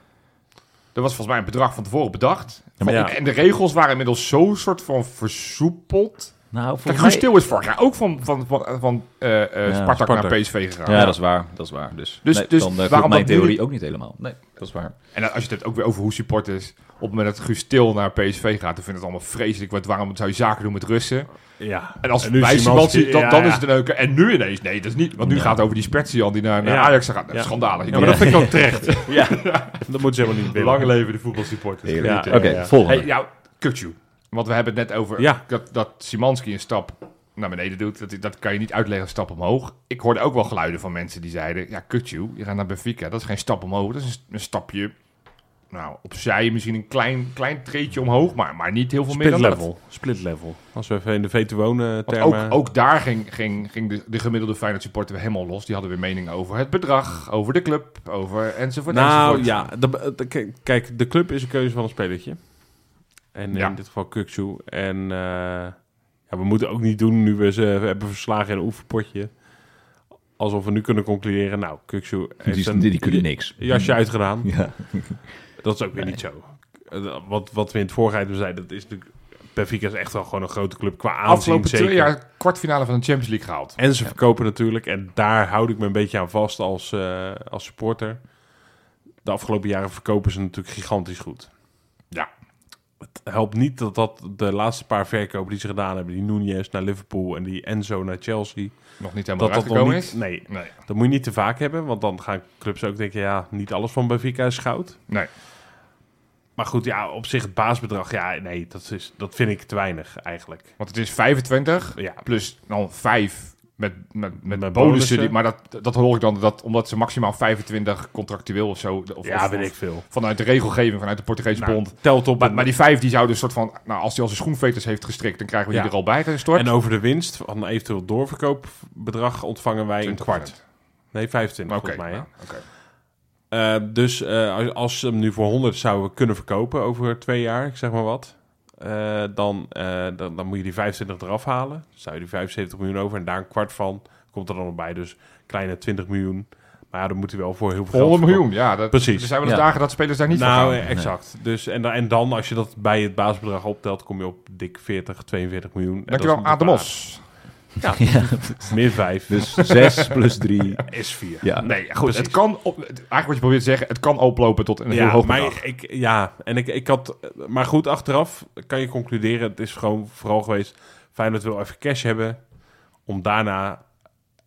Speaker 2: Er was volgens mij een bedrag van tevoren bedacht.
Speaker 1: maar ja.
Speaker 2: En de regels waren inmiddels zo soort van versoepeld.
Speaker 3: nou,
Speaker 2: Kijk,
Speaker 3: volgens
Speaker 2: Guus
Speaker 3: mij...
Speaker 2: Til is vorig jaar ook van, van, van, van eh, eh,
Speaker 3: Ja,
Speaker 2: Spartak,
Speaker 1: Spartak.
Speaker 2: naar PSV gegaan.
Speaker 3: Ja, dat is waar. Dat is waar. Dus,
Speaker 2: Dus-
Speaker 3: nee,
Speaker 2: dus
Speaker 3: dan eh, klopt
Speaker 2: waarom
Speaker 3: mijn
Speaker 2: dat nu-
Speaker 3: theorie ook niet helemaal. Nee, dat is waar.
Speaker 2: En dan- als je het hebt ook weer over hoe supporters... op het moment dat Guus Til naar PSV gaat... dan vindt het allemaal vreselijk. Want waarom zou je zaken doen met Russen?
Speaker 1: ja.
Speaker 2: En als
Speaker 1: nu
Speaker 2: wij
Speaker 1: Szymanski,
Speaker 2: Simansi, dan,
Speaker 1: ja,
Speaker 2: dan
Speaker 1: ja.
Speaker 2: is het een leuke. En nu ineens, nee, dat is niet. Want nu gaat het over die Spetsian die naar, naar
Speaker 1: Ja.
Speaker 2: Ajax gaat.
Speaker 1: Ja.
Speaker 2: Schandalig.
Speaker 1: Ja, maar dat vind ik ook terecht.
Speaker 3: Ja.
Speaker 1: Dat moet ze helemaal niet willen.
Speaker 2: Lang leven de voetbalsupporters.
Speaker 1: Ja.
Speaker 2: Genieten.
Speaker 3: Oké,
Speaker 1: ja.
Speaker 3: volgende.
Speaker 2: Hey, jou, kutju. Want we hebben het net over
Speaker 1: Ja.
Speaker 2: dat, dat Simanski een stap naar beneden doet. Dat, dat kan je niet uitleggen, een stap omhoog. Ik hoorde ook wel geluiden van mensen die zeiden... Ja, kutju, je gaat naar Benfica. Dat is geen stap omhoog. Dat is een, een stapje... Nou, opzij misschien een klein, klein treetje omhoog, maar, maar niet heel veel meer
Speaker 1: Split
Speaker 2: dan dat.
Speaker 1: level. Split level. Als we even in de vetewonen
Speaker 2: Want
Speaker 1: termen...
Speaker 2: ook, ook daar ging, ging, ging de, de gemiddelde Feyenoord supporter weer helemaal los. Die hadden weer meningen over het bedrag, over de club, over enzovoort.
Speaker 1: Nou
Speaker 2: enzovoort.
Speaker 1: ja, de- de- kijk- kijk, de club is een keuze van een spelletje. En
Speaker 2: Ja.
Speaker 1: in dit geval Kukzu. En eh, ja, we moeten ook niet doen, nu we ze hebben verslagen in een oefenpotje, alsof we nu kunnen concluderen, nou, Kukzu heeft
Speaker 3: die,
Speaker 1: een
Speaker 3: die, die kunnen niks. Hmm.
Speaker 1: jasje uitgedaan.
Speaker 3: Ja.
Speaker 1: Dat is ook weer niet zo. Eh, Wat, wat we in het vorige item zeiden, dat is natuurlijk... Benfica is echt wel gewoon een grote club qua aanzien.
Speaker 2: Afgelopen twee
Speaker 1: zeker.
Speaker 2: jaar kwartfinale van de Champions League gehaald.
Speaker 1: En ze verkopen natuurlijk, en daar houd ik me een beetje aan vast als, eh, als supporter. De afgelopen jaren verkopen ze natuurlijk gigantisch goed.
Speaker 2: Ja.
Speaker 1: Het helpt niet dat dat de laatste paar verkopen die ze gedaan hebben, die Nunez naar Liverpool en die Enzo naar Chelsea,
Speaker 2: Nog niet helemaal
Speaker 1: dat dat nog
Speaker 2: uitgekomen
Speaker 1: niet.
Speaker 2: is.
Speaker 1: Nee,
Speaker 2: Nee.
Speaker 1: dat moet je niet te vaak hebben, want dan gaan clubs ook denken, ja, niet alles van Benfica is goud.
Speaker 2: Nee.
Speaker 1: Maar goed, ja, op zich het baasbedrag, ja, nee, dat, is, dat vind ik te weinig eigenlijk.
Speaker 2: Want het is 25
Speaker 1: Ja,
Speaker 2: plus dan 5 met, met, met,
Speaker 1: Met
Speaker 2: bonussen.
Speaker 1: bonussen.
Speaker 2: die- Maar dat, dat hoor ik dan, dat, omdat ze maximaal 25 contractueel of zo... Of,
Speaker 1: ja
Speaker 2: of-
Speaker 1: weet
Speaker 2: of
Speaker 1: ik veel.
Speaker 2: Vanuit de regelgeving, vanuit de Portugese
Speaker 1: Nou,
Speaker 2: bond.
Speaker 1: telt op.
Speaker 2: Maar,
Speaker 1: en-
Speaker 2: maar die vijf die zouden een soort van... Nou, als hij al zijn schoenveters heeft gestrikt, dan krijgen we die
Speaker 1: Ja.
Speaker 2: er al bij gestort.
Speaker 1: En over de winst van een eventueel doorverkoopbedrag ontvangen wij een
Speaker 2: 20%.
Speaker 1: kwart. Nee, 25
Speaker 2: Oké,
Speaker 1: volgens mij. Hè?
Speaker 2: nou, oké.
Speaker 1: Eh, dus eh, als, als ze hem nu voor 100 zouden kunnen verkopen over twee jaar, ik zeg maar wat. eh, dan, eh, dan, dan moet je die 25 eraf halen. Dan zou je die 75 miljoen over en daar een kwart van komt er dan nog bij. Dus kleine 20 miljoen. Maar ja, dan moet hij wel voor heel veel
Speaker 2: Voor
Speaker 1: geld
Speaker 2: 100
Speaker 1: verkopen.
Speaker 2: miljoen, ja. Dat,
Speaker 1: Precies.
Speaker 2: Er zijn wel eens
Speaker 3: Ja.
Speaker 2: dagen dat spelers daar niet
Speaker 1: nou,
Speaker 2: van gaan.
Speaker 1: eh, exact. Dus, en, dan- en dan, als je dat bij het baasbedrag optelt, kom je op dik 40, 42 miljoen. En dat is
Speaker 2: Dankjewel,
Speaker 1: natuurlijk
Speaker 2: Ademos.
Speaker 1: waar. Meer 5
Speaker 3: Dus 6 plus 3.
Speaker 1: is 4.
Speaker 3: Ja.
Speaker 2: Nee, goed.
Speaker 1: Precies.
Speaker 2: Het kan op, het- eigenlijk wat je probeert te zeggen, het kan oplopen tot een heel
Speaker 1: Ja,
Speaker 2: hoog bedrag.
Speaker 1: maar ik, ja, en ik, ik had, maar goed, achteraf kan je concluderen, het is gewoon vooral geweest, Feyenoord wil even cash hebben, om daarna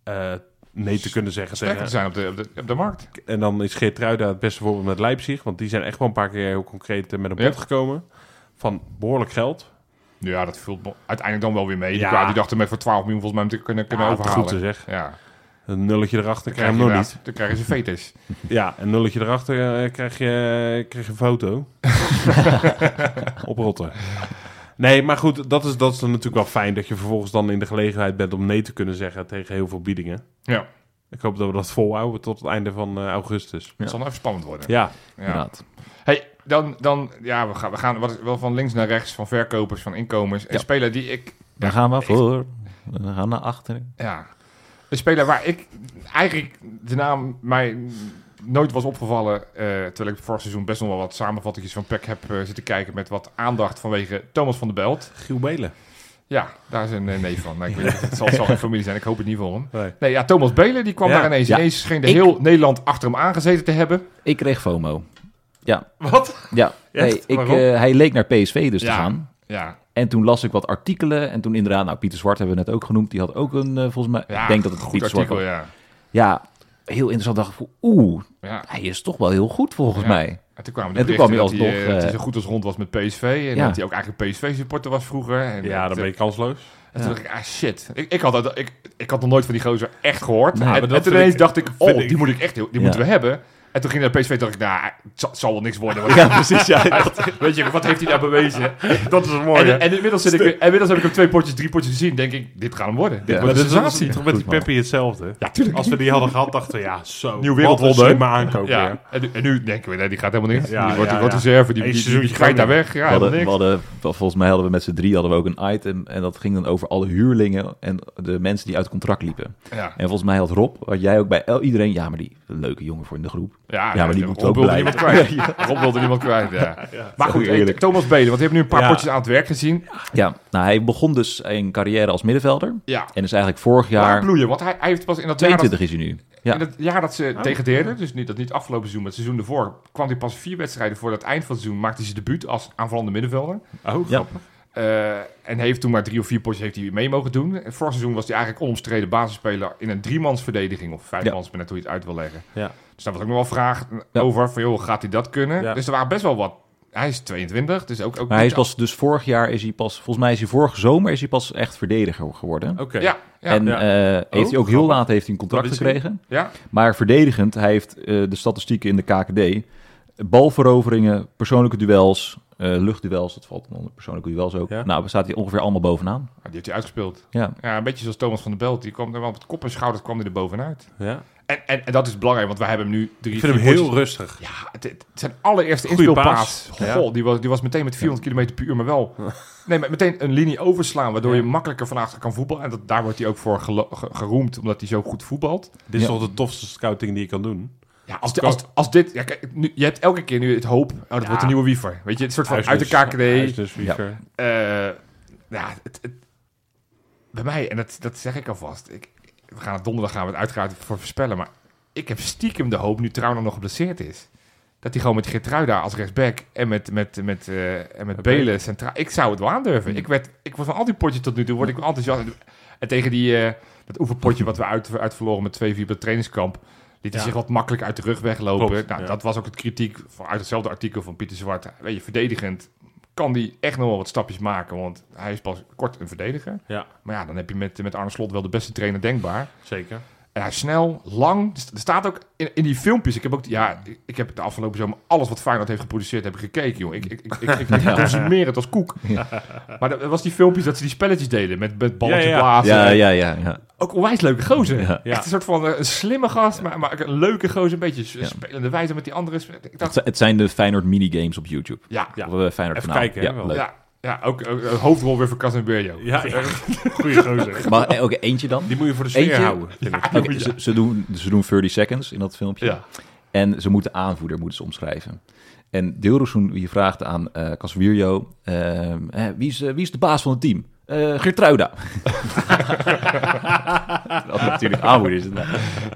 Speaker 1: eh, nee te kunnen zeggen
Speaker 2: Sterker
Speaker 1: tegen.
Speaker 2: te zijn op de, op de, op de markt.
Speaker 1: En dan is Geertruida het beste voorbeeld met Leipzig. Want die zijn echt wel een paar keer heel concreet eh, met een pot
Speaker 2: Ja.
Speaker 1: gekomen. Van behoorlijk geld.
Speaker 2: Ja, dat vult me uiteindelijk dan wel weer mee. Die,
Speaker 1: Ja.
Speaker 2: kwaad, die dachten met voor 12 miljoen volgens mij hem te kunnen, kunnen
Speaker 1: Ja,
Speaker 2: overhalen.
Speaker 1: Ah, Goed te zeggen.
Speaker 2: Ja,
Speaker 1: Een nulletje erachter
Speaker 2: krijg
Speaker 1: krijg
Speaker 2: je
Speaker 1: je hem nog
Speaker 2: inderdaad-
Speaker 1: niet.
Speaker 2: Dan krijgen ze fetus.
Speaker 1: Ja, een nulletje erachter eh, krijg, je, krijg je een foto. Oprotten. Nee, maar goed, dat is, dat is dan natuurlijk wel fijn dat je vervolgens dan in de gelegenheid bent om nee te kunnen zeggen tegen heel veel biedingen.
Speaker 2: Ja,
Speaker 1: Ik hoop dat we dat volhouden tot het einde van eh, augustus.
Speaker 2: dat zal nog even spannend worden.
Speaker 1: Ja,
Speaker 2: Ja.
Speaker 3: Inderdaad.
Speaker 2: Hey, dan, dan ja, we gaan, we gaan wat, wel van links naar rechts, van verkopers, van inkomers. Een
Speaker 3: Ja.
Speaker 2: speler die ik,
Speaker 3: Daar gaan we voor. We gaan naar achteren.
Speaker 2: ja, een speler waar ik eigenlijk de naam mij nooit was opgevallen, eh, terwijl ik vorig seizoen best nog wel wat samenvattingjes van PEC heb eh, zitten kijken met wat aandacht vanwege Thomas van der Belt.
Speaker 1: Giel Belen.
Speaker 2: Ja, daar is een eh, neef van. Nou, ik weet, niet, het zal, het zal geen familie zijn, ik hoop het niet voor hem.
Speaker 1: Nee.
Speaker 2: Nee, ja, Thomas Belen die kwam
Speaker 1: Ja.
Speaker 2: daar ineens.
Speaker 3: Ja.
Speaker 2: Ineens scheen de
Speaker 3: Ik-
Speaker 2: heel Nederland achter hem aangezeten te hebben.
Speaker 3: Ik kreeg FOMO. Ja,
Speaker 1: Wat?
Speaker 3: ja.
Speaker 1: Echt?
Speaker 3: Nee, ik,
Speaker 1: Waarom?
Speaker 3: eh, hij leek naar PSV dus
Speaker 2: Ja.
Speaker 3: te gaan.
Speaker 2: Ja,
Speaker 3: En toen las ik wat artikelen. En toen inderdaad, nou, Pieter Zwart hebben we net ook genoemd. Die had ook een, eh, volgens mij,
Speaker 2: ja
Speaker 3: ik denk dat het
Speaker 2: goed
Speaker 3: Pieter Zwart
Speaker 2: artikel,
Speaker 3: was.
Speaker 2: ja.
Speaker 3: Ja, heel interessant. dacht ik, van, oeh,
Speaker 2: ja.
Speaker 3: hij is toch wel heel goed volgens
Speaker 2: Ja.
Speaker 3: mij.
Speaker 2: En toen kwamen de
Speaker 3: En toen
Speaker 2: berichten
Speaker 3: kwam
Speaker 2: dat
Speaker 3: hij
Speaker 2: hij,
Speaker 3: alsnog,
Speaker 2: eh, dat hij
Speaker 3: eh,
Speaker 2: zo goed als rond was met PSV. En
Speaker 3: Ja.
Speaker 2: dat hij ook eigenlijk PSV-supporter was vroeger. En eh,
Speaker 1: Ja, dan ben je kansloos.
Speaker 2: en toen dacht ik, ah shit. Ik, ik, had, dat- ik, ik had nog nooit van die gozer echt gehoord.
Speaker 3: Nee,
Speaker 2: en,
Speaker 1: maar dat
Speaker 2: en toen
Speaker 1: vind
Speaker 2: ineens
Speaker 1: ik-
Speaker 2: dacht ik, oh,
Speaker 1: vind
Speaker 2: die,
Speaker 1: ik-
Speaker 2: moet ik echt, heel- die
Speaker 3: Ja.
Speaker 2: moeten we hebben. En toen ging hij naar PSV dacht ik, nou, het zal, zal wel niks worden. want-
Speaker 3: precies. Ja.
Speaker 2: Weet je, wat heeft hij nou bewezen?
Speaker 1: Dat is mooi,
Speaker 2: En, en inmiddels, zit ik, inmiddels heb ik hem twee potjes, drie potjes gezien. denk ik, dit gaat hem worden. Dit
Speaker 3: Ja.
Speaker 2: wordt
Speaker 1: dat
Speaker 2: een
Speaker 1: is, dat is
Speaker 2: sensatie.
Speaker 1: toch met die
Speaker 3: Goed, man.
Speaker 1: Peppi hetzelfde.
Speaker 2: Ja, tuurlijk.
Speaker 1: Als we die hadden gehad, dachten we, ja, zo.
Speaker 2: Nieuw wereldwonder.
Speaker 1: Wat een slimme aankoop
Speaker 2: Ja,
Speaker 1: weer.
Speaker 2: en, nu- en nu denken we, nee, die gaat helemaal niks.
Speaker 1: Ja,
Speaker 2: die wordt,
Speaker 1: ja,
Speaker 2: die wordt
Speaker 1: ja.
Speaker 2: reserve, die,
Speaker 1: Eén
Speaker 2: die, die,
Speaker 1: seizoentje
Speaker 2: kwijt daar
Speaker 1: gaan we.
Speaker 2: weg. Ja,
Speaker 3: We
Speaker 2: helemaal
Speaker 3: hadden, we
Speaker 2: niks.
Speaker 3: hadden, volgens mij hadden we met z'n drie hadden we ook een item. En dat ging dan over alle huurlingen en de mensen die uit contract liepen.
Speaker 2: Ja,
Speaker 3: En volgens mij had Rob, had jij ook bij el- iedereen... Ja, maar die leuke jongen voor in de groep.
Speaker 2: ja,
Speaker 3: Ja, maar die
Speaker 2: Rob
Speaker 3: moet ook
Speaker 2: wilde
Speaker 3: blijven.
Speaker 2: niemand kwijt. Rob wilde niemand kwijt, ja. Maar goed, hey,
Speaker 3: eerlijk.
Speaker 2: Thomas Belen, want we hebben nu een paar
Speaker 1: Ja.
Speaker 2: potjes aan het werk gezien.
Speaker 3: Ja, nou, hij begon dus een carrière als middenvelder.
Speaker 2: Ja,
Speaker 3: En is eigenlijk vorig
Speaker 2: maar
Speaker 3: jaar...
Speaker 2: bloeien, want hij, hij heeft pas in dat, jaar dat,
Speaker 3: 22 is hij nu.
Speaker 2: in
Speaker 3: Ja,
Speaker 2: dat jaar dat
Speaker 1: Oh.
Speaker 2: ze degradeerden, dus niet, dat niet afgelopen seizoen, maar het seizoen ervoor, kwam hij pas vier wedstrijden voor het eind van het seizoen, maakte hij zijn debuut als aanvallende middenvelder.
Speaker 1: Oh,
Speaker 3: ja.
Speaker 1: grappig.
Speaker 2: Eh, en heeft toen maar drie of vier potjes heeft hij mee mogen doen. En Vorig seizoen was hij eigenlijk onomstreden basisspeler in een driemansverdediging. Of vijfmans, ik ben net hoe je het uit wil leggen.
Speaker 1: Ja.
Speaker 2: Dus daar was ook nog wel vraag
Speaker 3: Ja.
Speaker 2: over. Van, joh, gaat hij dat kunnen?
Speaker 1: Ja.
Speaker 2: Dus er waren best wel wat. Hij is 22, dus ook... ook
Speaker 3: Maar hij is pas, dus vorig jaar is hij pas, volgens mij is hij vorige zomer is hij pas echt verdediger geworden.
Speaker 1: Oké.
Speaker 2: Ja, ja,
Speaker 3: en
Speaker 1: ja.
Speaker 3: eh, heeft hij ook heel laat heeft hij een contract
Speaker 1: Dat wist ik.
Speaker 3: gekregen.
Speaker 2: ja.
Speaker 3: Maar verdedigend, hij heeft eh, de statistieken in de KKD. Balveroveringen, persoonlijke duels, eh, luchtduels, dat valt onder persoonlijke duels ook.
Speaker 1: Ja.
Speaker 3: Nou, staat hij ongeveer allemaal bovenaan.
Speaker 2: Maar Ah, die heeft hij uitgespeeld.
Speaker 3: Ja,
Speaker 2: Ja, een beetje zoals Thomas van der Belt. Die kwam er wel op het kop en schouder kwam hij er bovenuit.
Speaker 1: Ja.
Speaker 2: En, en, en dat is belangrijk, want wij hebben hem nu drie,
Speaker 1: Ik vind hem
Speaker 2: vier
Speaker 1: heel
Speaker 2: potjes-
Speaker 1: rustig.
Speaker 2: Ja, het, het zijn allereerste
Speaker 1: Goeie
Speaker 2: inspeelpaas.
Speaker 1: paas. Ja.
Speaker 2: Goh, die was, die was meteen met 400 km per uur, maar wel. Nee, maar meteen een linie overslaan, waardoor je makkelijker van achter kan voetballen. En dat, daar wordt hij ook voor gelo- ge- geroemd, omdat hij zo goed voetbalt.
Speaker 1: Dit is
Speaker 3: Ja.
Speaker 1: toch de tofste scouting die je kan doen?
Speaker 2: Ja, als, di- als, als dit... Ja, kijk, nu, je hebt elke keer nu het hoop, oh, dat wordt een nieuwe wiever. Weet je, het soort van uit de KKD.
Speaker 1: ja.
Speaker 2: eh, ja, het, het- bij mij, en dat, dat zeg ik alvast. Ik, we gaan het donderdag gaan we het uiteraard voor voorspellen. Maar ik heb stiekem de hoop, nu Trouwner nog geblesseerd is... dat hij gewoon met Gertruida als rechtsback en met, met, met, eh, en met Belen centraal... Ik zou het wel
Speaker 1: Mm.
Speaker 2: aandurven. Ik, werd, ik was van al die potjes tot nu toe, word ik wel enthousiast. En, en tegen die, eh, dat oefenpotje wat we uit, uit verloren met 2-4 bij het trainingskamp... liet hij
Speaker 1: Ja.
Speaker 2: zich wat makkelijk uit de rug weglopen.
Speaker 1: Klopt,
Speaker 2: nou,
Speaker 1: ja.
Speaker 2: Dat was ook het kritiek vanuit hetzelfde artikel van Pieter Zwart. Weet je, verdedigend kan die echt nog wel wat stapjes maken. Want hij is pas kort een verdediger.
Speaker 1: ja,
Speaker 2: Maar ja, dan heb je met, met Arne Slot wel de beste trainer denkbaar.
Speaker 1: zeker.
Speaker 2: En hij is snel, lang. Dus Er staat ook in, in die filmpjes. Ik heb ook, ja, ik- ik heb de afgelopen zomer alles wat Feyenoord heeft geproduceerd, heb ik gekeken, joh. Ik, ik, ik, ik, ik, ik consumeer het als koek. Maar dat was die filmpjes dat ze die spelletjes deden met, met balletje
Speaker 1: Ja, ja.
Speaker 2: blazen.
Speaker 3: ja, ja, ja. ja.
Speaker 2: Ook onwijs leuke gozer.
Speaker 3: Ja.
Speaker 2: Echt een soort van eh, een slimme gast, maar, maar ook een leuke gozer. Een beetje s- spelende wijze met die andere. sp- Ik
Speaker 3: Het,
Speaker 2: dacht,
Speaker 3: zi- het zijn de Feyenoord minigames op YouTube.
Speaker 2: ja, ja,
Speaker 1: Ja.
Speaker 3: Of eh, Feyenoord
Speaker 1: Even
Speaker 3: kanaal.
Speaker 1: kijken, hè,
Speaker 3: ja,
Speaker 1: wel.
Speaker 3: leuk.
Speaker 2: ja, ook, ook een hoofdrol weer voor Casemiro.
Speaker 1: Ja, ja. goeie gozer.
Speaker 3: Maar eh, oké, eentje dan.
Speaker 1: Die moet je voor de sfeer
Speaker 3: Eentje.
Speaker 1: houden. vind ik.
Speaker 3: Oké, ze, ze doen, ze doen 30 seconds in dat filmpje.
Speaker 2: Ja.
Speaker 3: En ze moeten aanvoerder moeten ze omschrijven. En Deelroesoen, je vraagt aan eh Casemiro, ehm, hè, wie, is, eh, wie is de baas van het team? Eh Geertruida. dat is natuurlijk aanvoerder is. het nou.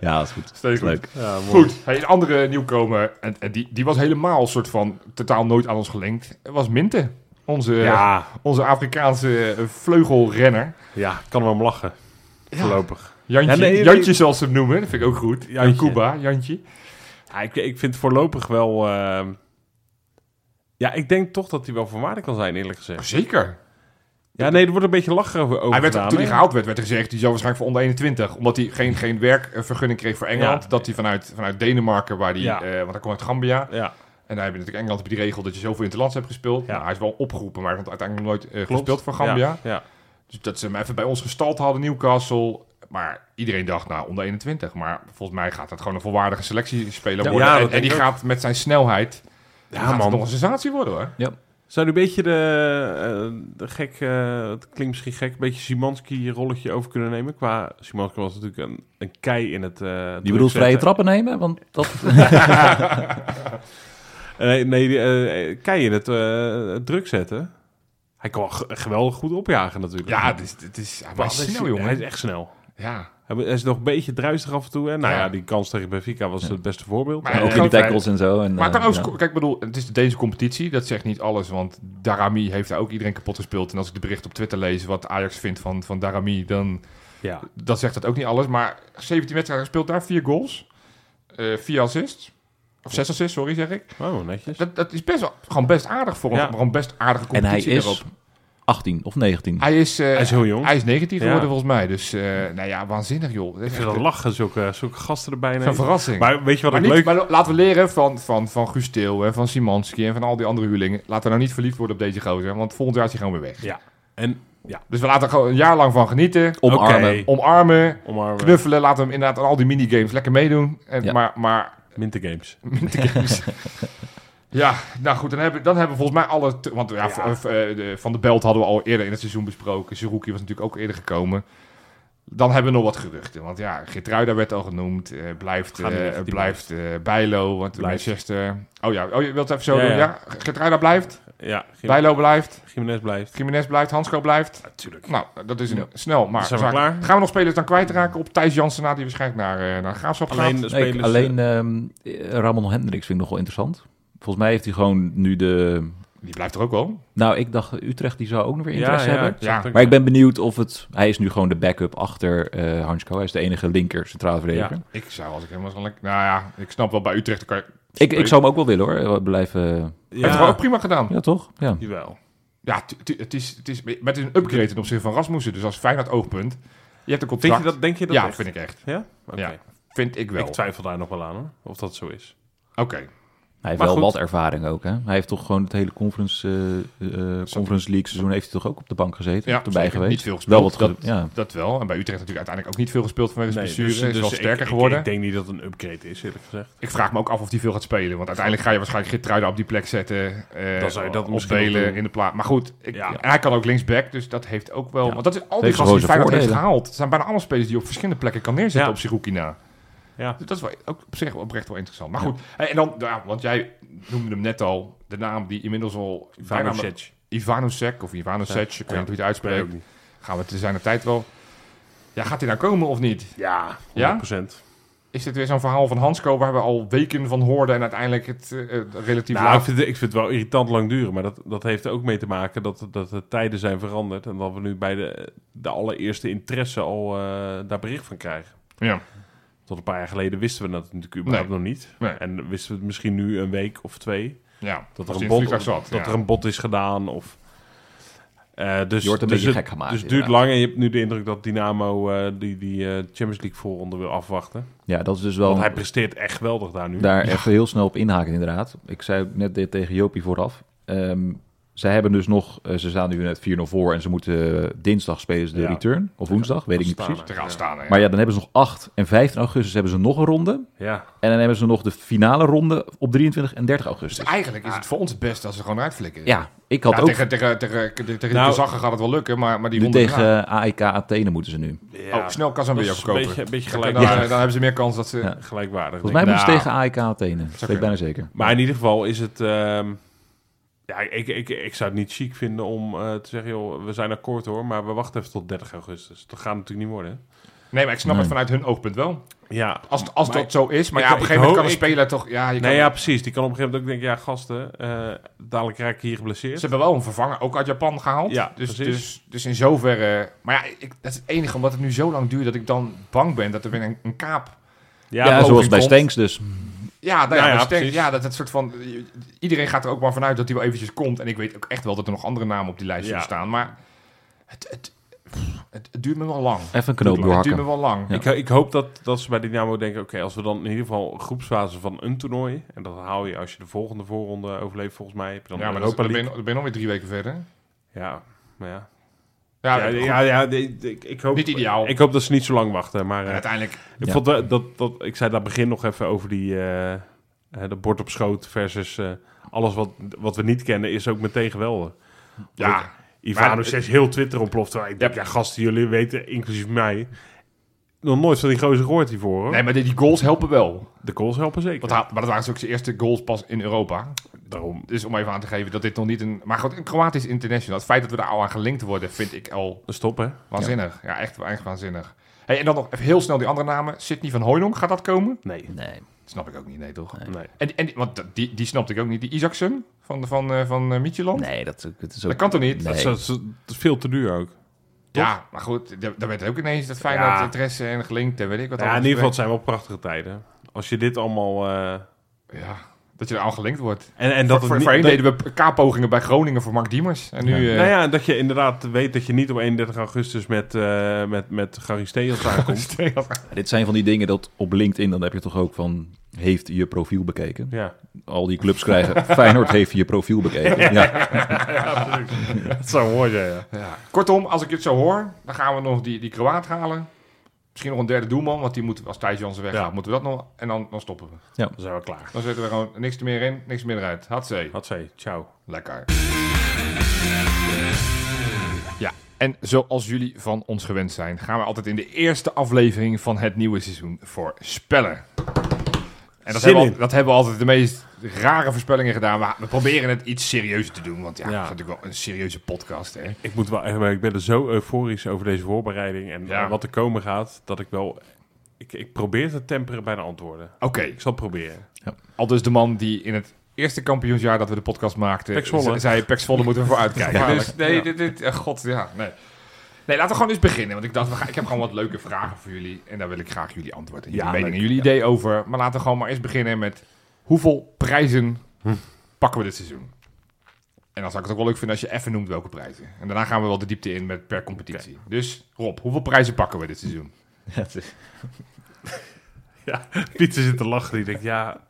Speaker 3: Ja, dat is goed. Dat
Speaker 2: Steeds
Speaker 3: is leuk.
Speaker 1: Ja, mooi.
Speaker 2: Goed, hey, een andere nieuwkomer, en, en die, die was helemaal een soort van totaal nooit aan ons gelinkt, was Minte. Onze,
Speaker 1: Ja,
Speaker 2: onze Afrikaanse eh, vleugelrenner.
Speaker 1: ja, kan wel om lachen. Voorlopig.
Speaker 2: Jantje,
Speaker 1: Ja, nee,
Speaker 2: Jantje
Speaker 1: nee.
Speaker 2: zoals ze hem noemen, dat vind ik ook goed. Ja,
Speaker 1: Jantje.
Speaker 2: Cuba, Jantje.
Speaker 1: Ja, ik, ik vind voorlopig wel... ehm, ja, ik denk toch dat hij wel van waarde kan zijn, eerlijk gezegd.
Speaker 2: Zeker.
Speaker 1: Ja, nee, er wordt een beetje lachen over
Speaker 2: Hij werd,
Speaker 1: gedaan,
Speaker 2: toen hij
Speaker 1: hè?
Speaker 2: gehaald werd, werd er gezegd, die zou waarschijnlijk voor onder 21. Omdat hij geen, geen werkvergunning kreeg voor Engeland.
Speaker 1: Ja.
Speaker 2: Dat hij vanuit, vanuit Denemarken, waar hij,
Speaker 1: Ja.
Speaker 2: eh, want hij kwam uit Gambia.
Speaker 1: Ja,
Speaker 2: En daar hebben natuurlijk Engeland heb je die regel dat je zoveel interlands hebt gespeeld.
Speaker 1: Ja.
Speaker 2: Nou, hij is wel opgeroepen, maar hij heeft uiteindelijk nog nooit eh,
Speaker 1: klopt.
Speaker 2: gespeeld voor Gambia.
Speaker 1: Ja, ja.
Speaker 2: Dus dat ze hem even bij ons gestald hadden, Newcastle. Maar iedereen dacht, nou, onder 21. Maar volgens mij gaat dat gewoon een volwaardige selectiespeler
Speaker 1: Ja,
Speaker 2: worden.
Speaker 1: ja, dat
Speaker 2: en, en
Speaker 1: denk
Speaker 2: die
Speaker 1: ik
Speaker 2: gaat met zijn snelheid
Speaker 1: Ja,
Speaker 2: gaat het
Speaker 1: man.
Speaker 2: nog een sensatie worden, hoor.
Speaker 1: Zou die een beetje de, eh, de gek, eh, het klinkt misschien gek, een beetje Simanski-rolletje over kunnen nemen? Qua Simanski was natuurlijk een, een kei in het... eh,
Speaker 3: Je
Speaker 1: druk
Speaker 3: bedoelt vrije
Speaker 1: zetten.
Speaker 3: trappen nemen? Want dat...
Speaker 1: Eh, Nee, nee die, eh, kei in het eh, het druk zetten. Hij kan wel ge- geweldig goed opjagen natuurlijk.
Speaker 2: Ja, het is, het is, hij
Speaker 1: maar
Speaker 2: was snel, jongen.
Speaker 1: Hij is echt snel.
Speaker 2: ja.
Speaker 1: Hij is nog een beetje druistig af en toe. Hè? Nou ja,
Speaker 2: Ja.
Speaker 1: die kans tegen Benfica was
Speaker 3: Ja.
Speaker 1: het beste voorbeeld.
Speaker 2: Maar
Speaker 1: Ja,
Speaker 3: En ook
Speaker 2: eh,
Speaker 3: in die
Speaker 2: groot-
Speaker 3: tackles en zo. En,
Speaker 2: Maar
Speaker 3: eh,
Speaker 2: trouwens,
Speaker 3: ja.
Speaker 2: ko- kijk, ik bedoel, het is deze competitie. Dat zegt niet alles, want Darami heeft daar ook iedereen kapot gespeeld. En als ik de bericht op Twitter lees wat Ajax vindt van, van Darami, dan
Speaker 1: ja.
Speaker 2: dat zegt dat ook niet alles. Maar 17 wedstrijden gespeeld daar, 4 goals, eh 4 assists. Of 6 assists, sorry zeg ik.
Speaker 1: Oh, netjes.
Speaker 2: Dat, dat is best wel, gewoon best aardig voor een
Speaker 1: Ja.
Speaker 2: gewoon best aardige
Speaker 3: en hij
Speaker 2: competitie
Speaker 3: is
Speaker 2: daarop.
Speaker 3: 18 of 19.
Speaker 2: Hij is, eh,
Speaker 1: Hij is heel jong.
Speaker 2: hij is 19 geworden
Speaker 1: Ja.
Speaker 2: volgens mij. Dus eh, nou ja, waanzinnig joh. Dat
Speaker 1: Ik
Speaker 2: is
Speaker 1: vind
Speaker 2: echt
Speaker 1: dat lachen, zulke, zulke gasten erbij.
Speaker 2: een
Speaker 1: ineens.
Speaker 2: verrassing.
Speaker 1: Maar weet je wat
Speaker 2: Maar,
Speaker 1: ik
Speaker 2: niet,
Speaker 1: leuk
Speaker 2: maar la- laten we leren van, van, van Guus Til en van Simanski en van al die andere huurlingen. Laten we nou niet verliefd worden op deze gozer, want volgend jaar is hij gewoon weer weg.
Speaker 1: Ja. En
Speaker 2: Dus we laten er gewoon een jaar lang van genieten.
Speaker 3: Omarmen.
Speaker 1: Oké.
Speaker 2: Omarmen,
Speaker 1: omarmen.
Speaker 2: knuffelen, laten we hem inderdaad aan al die minigames lekker meedoen. En,
Speaker 3: Ja.
Speaker 2: Maar, maar
Speaker 1: Mintergames.
Speaker 2: minigames. ja, nou goed, dan hebben, dan hebben we volgens mij alle... te- Want ja,
Speaker 1: Ja.
Speaker 2: v- eh, v- eh, de- Van de Belt hadden we al eerder in het seizoen besproken. Zerouki was natuurlijk ook eerder gekomen. Dan hebben we nog wat geruchten. Want ja, Gertruida werd al genoemd. eh, blijft
Speaker 1: Gaat niet
Speaker 2: eh,
Speaker 1: weg, die
Speaker 2: blijft eh, Bijlo, want
Speaker 1: Blijft.
Speaker 2: Manchester... Oh ja, oh, je wilt het even zo
Speaker 1: Ja,
Speaker 2: doen? Ja,
Speaker 1: ja.
Speaker 2: Gertruida blijft,
Speaker 1: Ja, Gim-
Speaker 2: Bijlo blijft,
Speaker 1: Gimenez blijft.
Speaker 2: Jiménez blijft, Hansko blijft.
Speaker 1: Natuurlijk.
Speaker 2: Nou, dat is een,
Speaker 3: Ja.
Speaker 2: snel. Maar
Speaker 1: Dan zijn we
Speaker 2: zaak-
Speaker 1: klaar.
Speaker 2: gaan we nog spelers dan kwijtraken op Thijs Jansen na die waarschijnlijk naar, eh naar de Graafschap gaat?
Speaker 1: Alleen de
Speaker 3: Nee, ik-
Speaker 1: spelers...
Speaker 3: alleen ehm, Ramon Hendricks vind ik nog wel interessant. Volgens mij heeft hij gewoon nu de...
Speaker 2: Die blijft er ook wel.
Speaker 3: Nou, ik dacht Utrecht, die zou ook nog
Speaker 1: eh,
Speaker 3: weer interesse hebben.
Speaker 2: Ja.
Speaker 3: Maar ik ben benieuwd of het... Hij is nu gewoon de backup achter eh Hansko. Hij is de enige linker centrale verdediger.
Speaker 2: Ik zou als ik hem was... wel lekker- Nou ja, ik snap wel bij Utrecht. Kan je,
Speaker 3: Ik, ik zou hem ook wel willen hoor. Eh, Blijven...
Speaker 2: Hij heeft
Speaker 1: Ja,
Speaker 2: het ook prima gedaan.
Speaker 3: Ja, toch? Ja.
Speaker 1: jawel.
Speaker 2: Ja, t- t- het is, het is met een upgrade ten opzichte van Rasmussen. Dus als Feyenoord oogpunt. Je hebt
Speaker 1: Vind
Speaker 2: een contract.
Speaker 1: je dat, denk je dat
Speaker 2: ja,
Speaker 1: echt?
Speaker 2: vind ik echt.
Speaker 1: Ja? Oké.
Speaker 2: Ja, Vind ik wel.
Speaker 1: Ik
Speaker 2: Oké.
Speaker 1: twijfel daar nog wel aan, hoor. Of dat zo is.
Speaker 3: Hij heeft
Speaker 1: Maar
Speaker 3: wel
Speaker 1: goed.
Speaker 3: wat ervaring ook. Hè? Hij heeft toch gewoon het hele Conference, eh, eh, conference League seizoen... heeft hij toch ook op de bank gezeten?
Speaker 2: Ja,
Speaker 3: Ja, erbij
Speaker 2: zeker.
Speaker 3: geweest.
Speaker 2: Niet veel
Speaker 3: Wel
Speaker 2: gespeeld.
Speaker 3: wat
Speaker 2: dat,
Speaker 3: ge- ja.
Speaker 2: dat wel. En bij Utrecht natuurlijk uiteindelijk ook niet veel gespeeld vanwege zijn blessure.
Speaker 1: dus-
Speaker 2: is
Speaker 1: dus
Speaker 2: wel
Speaker 1: ik-
Speaker 2: sterker
Speaker 1: ik-
Speaker 2: geworden.
Speaker 1: Ik denk niet dat het een upgrade is, eerlijk gezegd.
Speaker 2: Ik vraag me ook af of hij veel gaat spelen. Want uiteindelijk ga je waarschijnlijk Gertruiden op die plek zetten. eh
Speaker 1: Dan zou je dat
Speaker 2: of
Speaker 1: misschien
Speaker 2: Belen
Speaker 1: wel doen.
Speaker 2: in de plaats. Maar goed, ik,
Speaker 1: Ja.
Speaker 2: en hij kan ook linksback. Dus dat heeft ook wel...
Speaker 3: Ja.
Speaker 2: Want dat is al
Speaker 3: heeft
Speaker 2: die gasten
Speaker 3: gewoon
Speaker 2: die
Speaker 3: zijn
Speaker 2: Feyenoord heeft
Speaker 3: voordelen.
Speaker 2: gehaald. Het zijn bijna allemaal spelers die je op verschillende plekken kan neerzetten
Speaker 1: Ja.
Speaker 2: op Siruki na.
Speaker 1: Ja.
Speaker 2: Dus dat is wel, ook op zich wel oprecht wel interessant. Maar goed, eh, en dan... ja, want jij noemde hem net al. De naam die inmiddels al...
Speaker 1: Ivanovic.
Speaker 2: Ivanosek of Ivanosec. Ik weet niet hoe je
Speaker 1: Ik
Speaker 2: het
Speaker 1: weet ook
Speaker 2: uitspreekt.
Speaker 1: niet.
Speaker 2: Gaan we te zijn de tijd wel... Ja, gaat hij nou komen of niet?
Speaker 1: Ja, 100%.
Speaker 2: Is dit weer zo'n verhaal van Hansco waar we al weken van hoorden en uiteindelijk het eh, eh, relatief
Speaker 1: Nou, ik,
Speaker 2: laat...
Speaker 1: vind, ik vind het wel irritant lang duren, maar dat, dat heeft er ook mee te maken dat, dat de tijden zijn veranderd en dat we nu bij de, de allereerste interesse al eh, daar bericht van krijgen.
Speaker 2: Ja.
Speaker 1: Tot een paar jaar geleden wisten we dat natuurlijk überhaupt nog niet.
Speaker 2: Nee.
Speaker 1: En wisten we het misschien nu een week of twee.
Speaker 2: Ja,
Speaker 1: Dat,
Speaker 2: als
Speaker 1: er
Speaker 2: die
Speaker 1: een,
Speaker 2: in
Speaker 1: bot,
Speaker 2: het vliegtuig zat.
Speaker 1: dat
Speaker 2: ja.
Speaker 1: er een bot is gedaan. Of, Eh, dus,
Speaker 3: Je wordt een
Speaker 1: dus
Speaker 3: beetje
Speaker 1: het,
Speaker 3: gek gemaakt.
Speaker 1: Dus het duurt
Speaker 3: inderdaad.
Speaker 1: lang en je hebt nu de indruk dat Dynamo eh, die, die eh, Champions League voorronde wil afwachten.
Speaker 3: Ja, dat is dus wel...
Speaker 1: Want hij presteert echt geweldig daar nu.
Speaker 3: daar even heel snel op inhaken, inderdaad. Ik zei ook net dit tegen Jopie vooraf. Ehm, zij hebben dus nog, eh, ze staan nu net 4-0 voor en ze moeten eh, dinsdag spelen ze de
Speaker 1: Ja.
Speaker 3: return. Of woensdag, weet ik niet
Speaker 1: Astana.
Speaker 3: precies.
Speaker 2: Terwijl staan, hè.
Speaker 3: Maar ja, dan hebben ze nog 8 en 15 augustus hebben ze nog een ronde.
Speaker 1: Ja,
Speaker 3: En dan hebben ze nog de finale ronde op 23 en 30 augustus.
Speaker 2: Dus eigenlijk is het voor ons het beste als ze gewoon uitflikken.
Speaker 3: Ja, ik had
Speaker 2: Ja,
Speaker 3: ook
Speaker 2: tegen, tegen, tegen, tegen, tegen
Speaker 1: Nou,
Speaker 2: de Zagger gaat het wel lukken, maar, maar die
Speaker 3: nu
Speaker 2: ronde
Speaker 3: tegen
Speaker 2: daarna-
Speaker 3: eh, AEK Athene moeten ze nu.
Speaker 1: ja.
Speaker 2: Oh, snel kan ze hem
Speaker 1: Dat
Speaker 2: weer
Speaker 1: is een beetje,
Speaker 2: verkopen.
Speaker 1: een beetje
Speaker 2: Dan, eh,
Speaker 1: gelijk,
Speaker 2: dan hebben ze meer kans dat ze...
Speaker 3: Ja.
Speaker 1: gelijkwaardig.
Speaker 3: Volgens mij
Speaker 1: denk ik.
Speaker 3: moeten ze
Speaker 2: Nou.
Speaker 3: tegen AEK Athene. Dat weet ik
Speaker 2: kunnen.
Speaker 3: bijna zeker.
Speaker 1: Maar in ieder geval is het... ehm, ja, ik, ik, ik zou het niet chic vinden om eh, te zeggen... joh, we zijn akkoord hoor, maar we wachten even tot 30 augustus. Dat gaat natuurlijk niet worden. hè?
Speaker 2: Nee, maar ik snap
Speaker 3: Nee.
Speaker 2: het vanuit hun oogpunt wel.
Speaker 1: Ja.
Speaker 2: Als, als
Speaker 1: Maar
Speaker 2: dat zo is. Maar
Speaker 1: ik-
Speaker 2: ja, op een
Speaker 1: ik
Speaker 2: gegeven moment
Speaker 1: hoop-
Speaker 2: kan een
Speaker 1: ik-
Speaker 2: speler toch... Ja, je kan,
Speaker 1: Nee, ja, precies. Die kan op een gegeven moment ook denken, ja, gasten, eh, dadelijk raak ik hier geblesseerd.
Speaker 2: Ze hebben wel een vervanger ook uit Japan gehaald.
Speaker 1: Ja,
Speaker 2: dus,
Speaker 1: precies.
Speaker 2: dus, dus in zoverre... Maar ja, ik, dat is het enige omdat het nu zo lang duurt dat ik dan bang ben dat er weer een, een kaap...
Speaker 1: Ja,
Speaker 3: Ja,
Speaker 1: maar-
Speaker 3: zoals bij
Speaker 2: komt.
Speaker 3: Stanks dus.
Speaker 2: Ja, nou ja,
Speaker 1: Ja, ja,
Speaker 2: maar sterk-
Speaker 1: precies.
Speaker 2: ja, dat het soort van... Iedereen gaat er ook maar vanuit dat hij wel eventjes komt. En ik weet ook echt wel dat er nog andere namen op die lijst zullen
Speaker 1: Ja.
Speaker 2: staan. Maar het, het, het, het duurt me wel lang.
Speaker 3: Even een knoop
Speaker 2: Het duurt me
Speaker 3: doorhakken.
Speaker 2: wel lang.
Speaker 1: Ik, ik hoop dat, dat ze bij Dynamo denken, oké, als we dan in ieder geval groepsfase van een toernooi, en dat haal je als je de volgende voorronde overleeft, volgens mij, heb je dan
Speaker 2: ja, maar dat,
Speaker 1: Europa
Speaker 2: dan, ben je,
Speaker 1: League.
Speaker 2: nog- dan ben je nog weer drie weken verder.
Speaker 1: Ja, maar ja.
Speaker 2: Ja,
Speaker 1: Ja, ja,
Speaker 2: goed.
Speaker 1: ja, ja, ik, ik- ik hoop,
Speaker 2: Niet ideaal.
Speaker 1: Ik hoop dat ze niet zo lang wachten, maar...
Speaker 2: En
Speaker 1: eh,
Speaker 2: uiteindelijk...
Speaker 1: Ik,
Speaker 3: Ja.
Speaker 1: vond wel dat, dat, ik zei daar begin nog even over die, eh, eh, dat bord op schoot versus eh, alles wat, wat we niet kennen is ook meteen geweldig.
Speaker 2: Ja,
Speaker 1: Want Ivano
Speaker 2: maar-
Speaker 1: 6 heel Twitter ontploft. terwijl Ik denk, ja gasten, jullie weten, inclusief mij, nog nooit van die gozer gehoord hiervoor. Hoor.
Speaker 2: nee, maar die- die goals helpen wel.
Speaker 1: De calls helpen zeker.
Speaker 2: Want hij- maar dat waren dus ook zijn eerste goals pas in Europa.
Speaker 1: Daarom.
Speaker 2: Dus om even aan te geven dat dit nog niet een... Maar goed, een Kroatisch international. Het feit dat we daar al aan gelinkt worden, vind ik al
Speaker 1: Stop, hè?
Speaker 2: waanzinnig. Ja, echt, echt waanzinnig. Hey, en dan nog even heel snel die andere namen. Sidney van Hooydonk, gaat dat komen?
Speaker 1: Nee.
Speaker 3: Nee.
Speaker 2: Dat snap ik ook niet, nee toch?
Speaker 3: Nee.
Speaker 1: nee.
Speaker 2: En, en, want dat- die, die snapte ik ook niet. Die Isaacson van, van, eh, van eh, Midtjylland?
Speaker 3: Nee, dat, dat is ook...
Speaker 2: Dat kan toch niet?
Speaker 3: Nee.
Speaker 1: Dat, is, dat is- dat is veel te duur ook.
Speaker 2: Ja, maar goed, daar daar werd ook ineens dat fijn
Speaker 1: Ja.
Speaker 2: interesse en gelinkt en weet ik wat.
Speaker 1: Ja, in
Speaker 2: allemaal
Speaker 1: ieder geval het zijn wel prachtige tijden. Als je dit allemaal... eh,
Speaker 2: Ja, dat je er aan gelinkt wordt.
Speaker 1: en, en
Speaker 2: Dat
Speaker 1: dat het
Speaker 2: voor,
Speaker 1: niet-
Speaker 2: voorheen
Speaker 1: dat-
Speaker 2: deden we K-pogingen bij Groningen voor Mark Diemers. En nu... eh,
Speaker 1: Nou ja, en dat je inderdaad weet dat je niet op 31 augustus met, eh met, met Gary Steels aankomt.
Speaker 3: Dit zijn van die dingen dat op LinkedIn, dan heb je toch ook van... Heeft je profiel bekeken?
Speaker 1: ja.
Speaker 3: Al die clubs krijgen... Feyenoord heeft je profiel bekeken. Ja.
Speaker 1: Dat zou mooi zijn, ja.
Speaker 2: Ja. Kortom, als ik het zo hoor, dan gaan we nog die, die Kroaat halen. Misschien nog een derde doelman, want die moet, als Thijs Jansen weggaat,
Speaker 1: Ja.
Speaker 2: moeten we dat nog. En dan, dan stoppen we.
Speaker 1: Dan zijn we klaar.
Speaker 2: Dan zetten we gewoon niks er meer in, niks meer eruit. Hatzee.
Speaker 1: Had zij. Ciao.
Speaker 2: Lekker. Ja, en zoals jullie van ons gewend zijn, gaan we altijd in de eerste aflevering van het nieuwe seizoen voorspellen. En
Speaker 1: Zin
Speaker 2: dat hebben, we, al-
Speaker 1: in.
Speaker 2: dat hebben we altijd de meest rare voorspellingen gedaan. Maar we proberen het iets serieuzer te doen. Want ja,
Speaker 1: Ja.
Speaker 2: het is natuurlijk wel een serieuze podcast. Hè?
Speaker 1: Ik moet wel echt, maar ik ben er zo euforisch over deze voorbereiding en
Speaker 2: Ja.
Speaker 1: eh, wat er komen gaat, dat ik wel... Ik, ik probeer te temperen bij de antwoorden.
Speaker 2: Oké,
Speaker 1: Ik zal het proberen.
Speaker 2: Al dus de man die in het eerste kampioensjaar dat we de podcast maakten...
Speaker 1: Pek Zwolle.
Speaker 2: ze- zei, Pek Zwolle moeten we voor uitkijken.
Speaker 1: Ja.
Speaker 2: Dus, nee,
Speaker 1: Ja.
Speaker 2: dit, dit, eh, god, ja, nee. Nee, laten we gewoon eens beginnen. Want ik dacht, we gaan, ik heb gewoon wat leuke vragen voor jullie. En daar wil ik graag jullie antwoord en jullie
Speaker 1: Ja,
Speaker 2: mening en
Speaker 1: leuk.
Speaker 2: jullie idee over. Maar laten we gewoon maar eens beginnen met... Hoeveel prijzen
Speaker 1: Hm.
Speaker 2: pakken we dit seizoen? En dan zou ik het ook wel leuk vinden als je even noemt welke prijzen. En daarna gaan we wel de diepte in met per competitie. Dus Rob, hoeveel prijzen pakken we dit seizoen?
Speaker 1: Ja, Pieter zit te lachen. Die denkt, ja...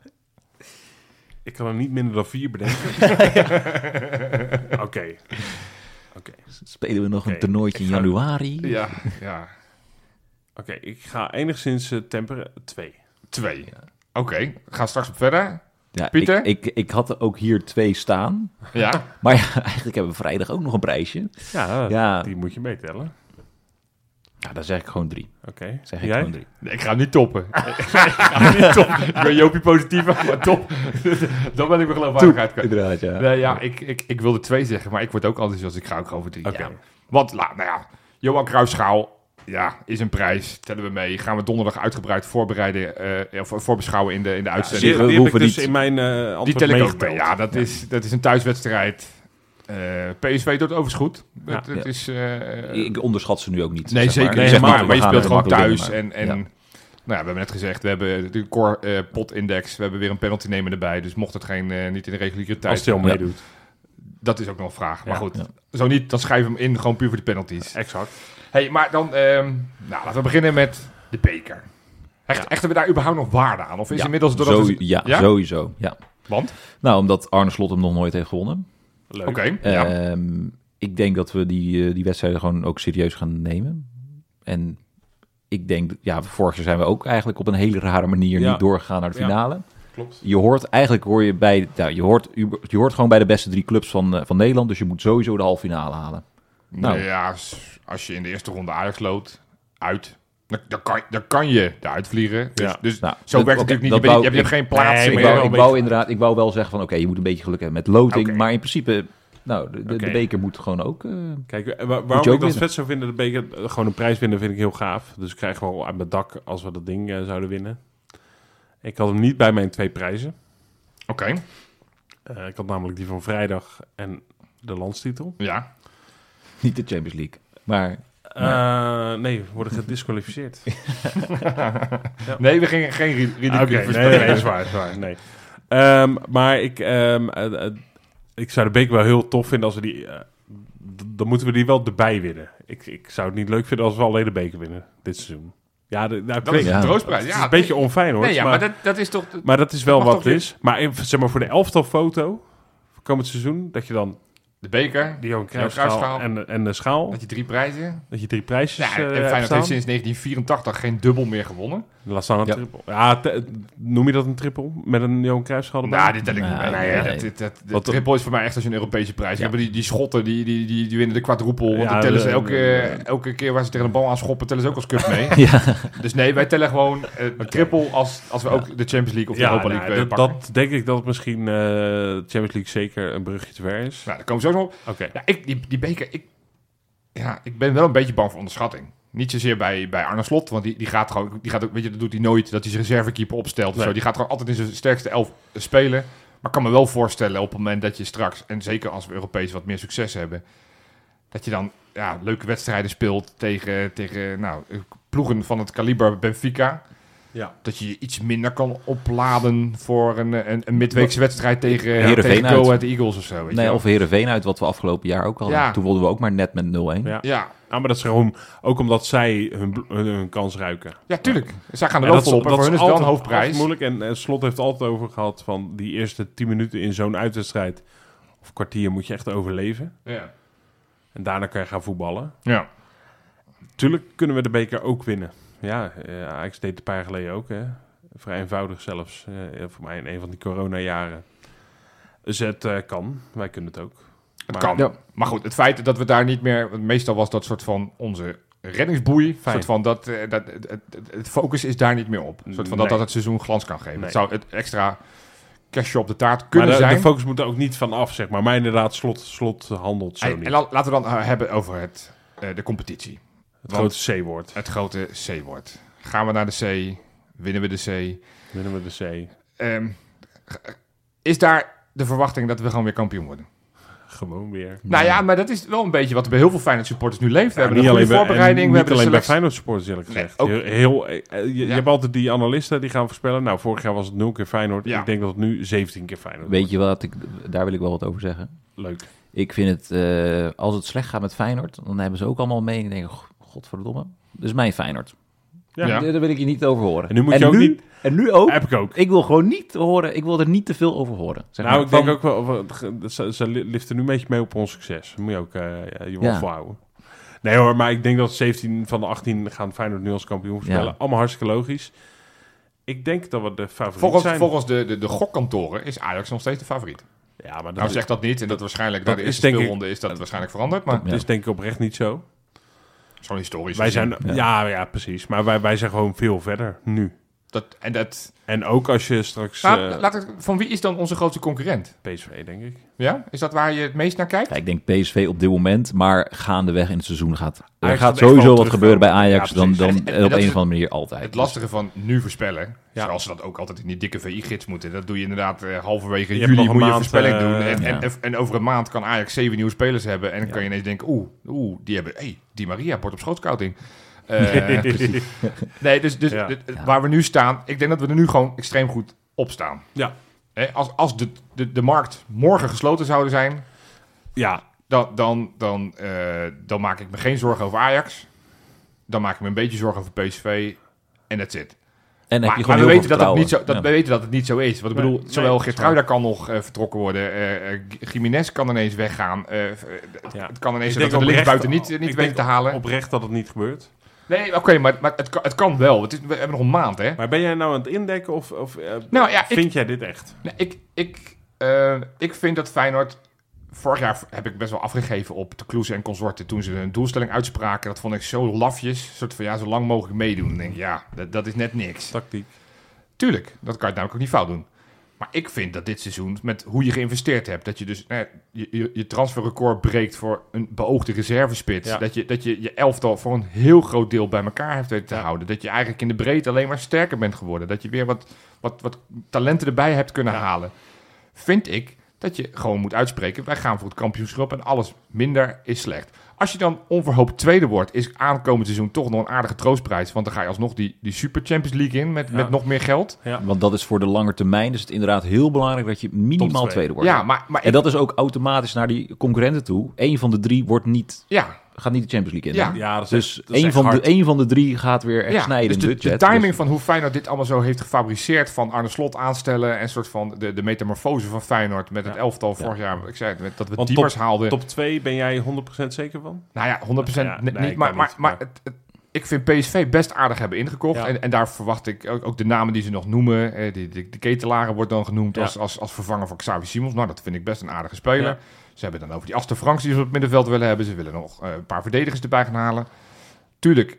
Speaker 1: Ik kan hem niet minder dan vier bedenken. Oké. Oké.
Speaker 3: Spelen we nog
Speaker 1: Oké,
Speaker 3: een toernooitje in
Speaker 1: ik ga-
Speaker 3: januari?
Speaker 2: Ja, ja.
Speaker 1: Oké, ik ga enigszins eh, temperen. Twee.
Speaker 2: Twee. Oké, ga straks op verder.
Speaker 3: Ja,
Speaker 2: Pieter?
Speaker 3: Ik, ik, ik had er ook hier twee staan.
Speaker 2: Ja.
Speaker 3: Maar ja, eigenlijk hebben we vrijdag ook nog een prijsje.
Speaker 1: Ja,
Speaker 3: Ja.
Speaker 1: die moet je meetellen.
Speaker 3: Ja, dan zeg ik gewoon drie.
Speaker 1: Oké.
Speaker 3: Zeg ik
Speaker 1: Jij?
Speaker 3: gewoon drie.
Speaker 2: Nee, ik ga hem niet toppen. ik ga hem niet toppen. Ik ben Jopie positief, maar top. Dan ben ik mijn geloofwaardigheid kwijt.
Speaker 3: Inderdaad, ja.
Speaker 2: Nee, ja, ik, ik, ik wilde twee zeggen, maar ik word ook enthousiast. Ik ga ook gewoon voor drie.
Speaker 1: Oké.
Speaker 2: Ja. Want, la, nou ja, Johan Cruijffschaal ja, is een prijs. Tellen we mee. Gaan we donderdag uitgebreid voorbereiden, eh, of voorbeschouwen in de, in de
Speaker 1: Die,
Speaker 2: uitzending.
Speaker 1: die
Speaker 3: we
Speaker 1: heb ik
Speaker 3: hoeven
Speaker 1: dus
Speaker 3: niet-
Speaker 1: in mijn eh
Speaker 2: die
Speaker 1: antwoord
Speaker 2: tel ik ook
Speaker 1: meegeteld.
Speaker 2: mee. Ja, dat, Is, dat is een thuiswedstrijd. Eh, PSV doet overigens goed.
Speaker 1: Ja.
Speaker 2: Het, het
Speaker 3: Ja.
Speaker 2: is... eh,
Speaker 3: Ik onderschat ze nu ook niet.
Speaker 2: Nee,
Speaker 3: zeg
Speaker 2: zeker
Speaker 3: maar.
Speaker 1: Nee,
Speaker 2: niet.
Speaker 3: Zeg
Speaker 2: maar,
Speaker 1: helemaal
Speaker 2: maar,
Speaker 3: we
Speaker 2: je
Speaker 3: gaan
Speaker 2: speelt
Speaker 3: er
Speaker 2: gewoon
Speaker 3: makkelijk
Speaker 2: thuis.
Speaker 3: winnen,
Speaker 2: En, en
Speaker 3: Ja.
Speaker 2: nou, ja, we hebben net gezegd, we hebben de core eh, pot index. We hebben weer een penalty nemen erbij. Dus mocht het geen, eh, niet in de reguliere tijd.
Speaker 1: Als hij al
Speaker 3: Ja.
Speaker 1: meedoet.
Speaker 2: Dat is ook nog een vraag. Maar
Speaker 1: Ja.
Speaker 2: goed,
Speaker 3: Ja.
Speaker 2: zo niet, dan schrijven we hem in gewoon puur voor de penalties.
Speaker 1: Exact.
Speaker 2: Hey, maar dan, ehm, nou, laten we beginnen met de beker. Hecht,
Speaker 1: Ja.
Speaker 2: Hechten we daar überhaupt nog waarde aan? Of is
Speaker 3: Ja,
Speaker 2: inmiddels doordat
Speaker 3: Zo,
Speaker 2: we-
Speaker 3: ja,
Speaker 2: ja?
Speaker 3: sowieso. Ja.
Speaker 2: Want?
Speaker 3: Nou, omdat Arne Slot hem nog nooit heeft gewonnen.
Speaker 1: Leuk.
Speaker 2: Oké, ja.
Speaker 3: Ehm, ik denk dat we die, eh, die wedstrijden gewoon ook serieus gaan nemen. En ik denk, ja, vorig jaar zijn we ook eigenlijk op een hele rare manier
Speaker 1: Ja.
Speaker 3: niet doorgegaan naar de
Speaker 1: Ja.
Speaker 3: finale.
Speaker 1: Klopt.
Speaker 3: Je hoort eigenlijk hoor je bij, nou, je, hoort, je hoort gewoon bij de beste drie clubs van, eh, van Nederland. Dus je moet sowieso de halve finale halen. nou.
Speaker 2: ja, als- als je in de eerste ronde Ajax loopt, uit... Dan, dan, kan, dan kan je eruit vliegen. Dus,
Speaker 1: Ja.
Speaker 2: dus
Speaker 3: Nou,
Speaker 2: zo
Speaker 3: dat-
Speaker 2: werkt
Speaker 3: oké,
Speaker 2: het natuurlijk niet.
Speaker 3: dat
Speaker 2: Je bent-
Speaker 3: wou-
Speaker 2: je hebt
Speaker 3: ik-
Speaker 2: geen plaats.
Speaker 1: Nee,
Speaker 2: meer.
Speaker 3: Ik
Speaker 1: Ik
Speaker 3: wou,
Speaker 1: wil
Speaker 3: ik
Speaker 1: een
Speaker 3: wou inderdaad, ik wou wel zeggen van oké, je moet een beetje geluk hebben met loting.
Speaker 2: Oké.
Speaker 3: Maar in principe Nou, de, de, de
Speaker 1: Oké.
Speaker 3: beker moet gewoon ook... eh,
Speaker 1: Kijk, eh, waar-
Speaker 3: ook
Speaker 1: waarom ik dat
Speaker 3: winnen.
Speaker 1: vet zou vinden, de beker, eh, gewoon een prijs winnen, vind ik heel gaaf. Dus ik krijg wel uit mijn dak als we dat ding eh, zouden winnen. Ik had hem niet bij mijn twee prijzen.
Speaker 2: Oké,
Speaker 1: Eh, ik had namelijk die van vrijdag en de landstitel.
Speaker 2: ja.
Speaker 3: niet de Champions League. Maar
Speaker 1: Eh, nee, we worden gedisqualificeerd.
Speaker 2: Nee, we gingen geen ri- ridicule
Speaker 1: Oké, nee,
Speaker 2: verspelen.
Speaker 1: nee, nee, zwaar, zwaar, nee. Ehm, maar ik, ehm, eh, eh, ik zou de beker wel heel tof vinden als we die... eh, d- dan moeten we die wel erbij winnen. Ik, ik zou het niet leuk vinden als we alleen de beker winnen dit seizoen. Ja, de, nou, ik
Speaker 2: Dat
Speaker 1: weet-
Speaker 2: is
Speaker 3: Ja.
Speaker 2: een troostprijs.
Speaker 1: het
Speaker 2: Ja,
Speaker 1: is een beetje onfijn hoor.
Speaker 2: nee, ja,
Speaker 1: maar,
Speaker 2: maar dat, dat is toch...
Speaker 1: Maar dat is wel
Speaker 2: Mag
Speaker 1: wat
Speaker 2: toch
Speaker 1: het is. Maar in- zeg maar voor de elftal foto voor komend seizoen, dat je dan
Speaker 2: De beker,
Speaker 1: die Johan
Speaker 2: Cruijffschaal.
Speaker 1: Cruijffschaal en, en de schaal,
Speaker 2: dat je drie prijzen...
Speaker 1: dat je drie prijsjes
Speaker 2: Ja,
Speaker 1: eh
Speaker 2: en
Speaker 1: hebt
Speaker 2: Feyenoord
Speaker 1: staan.
Speaker 2: heeft sinds 1984 geen dubbel meer gewonnen.
Speaker 1: Laat staan een
Speaker 3: Ja.
Speaker 1: triple. Ja, te- noem je dat een triple? Met een Johan Cruijffschaal erbij?
Speaker 2: Nou, dit tel ik
Speaker 3: Nou,
Speaker 2: niet mee.
Speaker 3: nee,
Speaker 2: Nee,
Speaker 3: nee.
Speaker 2: dat- dit- dat- De
Speaker 1: Wat-
Speaker 2: triple is voor mij echt als je een Europese prijs. hebt. Die, die schotten, die, die, die, die winnen de kwadroepel. Want
Speaker 1: Ja,
Speaker 2: dan tellen ze
Speaker 1: de-
Speaker 2: elke,
Speaker 1: de-
Speaker 2: elke keer waar ze tegen een bal aan schoppen, tellen ze ook als cup mee.
Speaker 3: ja,
Speaker 2: Dus nee, wij tellen gewoon eh, de triple als, als we ook de Champions League of de
Speaker 1: ja,
Speaker 2: Europa
Speaker 1: nou,
Speaker 2: League eh,
Speaker 1: dat,
Speaker 2: pakken.
Speaker 1: dat denk ik dat het misschien eh, de Champions League zeker een brugje te ver is.
Speaker 2: Nou, daar komen we zo nog op.
Speaker 1: Oké.
Speaker 2: Ja, ik, die, die beker, ik, ja, ik ben wel een beetje bang voor onderschatting. Niet zozeer bij, bij Arne Slot, want die, die gaat gewoon, die gaat ook, weet je, dat doet hij nooit, dat hij zijn reservekeeper opstelt of
Speaker 1: Nee.
Speaker 2: zo. Die gaat gewoon altijd in zijn sterkste elf spelen. Maar ik kan me wel voorstellen op het moment dat je straks, en zeker als we Europees wat meer succes hebben, dat je dan ja, leuke wedstrijden speelt tegen, tegen nou, ploegen van het kaliber Benfica.
Speaker 1: Ja.
Speaker 2: Dat je je iets minder kan opladen voor een, een, een midweekse wedstrijd tegen,
Speaker 3: Heerenveen
Speaker 2: tegen Go
Speaker 3: uit.
Speaker 2: Ahead Eagles of zo. Weet je
Speaker 3: nee,
Speaker 2: wel.
Speaker 3: of Heerenveen uit, wat we afgelopen jaar ook hadden.
Speaker 2: Ja.
Speaker 3: Toen wonnen we ook maar net met 0-1.
Speaker 1: Ja.
Speaker 2: ja,
Speaker 1: Ah, maar dat is gewoon ook omdat zij hun, bl- hun, hun kans ruiken.
Speaker 2: Ja, tuurlijk. Zij gaan er
Speaker 1: En
Speaker 2: wel
Speaker 1: dat
Speaker 2: volop. En voor hun is het wel een hoofdprijs.
Speaker 1: altijd moeilijk. En, eh, Slot heeft altijd over gehad van die eerste 10 minuten in zo'n uitwedstrijd of kwartier moet je echt overleven.
Speaker 2: Ja.
Speaker 1: En daarna kan je gaan voetballen.
Speaker 2: ja.
Speaker 1: Tuurlijk kunnen we de beker ook winnen. Ja, eh Ajax deed het een paar jaar geleden ook. Hè. Vrij eenvoudig zelfs. eh, voor mij in een van die coronajaren. Dus het eh, kan. Wij kunnen het ook.
Speaker 2: Het kan.
Speaker 3: Ja.
Speaker 2: Maar goed, het feit dat we daar niet meer... want Meestal was dat soort van onze reddingsboei.
Speaker 1: Fijn.
Speaker 2: Soort van dat, eh, dat, het, het- het focus is daar niet meer op. Een soort van dat
Speaker 1: Nee.
Speaker 2: dat het seizoen glans kan geven.
Speaker 1: Nee.
Speaker 2: Het zou het extra kerstje op de taart kunnen
Speaker 1: maar de,
Speaker 2: zijn.
Speaker 1: de focus moet er ook niet van af, zeg maar. Maar inderdaad, slot, slot handelt zo
Speaker 2: en
Speaker 1: niet.
Speaker 2: en la- laten we dan eh, hebben over het, eh, de competitie.
Speaker 1: het grote C-woord.
Speaker 2: Het grote C-woord. Gaan we naar de C? Winnen we de C?
Speaker 1: Winnen we de C.
Speaker 2: Ehm, is daar de verwachting dat we gewoon weer kampioen worden?
Speaker 1: Gewoon weer.
Speaker 2: Nou ja, maar dat is wel een beetje wat er bij heel veel Feyenoord supporters nu leeft. We hebben
Speaker 1: niet
Speaker 2: een goede
Speaker 1: alleen bij-
Speaker 2: voorbereiding.
Speaker 1: en
Speaker 2: We
Speaker 1: niet
Speaker 2: hebben de
Speaker 1: alleen bij
Speaker 2: selectie.
Speaker 1: Feyenoord supporters, eerlijk
Speaker 2: Nee,
Speaker 1: gezegd.
Speaker 2: ook-
Speaker 1: Heel, heel, eh, eh, je, je
Speaker 2: Ja.
Speaker 1: hebt altijd die analisten die gaan voorspellen. Nou, vorig jaar was het 0 keer Feyenoord.
Speaker 2: Ja.
Speaker 1: Ik denk dat het nu 17 keer Feyenoord
Speaker 3: Weet je wat, ik, daar wil ik wel wat over zeggen.
Speaker 1: wordt. Leuk.
Speaker 3: Ik vind het, eh, als het slecht gaat met Feyenoord, dan hebben ze ook allemaal mee. En ik denk, "Go- godverdomme, dat is mijn Feyenoord.
Speaker 1: Ja.
Speaker 2: Ja.
Speaker 3: Daar daar wil ik je niet over horen.
Speaker 1: En nu moet je ook niet-
Speaker 3: En nu ook.
Speaker 1: Heb ik ook.
Speaker 3: Ik wil gewoon niet horen, ik wil er niet te veel over horen. Zeg
Speaker 1: nou,
Speaker 3: maar,
Speaker 1: ik denk
Speaker 3: van-
Speaker 1: ook wel, wel- ze, ze liften nu een beetje mee op ons succes. Daar moet je ook eh, ja, je wel
Speaker 3: Ja.
Speaker 1: voor houden. Nee hoor, maar ik denk dat 17 van de 18 gaan Feyenoord nu als kampioen voorspellen.
Speaker 3: Ja.
Speaker 1: Allemaal hartstikke logisch. Ik denk dat we de favoriet
Speaker 2: Volgens,
Speaker 1: zijn.
Speaker 2: volgens de, de, de gokkantoren is Ajax nog steeds de favoriet.
Speaker 1: ja, maar dat
Speaker 2: nou
Speaker 1: is,
Speaker 2: zegt dat niet. En dat waarschijnlijk
Speaker 1: dat
Speaker 2: na de
Speaker 1: is
Speaker 2: eerste
Speaker 1: denk ik-
Speaker 2: speelronde is dat waarschijnlijk veranderd. Maar
Speaker 1: dat is denk ik oprecht niet zo.
Speaker 2: zo'n historisch.
Speaker 1: Wij
Speaker 2: gezien.
Speaker 1: zijn, ja. Ja, precies. Maar wij, wij zijn gewoon veel verder nu.
Speaker 2: Dat, en dat,
Speaker 1: En ook als je straks
Speaker 2: Nou,
Speaker 1: eh,
Speaker 2: laat ik, van wie is dan onze grootste concurrent?
Speaker 1: PSV, denk ik.
Speaker 2: Ja? Is dat waar je het meest naar kijkt?
Speaker 3: Ja, ik denk PSV op dit moment, maar gaandeweg in het seizoen gaat. Er
Speaker 1: Ajax
Speaker 3: gaat
Speaker 1: gaat echt wel
Speaker 3: sowieso wat
Speaker 1: terug.
Speaker 3: gebeuren bij Ajax,
Speaker 1: Ja,
Speaker 3: dan,
Speaker 1: precies.
Speaker 3: dan
Speaker 2: En- en- en
Speaker 3: op
Speaker 2: dat
Speaker 3: een
Speaker 2: is
Speaker 3: of andere manier altijd.
Speaker 2: Het lastige van nu voorspellen,
Speaker 1: Ja.
Speaker 2: zoals ze dat ook altijd in die dikke VI-gids moeten. Dat doe je inderdaad eh, halverwege
Speaker 1: Je hebt
Speaker 2: juli
Speaker 1: nog een
Speaker 2: moet je
Speaker 1: maand,
Speaker 2: voorspelling
Speaker 1: eh,
Speaker 2: doen. En,
Speaker 3: ja.
Speaker 2: en, en over een maand kan Ajax zeven nieuwe spelers hebben. En dan kan je ineens denken, oeh, oeh die hebben, hey, die Maria, port op schootscouting. Eh, nee, dus, dus
Speaker 1: Ja.
Speaker 2: dit-
Speaker 3: Ja.
Speaker 2: waar we nu staan, ik denk dat we er nu gewoon extreem goed op staan.
Speaker 1: ja.
Speaker 2: Hè, als als de, de, de markt morgen gesloten zouden zijn,
Speaker 1: ja,
Speaker 2: dan, dan, dan, eh, dan maak ik me geen zorgen over Ajax. Dan maak ik me een beetje zorgen over PSV. En that's it.
Speaker 3: en heb
Speaker 2: Maar,
Speaker 3: je
Speaker 2: maar
Speaker 3: gewoon
Speaker 2: we,
Speaker 3: heel
Speaker 2: weten
Speaker 3: veel
Speaker 2: dat het niet zo, dat,
Speaker 3: vertrouwen.
Speaker 2: we weten dat het niet zo is. Want ik
Speaker 1: Nee,
Speaker 2: bedoel,
Speaker 1: nee,
Speaker 2: zowel
Speaker 1: dat is
Speaker 2: Geertruida kan nog eh, vertrokken worden. eh eh, G- Jiménez kan ineens weggaan. eh, eh, d-
Speaker 1: Ja.
Speaker 2: Het kan ineens
Speaker 1: Ik denk
Speaker 2: zijn dat we de
Speaker 1: oprecht-
Speaker 2: linksbuiten niet, eh,
Speaker 1: ik
Speaker 2: niet
Speaker 1: denk
Speaker 2: weten te halen.
Speaker 1: oprecht dat het niet gebeurt.
Speaker 2: Nee, oké, maar, maar het, kan- het kan wel. Het is, we hebben nog een maand, hè?
Speaker 1: Maar ben jij nou aan het indekken of, of eh,
Speaker 2: Nou ja, ik,
Speaker 1: vind jij dit echt?
Speaker 2: Nee, ik, ik, eh, ik vind dat Feyenoord... Vorig jaar heb ik best wel afgegeven op de Kloes en consorten toen ze hun doelstelling uitspraken. Dat vond ik zo lafjes. Een soort van, ja, zo lang mogelijk meedoen. Ik denk, ja, dat, dat is net niks.
Speaker 1: Tactiek.
Speaker 2: Tuurlijk, dat kan je namelijk ook niet fout doen. Maar ik vind dat dit seizoen, met hoe je geïnvesteerd hebt, dat je dus nou ja, je, je, je transferrecord breekt voor een beoogde reservespits.
Speaker 1: Ja.
Speaker 2: Dat, je, dat je je elftal voor een heel groot deel bij elkaar hebt weten te houden. Dat je eigenlijk in de breedte alleen maar sterker bent geworden. Dat je weer wat, wat, wat talenten erbij hebt kunnen halen. Vind ik dat je gewoon moet uitspreken, wij gaan voor het kampioenschap en alles minder is slecht. Als je dan onverhoopt tweede wordt, is aankomend seizoen toch nog een aardige troostprijs. Want dan ga je alsnog die, die Super Champions League in met,
Speaker 1: Ja.
Speaker 2: met nog meer geld.
Speaker 3: Want dat is voor de lange termijn is het inderdaad heel belangrijk dat je
Speaker 1: Top
Speaker 3: minimaal
Speaker 1: twee.
Speaker 3: tweede wordt.
Speaker 2: Ja, maar, maar
Speaker 3: En dat is ook automatisch naar die concurrenten toe. Eén van de drie wordt niet,
Speaker 2: Ja,
Speaker 3: gaat niet de Champions League in.
Speaker 2: Ja.
Speaker 3: hè?
Speaker 1: Ja, dat is
Speaker 3: Dus
Speaker 1: echt- dat is
Speaker 3: één
Speaker 1: echt
Speaker 3: van, de,
Speaker 1: hard.
Speaker 3: één van de drie gaat weer echt
Speaker 2: ja.
Speaker 3: snijden
Speaker 2: dus
Speaker 3: in
Speaker 2: de,
Speaker 3: het budget.
Speaker 2: de timing
Speaker 3: Dus-
Speaker 2: van hoe Feyenoord dit allemaal zo heeft gefabriceerd... van Arne Slot aanstellen en een soort van de, de metamorfose van Feyenoord... met het
Speaker 1: Ja.
Speaker 2: elftal vorig jaar, ik zei het, met- dat we
Speaker 1: Want
Speaker 2: typers haalden.
Speaker 1: Top 2 ben jij 100% zeker van?
Speaker 2: Nou ja, 100%
Speaker 1: Ja,
Speaker 2: ni-
Speaker 1: nee,
Speaker 2: niet,
Speaker 1: ik
Speaker 2: maar,
Speaker 1: kan
Speaker 2: maar,
Speaker 1: niet,
Speaker 2: maar
Speaker 1: maar-
Speaker 2: het- het- ik vind PSV best aardig hebben ingekocht.
Speaker 1: Ja.
Speaker 2: En, en daar verwacht ik ook, ook de namen die ze nog noemen. eh, die, die, de ketelaren wordt dan genoemd
Speaker 1: Ja.
Speaker 2: als, als, als vervanger van Xavi Simons. Nou, dat vind ik best een aardige speler.
Speaker 1: Ja.
Speaker 2: Ze hebben dan over die Aster Franks die ze op het middenveld willen hebben. Ze willen nog eh, een paar verdedigers erbij gaan halen. Tuurlijk,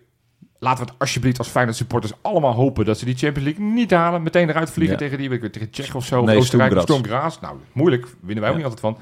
Speaker 2: laten we het alsjeblieft als Feyenoord supporters allemaal hopen... dat ze die Champions League niet halen. Meteen eruit vliegen
Speaker 3: Ja.
Speaker 2: tegen die, weet ik, tegen Tsjech of zo. of
Speaker 3: Nee,
Speaker 2: Oostenrijk, of
Speaker 3: Sturm
Speaker 2: Sturm Graz. Nou, moeilijk. Winnen wij ook
Speaker 3: Ja.
Speaker 2: niet altijd van.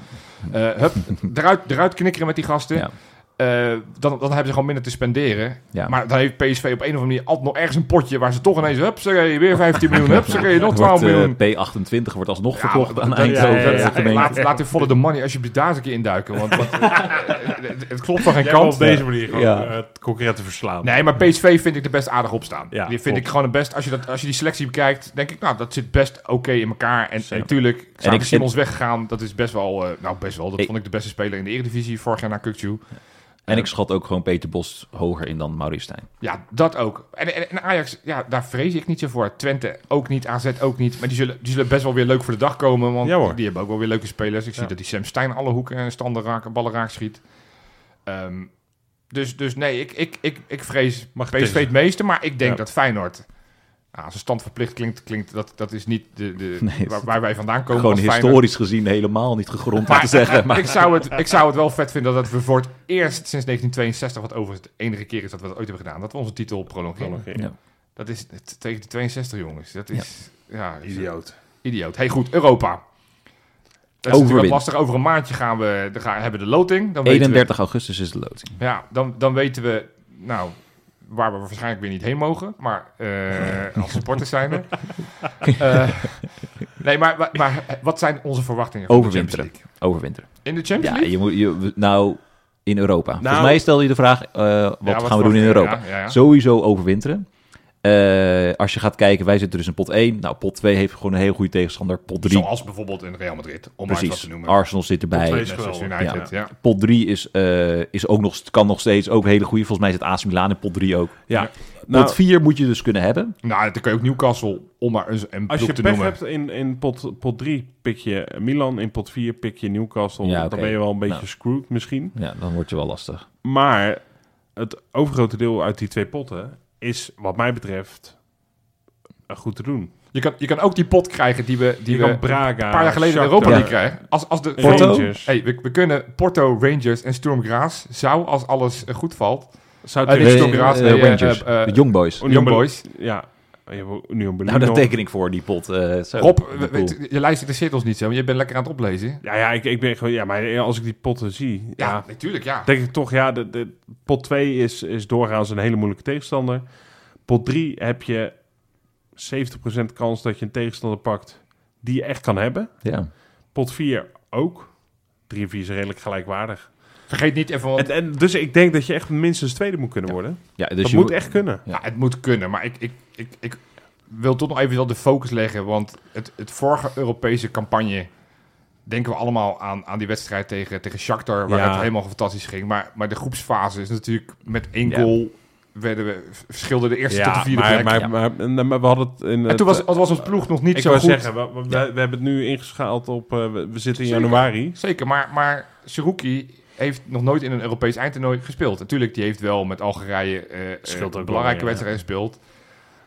Speaker 2: Eh, hup, eruit, eruit knikkeren met die gasten.
Speaker 3: Ja.
Speaker 2: Eh, dan, dan hebben ze gewoon minder te spenderen.
Speaker 3: Ja.
Speaker 2: Maar dan heeft PSV op een of andere manier altijd nog ergens een potje waar ze toch ineens, hupsakee, weer 15 miljoen, hupsakee, nog
Speaker 3: Wordt,
Speaker 2: 12
Speaker 3: eh,
Speaker 2: miljoen.
Speaker 3: P28 wordt alsnog verkocht
Speaker 2: maar
Speaker 3: aan
Speaker 2: dat-
Speaker 3: Eindhoven.
Speaker 1: ja, ja, ja,
Speaker 3: Dat
Speaker 1: ja,
Speaker 3: gemeen.
Speaker 2: Laat, laat de volle de money alsjeblieft daar eens een keer induiken. Want, want, eh, het, het klopt van geen
Speaker 1: Jij wil
Speaker 2: kant.
Speaker 1: op deze manier gewoon
Speaker 3: Ja.
Speaker 1: eh, het concurrenten verslaan.
Speaker 2: Nee, maar PSV vind ik er best aardig op staan.
Speaker 1: Ja,
Speaker 2: die vind
Speaker 1: klopt.
Speaker 2: ik gewoon het best. Als je, dat, als je die selectie bekijkt, denk ik, nou, dat zit best oké in elkaar. En
Speaker 1: Zeker.
Speaker 2: natuurlijk,
Speaker 3: En ik-
Speaker 2: Xavi Simons weggegaan, dat is best wel, eh, nou best wel, dat
Speaker 3: Ik-
Speaker 2: vond ik de beste speler in de Eredivisie vorig jaar na Kukcu.
Speaker 3: En ik schat ook gewoon Peter Bos hoger in dan Maurice Stijn.
Speaker 2: Ja, dat ook. En, en, en Ajax, ja, daar vrees ik niet zo voor. Twente ook niet, AZ ook niet. Maar die zullen, die zullen best wel weer leuk voor de dag komen. Want
Speaker 1: Ja, hoor.
Speaker 2: die hebben ook wel weer leuke spelers. Ik zie
Speaker 1: Ja.
Speaker 2: dat die Sam Stein alle hoeken en standen raak, en ballen raak schiet. Ehm, dus, dus nee, ik, ik, ik, ik vrees
Speaker 1: Mag
Speaker 2: PSV
Speaker 1: tegen.
Speaker 2: het meeste. Maar ik denk
Speaker 1: Ja.
Speaker 2: dat Feyenoord... Nou, zijn stand verplicht klinkt, klinkt dat, dat is niet de, de,
Speaker 3: Nee, het
Speaker 2: waar,
Speaker 3: is-
Speaker 2: waar wij vandaan komen.
Speaker 3: Gewoon
Speaker 2: als Feyenoord.
Speaker 3: historisch gezien helemaal niet gegrond om te zeggen. Maar
Speaker 2: Ik zou, het, ik zou het wel vet vinden dat we voor het eerst sinds 1962, wat overigens de enige keer is dat we dat ooit hebben gedaan, dat we onze titel prolongeren.
Speaker 1: Ja.
Speaker 2: Dat is t- tegen de 62, jongens. Dat is ja.
Speaker 1: Idioot.
Speaker 2: idioot. Hey, goed, Europa. Dat is natuurlijk
Speaker 3: Overwin.
Speaker 2: wat lastig. Over een maandje gaan we, dan gaan, hebben we de loting. Dan weten
Speaker 3: 31 augustus is de loting.
Speaker 2: We, ja, dan, dan weten we, nou, waar we waarschijnlijk weer niet heen mogen. Maar eh, als supporters zijn er. Eh, nee, maar, maar, maar wat zijn onze verwachtingen? van de
Speaker 3: Overwinteren.
Speaker 2: Champions League?
Speaker 3: Overwinteren.
Speaker 2: In de Champions
Speaker 3: Ja,
Speaker 2: League?
Speaker 3: je moet, je, nou, in Europa. Volgens mij stel je de vraag, eh, wat,
Speaker 2: Nou, Ja,
Speaker 3: gaan we doen in
Speaker 2: verwacht-
Speaker 3: Europa?
Speaker 2: ja, ja, ja.
Speaker 3: Sowieso overwinteren. Eh, als je gaat kijken, wij zitten dus in pot 1. Nou, pot 2 heeft gewoon een heel goede tegenstander. Pot 3,
Speaker 2: Zoals bijvoorbeeld een Real Madrid, om maar eens wat
Speaker 3: precies.
Speaker 2: te noemen.
Speaker 3: Arsenal zit erbij.
Speaker 1: twee-
Speaker 2: Manchester
Speaker 1: Ja.
Speaker 2: United, ja.
Speaker 3: Pot 3 is, eh, is ook nog, kan nog steeds ook een hele goede. Volgens mij zit AC Milan in pot 3 ook.
Speaker 1: Ja.
Speaker 3: pot 4 moet je dus kunnen hebben.
Speaker 2: Nou, dan kan je ook Newcastle, om maar eens een
Speaker 1: Als
Speaker 2: ploeg
Speaker 1: je
Speaker 2: te
Speaker 1: pech
Speaker 2: noemen.
Speaker 1: hebt, in, in pot, pot 3 pik je Milan, in pot 4 pik je Newcastle.
Speaker 3: Ja, oké.
Speaker 1: Dan ben je wel een beetje
Speaker 3: Nou.
Speaker 1: screwed misschien.
Speaker 3: Ja, dan wordt je wel lastig.
Speaker 1: Maar het overgrote deel uit die twee potten is, wat mij betreft, eh, goed te doen.
Speaker 2: Je kan, je kan ook die pot krijgen die we, die
Speaker 1: Je
Speaker 2: we
Speaker 1: kan Braga,
Speaker 2: een paar jaar geleden in de
Speaker 1: Shakhtar,
Speaker 2: Europa League krijgen. Als, als de
Speaker 3: Porto?
Speaker 1: Rangers,
Speaker 2: Hey, we, we kunnen Porto, Rangers en Sturm Graz zou, als alles eh, goed valt,
Speaker 1: South
Speaker 2: Eh, dit is
Speaker 1: Africa,
Speaker 2: toch weer raad-
Speaker 3: eh,
Speaker 2: nee, eh,
Speaker 3: Rangers,
Speaker 2: eh, eh,
Speaker 3: de Young Boys.
Speaker 1: Union
Speaker 2: Young Boys.
Speaker 1: Berlin- Ja, je hebt Union Berlin
Speaker 3: Nou, daar
Speaker 1: nog.
Speaker 3: teken ik voor, die pot. eh, zo.
Speaker 2: Rob, we-
Speaker 3: Cool.
Speaker 2: we- je lijst interesseert ons niet zo, want je bent lekker aan het oplezen.
Speaker 1: Ja, ja, ik, ik ben gewoon, ja, maar als ik die potten zie,
Speaker 2: Ja,
Speaker 1: ja,
Speaker 2: natuurlijk, ja.
Speaker 1: denk ik toch, ja, de, de, pot 2 is, is doorgaans een hele moeilijke tegenstander. Pot 3 heb je 70% kans dat je een tegenstander pakt die je echt kan hebben.
Speaker 3: Ja.
Speaker 1: Pot 4 ook. 3 en 4 is redelijk gelijkwaardig.
Speaker 2: Vergeet niet even, want
Speaker 1: En, en, dus ik denk dat je echt minstens tweede moet kunnen worden.
Speaker 3: ja, dus
Speaker 1: dat
Speaker 3: je
Speaker 1: moet echt kunnen.
Speaker 2: Ja, Nou, het moet kunnen, maar ik, ik, ik, ik wil toch nog even wel de focus leggen. Want het, het vorige Europese campagne denken we allemaal aan, aan die wedstrijd tegen, tegen Shakhtar, waar
Speaker 1: Ja.
Speaker 2: het helemaal fantastisch ging. Maar, maar de groepsfase is natuurlijk met één
Speaker 3: Ja.
Speaker 2: goal werden we, verschilden de eerste tot de vierde
Speaker 1: maar,
Speaker 2: plek.
Speaker 1: maar,
Speaker 3: Ja.
Speaker 1: maar- en, maar we hadden het in
Speaker 2: en
Speaker 1: het, eh,
Speaker 2: toen was, was ons ploeg nog niet
Speaker 1: Ik
Speaker 2: zo
Speaker 1: wou
Speaker 2: goed.
Speaker 1: zeggen, we, we, we hebben het nu ingeschaald op... eh, we, we zitten in
Speaker 2: Zeker.
Speaker 1: januari.
Speaker 2: Zeker, maar, maar Cherokee heeft nog nooit in een Europees eindtoernooi gespeeld. Natuurlijk, die heeft wel met Algerije eh, eh,
Speaker 1: Scheelt ook wel,
Speaker 2: belangrijke
Speaker 1: ja.
Speaker 2: wedstrijden gespeeld.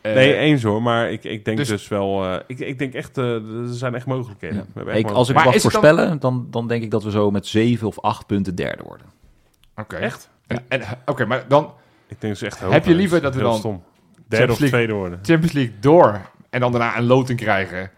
Speaker 2: Eh,
Speaker 1: Nee, eens hoor. Maar ik, ik denk
Speaker 2: dus-
Speaker 1: dus, wel... eh, ik, ik denk echt... eh, er zijn echt mogelijkheden.
Speaker 3: Ja.
Speaker 1: We hebben echt
Speaker 3: Ik, als ik
Speaker 2: Maar
Speaker 3: mag
Speaker 2: is het dan-
Speaker 3: voorspellen, dan... Dan, denk ik dat we zo met 7 of 8 punten derde worden.
Speaker 2: Oké.
Speaker 1: mogelijkheden. Echt?
Speaker 2: En- en- eh, Oké, maar dan,
Speaker 1: Ik denk dus echt
Speaker 2: Heb je liever dat we
Speaker 1: Heel
Speaker 2: dan
Speaker 1: stom. Derde
Speaker 2: Champions
Speaker 1: of
Speaker 2: League-
Speaker 1: tweede worden?
Speaker 2: Champions League door en dan daarna een loting krijgen.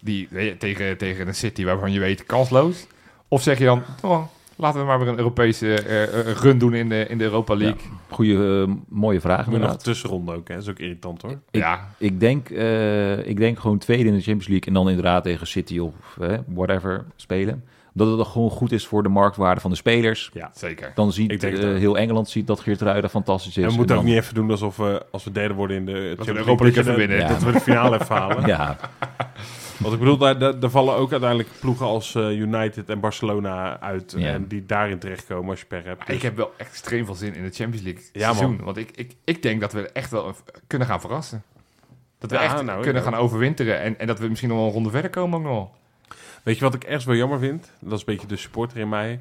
Speaker 2: Die, eh, tegen, tegen een City waarvan je weet kansloos. Of zeg je dan, oh, laten we maar weer een Europese eh, eh, run doen in de, in de Europa League.
Speaker 3: Goeie, eh, mooie
Speaker 1: Moet je
Speaker 3: vraag
Speaker 1: nog een
Speaker 3: inderdaad.
Speaker 1: tussenronde ook, hè? Dat is ook irritant, hoor.
Speaker 2: Ja,
Speaker 3: Ik- Ik denk, eh, ik denk gewoon tweede in de Champions League en dan inderdaad tegen City of eh, whatever spelen. Omdat het gewoon goed is voor de marktwaarde van de spelers.
Speaker 2: zeker.
Speaker 3: Dan
Speaker 1: Ik
Speaker 3: ziet
Speaker 1: denk
Speaker 3: eh,
Speaker 1: dat.
Speaker 3: heel Engeland ziet dat Geert Ruida fantastisch is.
Speaker 1: En we
Speaker 3: En
Speaker 1: moeten ook
Speaker 3: dan-
Speaker 1: niet even doen alsof we, als we derde worden in de Champions
Speaker 2: de
Speaker 1: League,
Speaker 2: Europa League
Speaker 1: dat je
Speaker 2: even
Speaker 1: de-
Speaker 2: winnen.
Speaker 1: Dat we de finale even halen.
Speaker 3: Ja,
Speaker 1: Want ik bedoel, daar, daar, daar vallen ook uiteindelijk ploegen als eh, United en Barcelona uit.
Speaker 3: Ja.
Speaker 1: En die daarin terechtkomen als je per hebt.
Speaker 2: Maar ik heb wel extreem veel zin in de Champions League
Speaker 1: Dus- Ja,
Speaker 2: seizoen.
Speaker 1: man.
Speaker 2: Want ik, ik, ik denk dat we echt wel kunnen gaan verrassen. Dat we
Speaker 1: Ja,
Speaker 2: echt
Speaker 1: nou,
Speaker 2: kunnen
Speaker 1: ja.
Speaker 2: gaan overwinteren. En, en dat we misschien nog wel een ronde verder komen ook nog.
Speaker 1: Weet je wat ik echt wel jammer vind? Dat is een beetje de supporter in mij.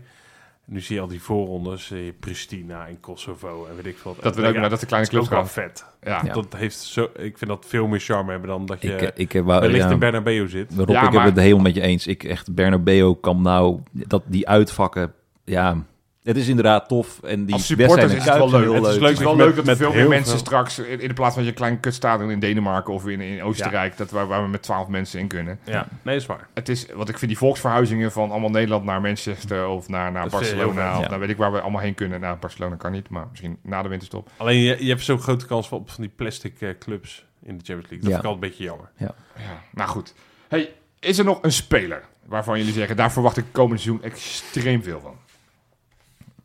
Speaker 1: Nu zie je al die voorrondes, eh, Pristina en Kosovo en weet ik veel. wat.
Speaker 2: Dat we
Speaker 1: Ja,
Speaker 2: ook naar dat de kleine
Speaker 1: dat is
Speaker 2: clubs
Speaker 1: ook wel
Speaker 2: gaan.
Speaker 1: vet.
Speaker 2: Ja.
Speaker 3: Ja.
Speaker 1: Dat heeft zo, ik vind dat veel meer charme hebben dan dat je
Speaker 3: ik, ik heb wel...
Speaker 1: wellicht
Speaker 3: ja.
Speaker 1: in Bernabeu zit.
Speaker 3: Rob,
Speaker 2: Ja,
Speaker 3: ik
Speaker 2: maar-
Speaker 3: heb het helemaal met je eens. Ik echt, Bernabeu kan nou, dat, die uitvakken, ja, het is inderdaad tof. En die
Speaker 2: Als supporters
Speaker 3: wedstrijden
Speaker 2: is het wel
Speaker 3: kuiten
Speaker 2: leuk.
Speaker 3: heel
Speaker 1: Het is
Speaker 2: Het is wel
Speaker 1: Met-
Speaker 2: leuk dat er
Speaker 1: met
Speaker 2: veel meer
Speaker 1: heel
Speaker 2: mensen
Speaker 1: veel-
Speaker 2: straks, eh, in, in de plaats van je klein kutstadion in Denemarken of in, in Oostenrijk, dat waar, waar we met twaalf mensen in kunnen.
Speaker 1: Ja, nee, is waar.
Speaker 2: Het is, wat ik vind, die volksverhuizingen van allemaal Nederland naar Manchester of naar, naar
Speaker 1: Dat vind ik heel
Speaker 2: Barcelona.
Speaker 1: vet,
Speaker 2: Of
Speaker 3: ja.
Speaker 2: naar weet ik waar we allemaal heen kunnen. Nou, Barcelona kan niet, maar misschien na de winterstop.
Speaker 1: Alleen je, je hebt zo'n grote kans op van die plastic eh, clubs in de Champions League. Dat
Speaker 3: Ja.
Speaker 1: vind ik altijd een beetje jammer.
Speaker 2: Ja. Nou goed. Hey, is er nog een speler waarvan jullie zeggen, daar verwacht ik komend seizoen extreem veel van?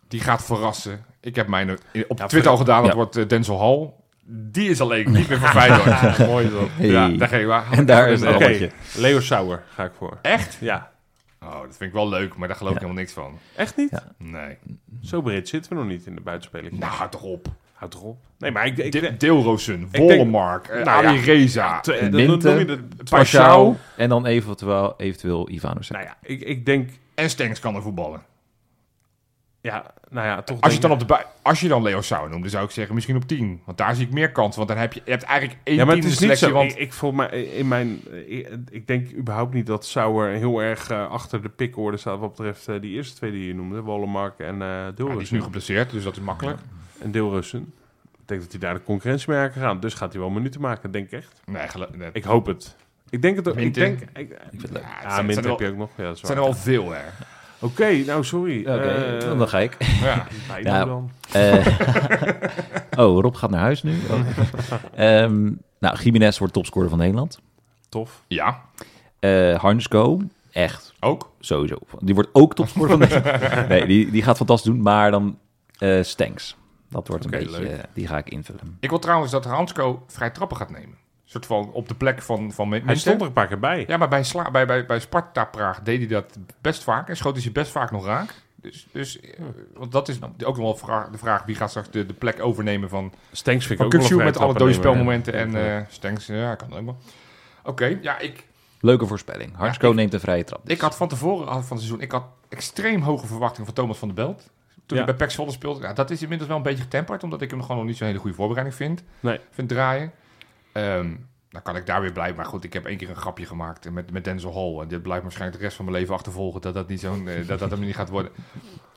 Speaker 2: Die gaat verrassen. Ik heb mijn eh, op
Speaker 1: Ja,
Speaker 2: Twitter al gedaan, dat
Speaker 3: ja.
Speaker 2: wordt eh, Denzel Hall. Die is alleen niet meer van Feyenoord. Mooi zo. Ja,
Speaker 3: Hey.
Speaker 2: daar ging waar.
Speaker 3: En daar is
Speaker 1: Oké,
Speaker 3: het alletje.
Speaker 1: Leo Sauer ga ik voor.
Speaker 2: Echt?
Speaker 1: Ja.
Speaker 2: Oh, dat vind ik wel leuk, maar daar geloof ik
Speaker 3: Ja.
Speaker 2: helemaal niks van.
Speaker 1: Echt niet?
Speaker 3: Ja.
Speaker 2: Nee.
Speaker 1: Zo breed zitten we nog niet in de buitenspelers.
Speaker 2: Nou, houd toch op.
Speaker 1: Houd toch op. Nee, maar ik... ik
Speaker 2: De- Deelroosun,
Speaker 1: denk-
Speaker 2: Wollemark, eh,
Speaker 1: Nou ja.
Speaker 2: Ali Reza.
Speaker 1: te-
Speaker 2: eh,
Speaker 1: dat- dat
Speaker 3: Minten.
Speaker 1: noem je de-
Speaker 2: Pashao.
Speaker 3: En dan eventueel, eventueel Ivanus.
Speaker 1: Nou ja, ik, ik denk...
Speaker 2: En Stengs kan er voetballen.
Speaker 1: Ja, nou ja, toch
Speaker 2: Als je
Speaker 1: denk-
Speaker 2: dan, op de bui- als je dan Leo Sau noemt, dan zou ik zeggen misschien op 10. Want daar zie ik meer kans. Want dan heb je, je hebt eigenlijk één
Speaker 1: Ja, maar het
Speaker 2: team
Speaker 1: is niet
Speaker 2: selectie,
Speaker 1: zo.
Speaker 2: want
Speaker 1: Ik, ik, voel mij, in mijn, eh, ik, ik denk überhaupt niet dat Sauer heel erg eh, achter de pikorde staat wat betreft eh, die eerste twee die je noemde. Wollemark en eh
Speaker 2: Ja, die is
Speaker 1: Deelrussen.
Speaker 2: nu geblesseerd, dus dat is makkelijk.
Speaker 1: en Deelrussen. Ik denk dat hij daar de concurrentie mee aan kan gaan. Dus gaat hij wel minuten maken, denk ik echt.
Speaker 2: Nee, gelo- nee.
Speaker 1: Ik hoop het. Ik denk het ook. Ik
Speaker 2: Minten.
Speaker 1: denk... Ik, eh,
Speaker 3: Ik vind het leuk.
Speaker 2: Ja, het
Speaker 1: ah,
Speaker 2: zijn, het
Speaker 1: Minten
Speaker 2: zijn er
Speaker 1: heb
Speaker 2: wel,
Speaker 1: je ook nog. Ja, dat is
Speaker 2: het zijn
Speaker 1: waar.
Speaker 2: er wel veel, hè.
Speaker 1: Oké, nou sorry.
Speaker 3: Oké,
Speaker 1: Eh,
Speaker 3: dan ga ik.
Speaker 2: Ja.
Speaker 1: ga je
Speaker 3: Ja.
Speaker 1: nou dan?
Speaker 3: Eh, oh, Rob gaat naar huis nu. Oh. Ehm, nou, Jiménez wordt topscorer van Nederland.
Speaker 1: Tof.
Speaker 2: ja,
Speaker 3: Eh Harnsko, echt,
Speaker 2: ook.
Speaker 3: sowieso. Die wordt ook topscorer van Nederland. Nee, die, die gaat fantastisch doen, maar dan eh Stenks. Dat wordt
Speaker 1: Oké,
Speaker 3: een beetje,
Speaker 1: leuk.
Speaker 3: eh, die ga ik invullen.
Speaker 2: Ik wil trouwens dat Hansko vrij trappen gaat nemen. Een soort van op de plek van, van Min-
Speaker 1: Hij
Speaker 2: Minter.
Speaker 1: stond er een paar keer bij.
Speaker 2: Ja, maar bij, Sla- bij, bij, bij Sparta Praag deed hij dat best vaak. En schoot hij ze best vaak nog raak. Dus, dus
Speaker 1: Hm.
Speaker 2: eh, want dat is ook nog wel vra- de vraag. Wie gaat straks de, de plek overnemen van,
Speaker 1: Stenks vind ik
Speaker 2: van
Speaker 1: ook wel
Speaker 2: Kukzu
Speaker 1: een
Speaker 2: met
Speaker 1: vrije
Speaker 2: alle dode
Speaker 1: trapper nemen,
Speaker 2: spelmomenten.
Speaker 1: hè.
Speaker 2: En
Speaker 1: Ja.
Speaker 2: eh Stenks, ja, kan helemaal. Oké, ja, ik,
Speaker 3: Leuke voorspelling. Harnsko
Speaker 2: ik-
Speaker 3: neemt een vrije trap.
Speaker 2: ik had van tevoren al van het seizoen... Ik had extreem hoge verwachtingen van Thomas van der Belt. Toen
Speaker 1: Ja.
Speaker 2: hij bij PEC Zwolle speelde. Ja, dat is inmiddels wel een beetje getemperd. Omdat ik hem gewoon nog niet zo'n hele goede voorbereiding vind.
Speaker 1: Nee.
Speaker 2: Vind draaien. Ehm, dan kan ik daar weer blij. Maar goed, ik heb één keer een grapje gemaakt met, met Denzel Hall. En dit blijft waarschijnlijk de rest van mijn leven achtervolgen. Dat dat, niet zo'n, eh, dat, dat hem niet gaat worden.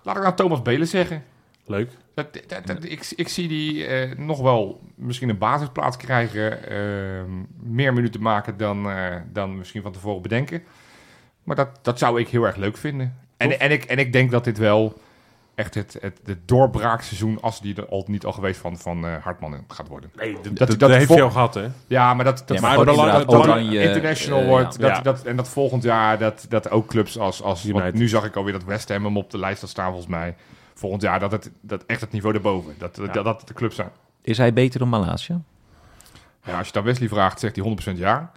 Speaker 2: Laat ik nou Thomas Belen zeggen.
Speaker 1: Leuk.
Speaker 2: Dat, dat- dat- ik, ik zie die eh, nog wel misschien een basisplaats krijgen. ehm, meer minuten maken dan, eh, dan misschien van tevoren bedenken. Maar dat, dat zou ik heel erg leuk vinden. En,
Speaker 1: Tof.
Speaker 2: en, ik, en ik denk dat dit wel echt het, het, het doorbraakseizoen, als die er al niet al geweest van, van eh, Hartman gaat worden.
Speaker 1: Nee, dat,
Speaker 2: dat-
Speaker 1: dat,
Speaker 2: dat
Speaker 1: heeft
Speaker 2: vol-
Speaker 1: hij al gehad, hè?
Speaker 2: Ja, maar dat, dat
Speaker 3: Ja,
Speaker 1: maar
Speaker 2: dat-
Speaker 1: gewoon
Speaker 2: dat-
Speaker 1: inderdaad
Speaker 2: dat-
Speaker 3: oranje,
Speaker 2: international
Speaker 3: eh,
Speaker 2: wordt.
Speaker 1: ja.
Speaker 2: Dat,
Speaker 1: Ja.
Speaker 2: Dat, en dat volgend jaar dat, dat ook clubs als, als want
Speaker 1: United.
Speaker 2: nu zag ik alweer dat West Ham hem op de lijst had staan volgens mij. Volgend jaar dat het dat echt het niveau erboven. Dat dat,
Speaker 1: Ja.
Speaker 2: dat, het de clubs zijn.
Speaker 3: Is hij beter dan Malasia?
Speaker 2: Ja, als je dan Wesley vraagt, zegt hij 100% ja.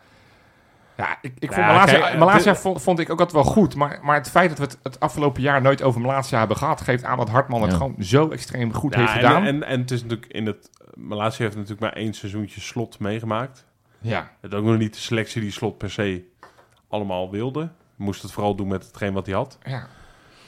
Speaker 2: Ja, ik, ik
Speaker 1: Ja,
Speaker 2: vond Malasia,
Speaker 1: kijk, eh,
Speaker 2: Malasia
Speaker 1: dit-
Speaker 2: vond, vond ik ook altijd wel goed. Maar, maar het feit dat we het, het afgelopen jaar nooit over Malasia hebben gehad... geeft aan dat Hartman het
Speaker 3: Ja.
Speaker 2: gewoon zo extreem goed
Speaker 1: Ja,
Speaker 2: heeft
Speaker 1: en-
Speaker 2: gedaan.
Speaker 1: En, en, het is natuurlijk in het. Malasia heeft natuurlijk maar één seizoentje slot meegemaakt.
Speaker 2: ja,
Speaker 1: Het ook nog niet de selectie die slot per se allemaal wilde. Hij Moest het vooral doen met hetgeen wat hij had.
Speaker 2: ja.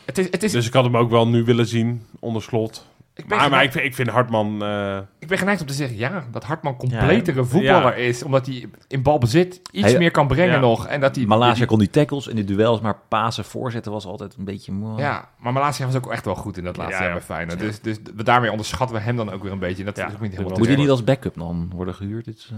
Speaker 2: Het is, het is,
Speaker 1: Dus ik had hem ook wel nu willen zien onder slot.
Speaker 2: ik ben
Speaker 1: Maar, maar
Speaker 2: geneigd-
Speaker 1: ik, vind- ik vind Hartman. eh,
Speaker 2: Ik ben geneigd om te zeggen, ja, dat Hartman completere voetballer is. Omdat hij in balbezit iets
Speaker 3: Hij-
Speaker 2: meer kan brengen
Speaker 1: ja.
Speaker 2: nog. En dat hij,
Speaker 3: Malasia
Speaker 2: die-
Speaker 3: kon die tackles en die duels, maar pasen voorzetten was altijd een beetje...
Speaker 2: Ja, maar Malasia was ook echt wel goed in dat laatste
Speaker 1: Ja,
Speaker 2: jaar
Speaker 1: ja.
Speaker 2: bij Feyenoord. Dus, dus we- daarmee onderschatten we hem dan ook weer een beetje. En dat
Speaker 1: Ja,
Speaker 2: is ook niet helemaal
Speaker 1: dat
Speaker 3: Moet hij
Speaker 2: terecht.
Speaker 3: niet als backup dan worden gehuurd? Dit, is, eh,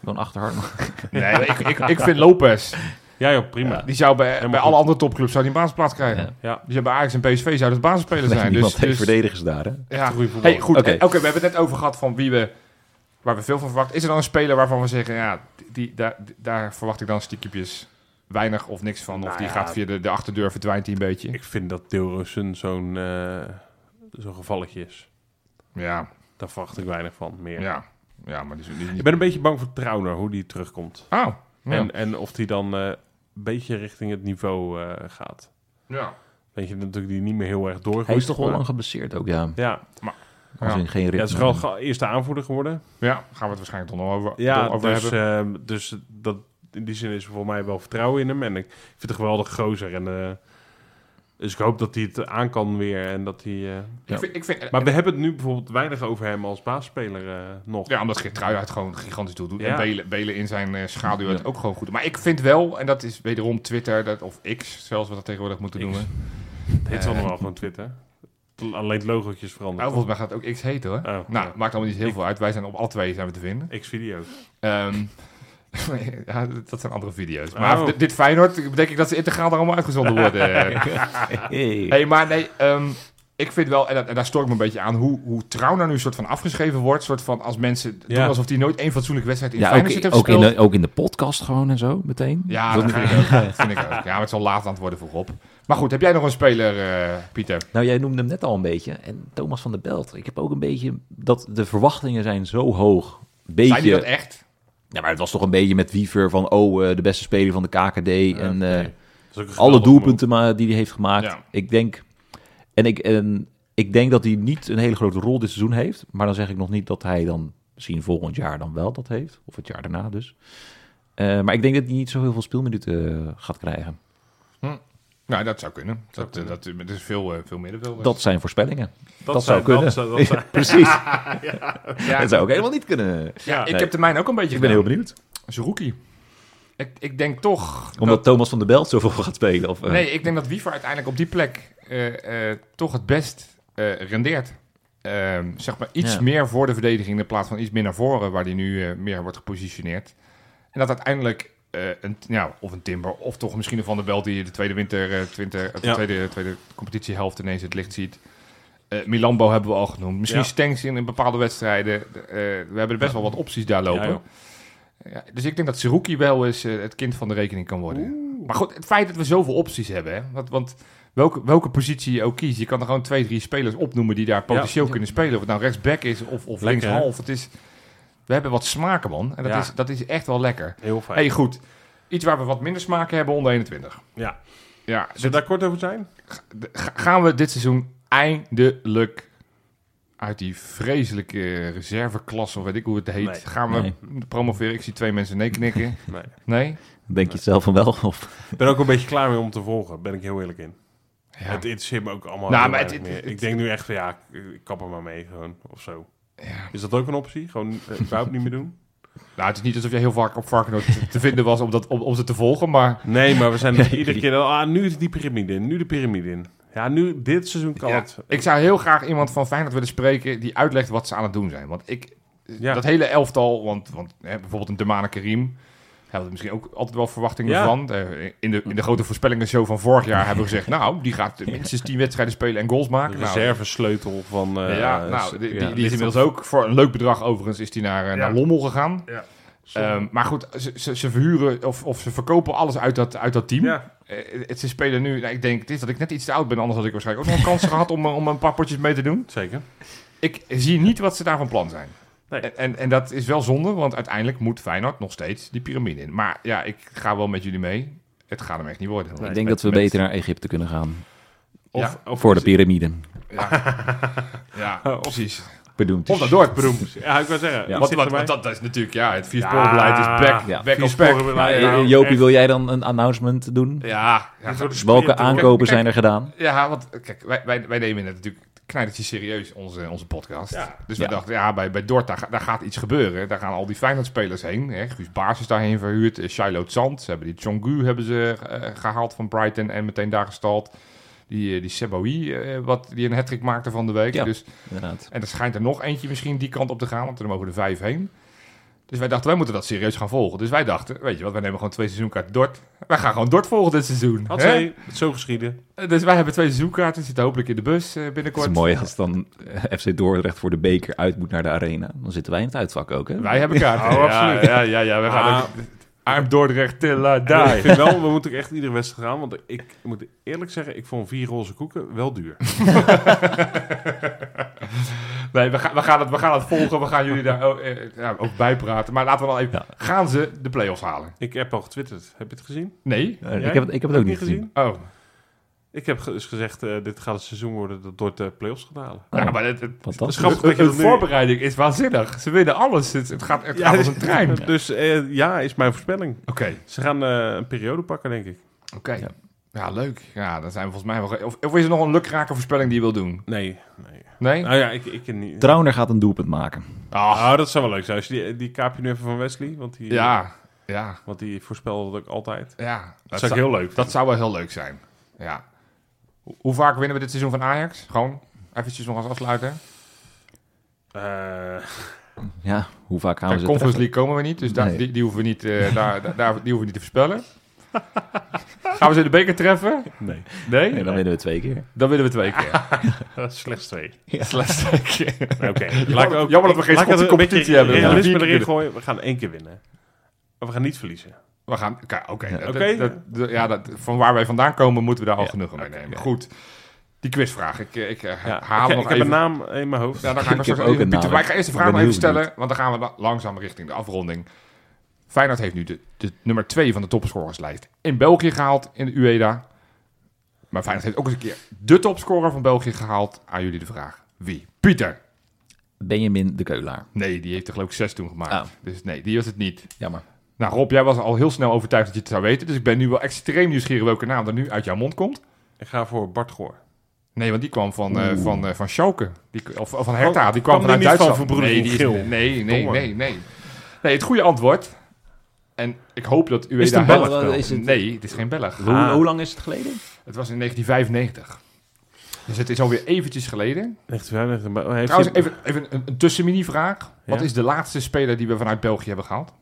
Speaker 3: gewoon achter Hartman.
Speaker 2: Nee, ik, ik, ik vind Lopez...
Speaker 1: Ja, joh, prima.
Speaker 2: Die zou bij,
Speaker 1: Helemaal
Speaker 2: bij
Speaker 1: goed.
Speaker 2: alle andere topclubs zou die een basisplaats krijgen.
Speaker 3: Ja.
Speaker 1: Ja.
Speaker 2: Dus ja, bij Ajax en PSV zouden het basisspeler
Speaker 3: Nee,
Speaker 2: zijn.
Speaker 3: niemand
Speaker 2: Dus,
Speaker 3: heeft
Speaker 2: dus,
Speaker 3: verdedigers daar, hè?
Speaker 2: ja.
Speaker 1: Goeie voetbal.
Speaker 2: Hey, goed.
Speaker 3: Oké.
Speaker 2: Eh, Oké, we hebben het net over gehad van wie we, waar we veel van verwachten. Is er dan een speler waarvan we zeggen, ja, die, daar, daar verwacht ik dan stiekempjes weinig of niks van. Of
Speaker 1: Nou
Speaker 2: die
Speaker 1: ja.
Speaker 2: gaat via de, de achterdeur, verdwijnt die een beetje.
Speaker 1: Ik vind dat Deelrussen zo'n eh, zo'n gevalletje is.
Speaker 2: Ja,
Speaker 1: Daar verwacht ik weinig van, meer.
Speaker 2: ja. Ja, maar die is die-
Speaker 1: Ik ben een beetje bang voor Trauner, hoe die terugkomt.
Speaker 2: Oh, ja.
Speaker 1: En, en of die dan eh, een beetje richting het niveau eh, gaat.
Speaker 2: ja.
Speaker 1: Weet je, natuurlijk die niet meer heel erg doorgroeit.
Speaker 3: Hij is toch al
Speaker 1: maar-
Speaker 3: lang geblesseerd ook, ja.
Speaker 1: Ja,
Speaker 3: Als in geen ritme.
Speaker 1: ja het is gewoon ge- eerste aanvoerder geworden.
Speaker 2: Ja, gaan we het waarschijnlijk toch nog over,
Speaker 1: Ja,
Speaker 2: toch over
Speaker 1: dus,
Speaker 2: hebben.
Speaker 1: ehm, dus dat, in die zin is er voor mij wel vertrouwen in hem. En ik vind het een geweldig gozer. En, eh, dus ik hoop dat hij het aan kan weer. En dat hij, eh,
Speaker 3: ja.
Speaker 2: Ik vind, ik vind,
Speaker 1: Maar we hebben het nu bijvoorbeeld weinig over hem als baasspeler eh, nog.
Speaker 2: Ja, omdat Geertrui het gewoon gigantisch doet.
Speaker 1: Ja.
Speaker 2: En Belen, Belen in zijn eh, schaduw het
Speaker 3: Ja.
Speaker 2: ook gewoon goed. doet. Maar ik vind wel, en dat is wederom Twitter, dat, of X, zelfs wat we tegenwoordig moeten
Speaker 1: X.
Speaker 2: noemen.
Speaker 1: Het heet
Speaker 2: Eh.
Speaker 1: allemaal wel gewoon Twitter. Alleen het logootje is
Speaker 2: Oh,
Speaker 1: veranderd.
Speaker 2: volgens mij gaat het ook X heten hoor.
Speaker 1: Oh,
Speaker 2: nou,
Speaker 1: ja.
Speaker 2: maakt allemaal niet heel veel uit. Wij zijn op alle twee zijn we te vinden.
Speaker 1: X-video's.
Speaker 2: Ehm, ja, dat zijn andere video's. Maar
Speaker 1: Oh.
Speaker 2: dit, dit Feyenoord, denk ik dat ze integraal er allemaal uitgezonden worden. eh.
Speaker 3: Hey.
Speaker 2: Hey, maar nee, ehm, ik vind wel, en, dat- en daar stoor ik me een beetje aan, hoe, hoe trouw nou nu soort van afgeschreven wordt. Soort van als mensen doen
Speaker 1: Ja.
Speaker 2: alsof die nooit één fatsoenlijke wedstrijd in
Speaker 3: Ja,
Speaker 2: Feyenoord
Speaker 3: ook,
Speaker 2: zit heeft
Speaker 3: ook, in
Speaker 2: gespeeld.
Speaker 3: de, ook in de podcast gewoon en zo, meteen.
Speaker 2: Ja,
Speaker 3: Dat
Speaker 2: dat
Speaker 3: moet-
Speaker 2: vind, ik ook, dat vind ik ook. Ja, maar het zal laat aan het worden voor Rob. Maar goed, heb jij nog een speler, eh, Pieter?
Speaker 3: Nou, jij noemde hem net al een beetje. En Thomas van der Belt. Ik heb ook een beetje dat de verwachtingen zijn zo hoog. Beetje,
Speaker 2: Zijn die dat echt?
Speaker 3: ja, maar het was toch een beetje met Wiever van, oh, eh, de beste speler van de KKD. en eh,
Speaker 1: Dat is ook een
Speaker 3: alle
Speaker 1: geweldige
Speaker 3: doelpunten maar, die hij heeft gemaakt.
Speaker 2: Ja.
Speaker 3: Ik denk, en ik, en ik denk dat hij niet een hele grote rol dit seizoen heeft. Maar dan zeg ik nog niet dat hij dan misschien volgend jaar dan wel dat heeft. Of het jaar daarna dus. Eh, maar ik denk dat hij niet zo heel veel speelminuten eh, gaat krijgen.
Speaker 2: Nou, dat zou kunnen. Dat,
Speaker 1: kunnen.
Speaker 2: Dat, dat, is veel, eh, veel middenvelders.
Speaker 3: Dat zijn voorspellingen.
Speaker 1: mond.
Speaker 3: dat zou kunnen.
Speaker 1: Dat zou, dat zou-
Speaker 3: Precies.
Speaker 2: Ja,
Speaker 3: Dat zou ook helemaal niet kunnen.
Speaker 2: ja, ik
Speaker 3: nee.
Speaker 2: heb de mijne ook een beetje
Speaker 3: Ik ben heel benieuwd.
Speaker 2: Zerouki. Ik, ik denk toch...
Speaker 3: Omdat Thomas van der Belt zoveel gaat spelen. Of, eh,
Speaker 2: Nee, ik denk dat Wiever uiteindelijk op die plek eh, eh, toch het best eh, rendeert. Ehm, zeg maar iets
Speaker 3: Ja.
Speaker 2: meer voor de verdediging in plaats van iets meer naar voren, waar die nu eh, meer wordt gepositioneerd. En dat uiteindelijk eh, een, nou, of een Timber, of toch misschien een Van der Belt die de tweede winter, eh, twinter, of de
Speaker 1: Ja.
Speaker 2: tweede, tweede competitiehelft ineens het licht ziet. Eh, Milambo hebben we al genoemd. Misschien
Speaker 1: Ja.
Speaker 2: Stengs in een bepaalde wedstrijden. Eh, we hebben best wel wat opties daar lopen.
Speaker 1: Ja, joh.
Speaker 2: Ja, dus ik denk dat Seruki wel eens eh, het kind van de rekening kan worden. Maar goed, het feit dat we zoveel opties hebben. Hè? Want, want welke, welke positie je ook kiest, je kan er gewoon twee, drie spelers opnoemen die daar potentieel
Speaker 3: Ja.
Speaker 2: kunnen spelen. Of het nou rechtsback is of, of
Speaker 1: Lekker,
Speaker 2: linkshalf. Het is, we hebben wat smaken, man. En dat,
Speaker 1: Ja.
Speaker 2: is, dat is echt wel lekker.
Speaker 1: Heel fijn.
Speaker 2: hey, goed. Iets waar we wat minder smaken hebben onder 21.
Speaker 1: Ja.
Speaker 2: Ja,
Speaker 1: Zullen we daar kort over zijn?
Speaker 2: d- ga- gaan we dit seizoen eindelijk uit die vreselijke reserveklasse, of weet ik hoe het heet,
Speaker 1: Nee.
Speaker 2: gaan we promoveren? Ik zie twee mensen nee knikken.
Speaker 1: Nee.
Speaker 2: Nee?
Speaker 3: Denk je het zelf van wel? Of,
Speaker 1: Ik ben ook een beetje klaar mee om te volgen. Ben ik heel eerlijk in.
Speaker 2: Ja.
Speaker 1: Het interesseert me ook allemaal
Speaker 2: Nou,
Speaker 1: heel
Speaker 2: maar het-
Speaker 1: weinig
Speaker 2: het-
Speaker 1: meer.
Speaker 2: het-
Speaker 1: Ik denk nu echt van ja, ik kap er maar mee gewoon of zo.
Speaker 2: Ja.
Speaker 1: Is dat ook een optie? Gewoon eh, überhaupt niet meer doen?
Speaker 2: Nou, het is niet alsof jij heel vaak op Varkenoord te- te vinden was om, dat, om, om ze te volgen, maar
Speaker 1: Nee, maar we zijn iedere keer... dan, Ah, nu is die piramide in. Nu de piramide in. Ja, nu dit seizoen kan
Speaker 2: ja,
Speaker 1: het.
Speaker 2: ik zou heel graag iemand van Feyenoord willen spreken die uitlegt wat ze aan het doen zijn. Want ik,
Speaker 1: Ja.
Speaker 2: dat hele elftal, want, want hè, bijvoorbeeld een Demane Karim, hebben we misschien ook altijd wel verwachtingen
Speaker 1: Ja.
Speaker 2: van. Eh, in, de, in de grote voorspellingenshow van vorig jaar hebben we gezegd, nou, die gaat minstens 10 wedstrijden spelen en goals
Speaker 1: De
Speaker 2: maken. Nou,
Speaker 1: reservesleutel van... eh,
Speaker 2: ja,
Speaker 1: s-
Speaker 2: nou, die,
Speaker 1: ja,
Speaker 2: die, die is
Speaker 1: ligt
Speaker 2: inmiddels ook voor een leuk bedrag overigens is die naar, eh, naar Lommel gegaan.
Speaker 1: Ja.
Speaker 2: Ehm, maar goed, ze, ze, ze verhuren of, of ze verkopen alles uit dat, uit dat team.
Speaker 1: Ja.
Speaker 2: Eh, het, ze spelen nu, nou, ik denk het is dat ik net iets te oud ben, anders had ik waarschijnlijk ook nog een kans gehad om, eh, om een paar potjes mee te doen.
Speaker 1: Zeker.
Speaker 2: Ik zie niet wat ze daar van plan zijn.
Speaker 1: Nee.
Speaker 2: En, en, en dat is wel zonde, want uiteindelijk moet Feyenoord nog steeds die piramide in. Maar ja, ik ga wel met jullie mee. Het gaat hem echt niet worden.
Speaker 3: ik denk dat we beter naar Egypte kunnen gaan.
Speaker 1: Of, of
Speaker 3: Voor de piramide.
Speaker 2: Ja,
Speaker 1: Oh.
Speaker 2: precies.
Speaker 3: Bedoemd.
Speaker 2: Of naar Dordt.
Speaker 1: beroemd. Ja, ik wil zeggen.
Speaker 3: Ja.
Speaker 1: Ja.
Speaker 2: Want, want- want dat, dat is natuurlijk, ja, het viersporenbeleid
Speaker 1: beleid
Speaker 2: is back,
Speaker 3: Ja.
Speaker 2: back on back.
Speaker 1: Viersporenbeleid.
Speaker 3: Maar, eh,
Speaker 1: Nou,
Speaker 3: Jopie,
Speaker 1: echt.
Speaker 3: wil jij dan een announcement doen?
Speaker 2: Ja, ja,
Speaker 3: Dus Welke aankopen
Speaker 2: Kijk,
Speaker 3: zijn er gedaan?
Speaker 2: Ja, want kijk, wij, wij, wij nemen het natuurlijk knijdertje serieus, onze, onze podcast.
Speaker 1: Ja.
Speaker 2: Dus we
Speaker 3: Ja.
Speaker 2: dachten, ja, bij, bij Dort, daar, ga- daar gaat iets gebeuren. Daar gaan al die Feyenoord-spelers heen. Hè. Guus Baars is daarheen verhuurd. eh, Shiloh Zand, ze hebben die Chongu hebben ze eh, gehaald van Brighton en meteen daar gestald. Die, eh, die Seboui, eh, wat die een hattrick maakte van de week.
Speaker 3: Ja.
Speaker 2: Dus,
Speaker 3: Inderdaad.
Speaker 2: en er schijnt er nog eentje misschien die kant op te gaan, want er mogen er vijf heen. Dus Dus wij dachten, wij moeten dat serieus gaan volgen. Dus wij dachten, weet je wat, wij nemen gewoon twee seizoenkaarten Dort. Wij gaan gewoon Dort volgen dit seizoen.
Speaker 1: Had
Speaker 2: hè?
Speaker 1: zij het zo geschieden.
Speaker 2: Dus wij hebben twee seizoenkaarten, zitten hopelijk in de bus eh,
Speaker 3: Het
Speaker 2: binnenkort.
Speaker 3: is mooi als dan eh, FC Dordrecht voor de beker uit moet naar de arena. Dan zitten wij in het uitvak ook, hè?
Speaker 2: Wij hebben kaarten.
Speaker 1: Oh,
Speaker 2: ja,
Speaker 1: absoluut.
Speaker 2: Ja, ja, ja, we gaan
Speaker 1: Ah.
Speaker 2: ook... Arm Dordrecht till I
Speaker 1: Ja, ik
Speaker 2: die.
Speaker 1: vind wel, we moeten echt iedere wedstrijd gaan. Want ik moet eerlijk zeggen, ik vond vier roze koeken wel duur.
Speaker 2: Nee, we, gaan, we, gaan het, we gaan het volgen. We gaan jullie daar ook, eh, ja, ook bij praten. Maar laten we dan even...
Speaker 3: Ja.
Speaker 2: Gaan ze de play-offs halen?
Speaker 1: Ik heb al getwitterd. Heb je het gezien?
Speaker 2: Nee?
Speaker 3: Eh,
Speaker 1: Jij?
Speaker 3: ik, heb het, ik heb het ook niet gezien.
Speaker 2: Oh.
Speaker 1: Ik heb ge- dus gezegd, eh, dit gaat het seizoen worden dat door de play-offs gaat halen.
Speaker 2: Ja, maar het, het,
Speaker 3: Fantastisch.
Speaker 1: Grappig dat je
Speaker 2: de
Speaker 1: dat nu-
Speaker 2: voorbereiding is waanzinnig. Ze winnen alles. Het, het gaat, het gaat als een trein. Oké.
Speaker 1: Dus eh, ja, is mijn voorspelling.
Speaker 2: Oké.
Speaker 1: Ze gaan eh, een periode pakken, denk ik.
Speaker 2: Ja. leuk. Ja, dan zijn we volgens mij wel... ge- Of, of is er nog een lukraker voorspelling die je wil doen?
Speaker 1: Nee, nee.
Speaker 2: Nee?
Speaker 1: Nou ja, ik, ik niet.
Speaker 3: Trauner gaat een doelpunt maken.
Speaker 2: Ah,
Speaker 1: Ah, dat zou wel leuk zijn. Als je die, die kaap je nu even van Wesley, want die,
Speaker 2: ja. Ja.
Speaker 1: want die voorspelde dat ook altijd. Dat,
Speaker 2: Ja. Dat,
Speaker 1: zou ik heel leuk
Speaker 2: dat zou wel heel leuk zijn. Ja. Hoe, hoe vaak winnen we dit seizoen van Ajax? Gewoon eventjes nog als
Speaker 3: Nou,
Speaker 2: afsluiter.
Speaker 1: vinden. Eh,
Speaker 3: Ja, hoe vaak gaan
Speaker 2: Kijk,
Speaker 3: we ze
Speaker 2: Conference
Speaker 3: treffen?
Speaker 2: League komen we niet, dus daar,
Speaker 3: Nee.
Speaker 2: die, die hoeven we niet, eh, daar, daar, daar- die hoeven we niet te voorspellen. Gaan we ze in de beker treffen?
Speaker 1: nee,
Speaker 2: Nee?
Speaker 3: Nee, dan winnen we twee keer.
Speaker 2: Dan winnen we twee keer.
Speaker 1: dat is slechts twee.
Speaker 2: Slechts twee keer.
Speaker 1: Oké, laat ik
Speaker 2: Jammer- jammer dat we geen
Speaker 1: laat ik het
Speaker 2: Schotse
Speaker 1: een
Speaker 2: competitie
Speaker 1: beetje
Speaker 2: hebben.
Speaker 1: Realisme
Speaker 2: Ja.
Speaker 1: erin gooien. We gaan één keer winnen. Maar we gaan niet verliezen.
Speaker 2: We gaan, oké, oké.
Speaker 3: Ja.
Speaker 2: Dat-
Speaker 1: Oké.
Speaker 2: dat- dat- ja, dat- van waar wij vandaan komen, moeten we daar al
Speaker 3: Ja.
Speaker 2: genoegen mee nemen. Goed, die quizvraag. Ik, eh, ik eh,
Speaker 1: Ja,
Speaker 2: haal
Speaker 1: ik,
Speaker 2: nog
Speaker 1: ik heb
Speaker 2: even.
Speaker 1: een naam in mijn hoofd.
Speaker 2: Ja, dan ga ik, nog
Speaker 3: Ik
Speaker 2: straks
Speaker 3: heb ook
Speaker 2: even
Speaker 3: een
Speaker 2: Pieter,
Speaker 3: naam.
Speaker 2: Maar ik ga eerst de
Speaker 3: Ik
Speaker 2: vraag
Speaker 3: ben
Speaker 2: maar even
Speaker 3: heel benieuwd.
Speaker 2: stellen, want dan gaan we la- langzaam richting de afronding. Feyenoord heeft nu de, de nummer 2 van de topscorerslijst in België gehaald in de UEDA. Maar Feyenoord heeft ook eens een keer de topscorer van België gehaald. Aan jullie de vraag, wie? Pieter.
Speaker 3: Benjamin de Keulaar.
Speaker 2: Nee, die heeft er geloof ik zes toen gemaakt.
Speaker 3: Ah.
Speaker 2: Dus nee, die was het niet.
Speaker 3: Jammer.
Speaker 2: Nou Rob, jij was al heel snel overtuigd dat je het zou weten. Dus ik ben nu wel extreem nieuwsgierig welke naam er nu uit jouw mond komt.
Speaker 1: Ik ga voor Bart Goor.
Speaker 2: Nee, want die kwam van, eh, van, eh, van Schalke. Die, of, of van Hertha. Die kwam
Speaker 1: Oh, kwam die
Speaker 2: vanuit
Speaker 1: niet van
Speaker 2: Duitsland. nee,
Speaker 1: Verbroedering
Speaker 2: die is-
Speaker 1: Geel?
Speaker 2: nee, nee,
Speaker 1: Domme.
Speaker 2: nee, nee. Nee, het goede antwoord. En ik hoop dat u
Speaker 3: Is het een Belg?
Speaker 2: helpt.
Speaker 3: Is het-
Speaker 2: Nee, het is geen Belg.
Speaker 3: Hoe,
Speaker 1: Ah.
Speaker 3: hoe lang is het geleden?
Speaker 2: Het was in 1995. Dus het is alweer eventjes geleden.
Speaker 1: 1995. maar heeft
Speaker 2: Trouwens,
Speaker 1: oh, hij-
Speaker 2: even, even een, een tussenmini-vraag. Wat
Speaker 1: Ja?
Speaker 2: is de laatste speler die we vanuit België hebben gehaald?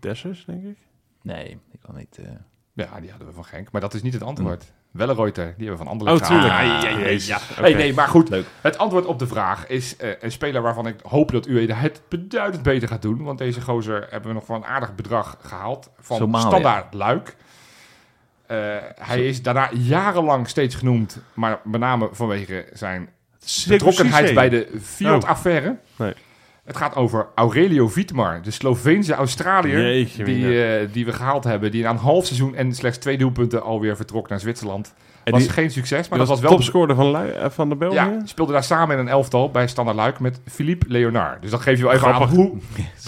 Speaker 1: Dessers, denk ik.
Speaker 3: Nee, ik kan niet. eh,
Speaker 2: Ja, die hadden we van Genk. Maar dat is niet het antwoord.
Speaker 3: Mm.
Speaker 2: Welleroyter, die hebben we van andere
Speaker 1: Oh, tuurlijk.
Speaker 2: Ah, ja, ja, ja.
Speaker 1: Jezus.
Speaker 2: Hey,
Speaker 1: Oké.
Speaker 2: nee, maar goed.
Speaker 3: Leuk.
Speaker 2: Het antwoord op de vraag is eh, een speler waarvan ik hoop dat UED het beduidend beter gaat doen. Want deze gozer hebben we nog voor een aardig bedrag gehaald. Van
Speaker 3: Somalië.
Speaker 2: standaard Luik. Eh, hij is daarna jarenlang steeds genoemd. Maar met name vanwege zijn betrokkenheid bij de Fiat-affaire.
Speaker 1: Oh. Nee.
Speaker 2: Het gaat over Aurelio Vitmar, de Sloveense Australiër.
Speaker 1: Jeetje,
Speaker 2: die,
Speaker 1: mina.
Speaker 2: eh, die we gehaald hebben. Die na een half seizoen en slechts twee doelpunten alweer vertrok naar Zwitserland.
Speaker 1: En
Speaker 2: was
Speaker 1: die-
Speaker 2: geen succes, maar
Speaker 1: Maar
Speaker 2: dat was wel...
Speaker 1: topscorer van, Lui- eh, van de België.
Speaker 2: ja, speelde daar samen in een elftal bij Standard Luik met Philippe Leonard. Dus dat geeft je wel even
Speaker 1: Grappig.
Speaker 2: aan hoe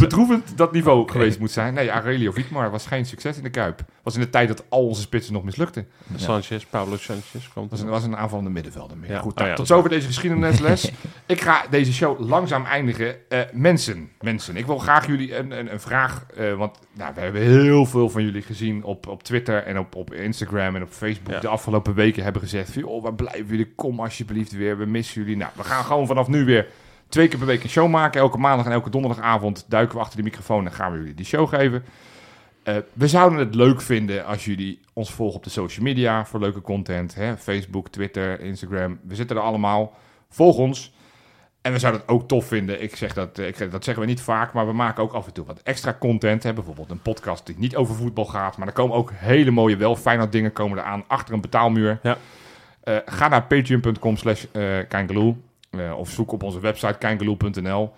Speaker 2: bedroevend dat niveau geweest moet zijn. Nee, Aurelio Vitmar was geen succes in de Kuip. Was in de tijd dat al onze spitsen nog mislukten.
Speaker 1: Sanchez, Pablo Sanchez komt
Speaker 2: Dat was
Speaker 1: er.
Speaker 2: een, was een aanvallende middenvelder meer.
Speaker 1: Ja.
Speaker 2: Goed,
Speaker 1: Oh
Speaker 2: nou,
Speaker 1: ja,
Speaker 2: tot
Speaker 1: dat-
Speaker 2: zover deze geschiedenisles. ik ga deze show langzaam eindigen. Eh, mensen, mensen, ik wil graag jullie een, een, een vraag, eh, want nou, we hebben heel veel van jullie gezien op, op Twitter en op, op Instagram en op Facebook
Speaker 1: Ja.
Speaker 2: de afgelopen weken hebben gezegd, van, joh, waar blijven jullie? Kom alsjeblieft weer, we missen jullie. Nou, we gaan gewoon vanaf nu weer twee keer per week een show maken. Elke maandag en elke donderdagavond duiken we achter de microfoon en gaan we jullie die show geven. Eh, we zouden het leuk vinden als jullie ons volgen op de social media voor leuke content. Hè? Facebook, Twitter, Instagram. We zitten er allemaal. Volg ons. En we zouden het ook tof vinden. Ik zeg dat, eh, ik, dat zeggen we niet vaak, maar we maken ook af en toe wat extra content. Hè? Bijvoorbeeld een podcast die niet over voetbal gaat. Maar er komen ook hele mooie, wel fijne dingen komen eraan achter een betaalmuur.
Speaker 1: Ja.
Speaker 2: Eh, ga naar patreon.com slash eh, kangeloel. Eh, of zoek op onze website kangeloel.nl.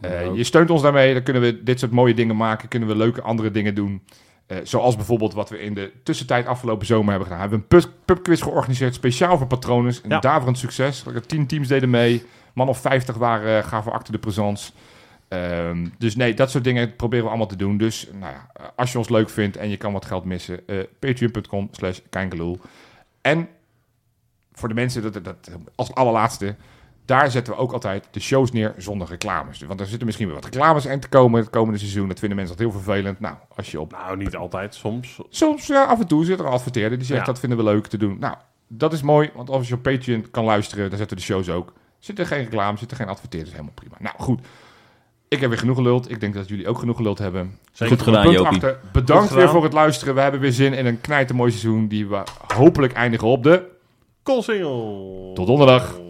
Speaker 2: Eh, je steunt ons daarmee. Dan kunnen we dit soort mooie dingen maken. Kunnen we leuke andere dingen doen. Eh, zoals bijvoorbeeld wat we in de tussentijd afgelopen zomer hebben gedaan. We hebben een pub- pubquiz georganiseerd, speciaal voor patronen. Een
Speaker 1: Ja.
Speaker 2: daverend succes. Tien teams deden mee. Man of vijftig waren, eh, gaven acte de présence. Ehm, dus nee, dat soort dingen proberen we allemaal te doen. Dus nou ja, eh, als je ons leuk vindt en je kan wat geld missen, eh, patreon.com slash kijngeloel. En voor de mensen, dat, dat, als allerlaatste, daar zetten we ook altijd de shows neer zonder reclames. Want er zitten misschien weer wat reclames in te komen het komende seizoen. Dat vinden mensen altijd heel vervelend. Nou, als je op
Speaker 1: Nou, niet altijd, soms.
Speaker 2: Soms, ja, af en toe zit er een adverteerder die zegt
Speaker 1: Ja.
Speaker 2: dat vinden we leuk te doen. Nou, dat is mooi, want als je op Patreon kan luisteren, dan zetten we de shows ook. Zitten geen reclame, zitten geen adverteerders, helemaal prima. Nou goed, Ik heb weer genoeg geluld. Ik denk dat jullie ook genoeg geluld hebben.
Speaker 1: Zeker.
Speaker 3: Goed gedaan,
Speaker 2: Punt
Speaker 3: Jopie.
Speaker 2: achter. Bedankt
Speaker 1: gedaan.
Speaker 2: weer voor het luisteren. We hebben weer zin in een knijtermooi seizoen die we hopelijk eindigen op de...
Speaker 1: Koolsingel.
Speaker 2: Tot donderdag.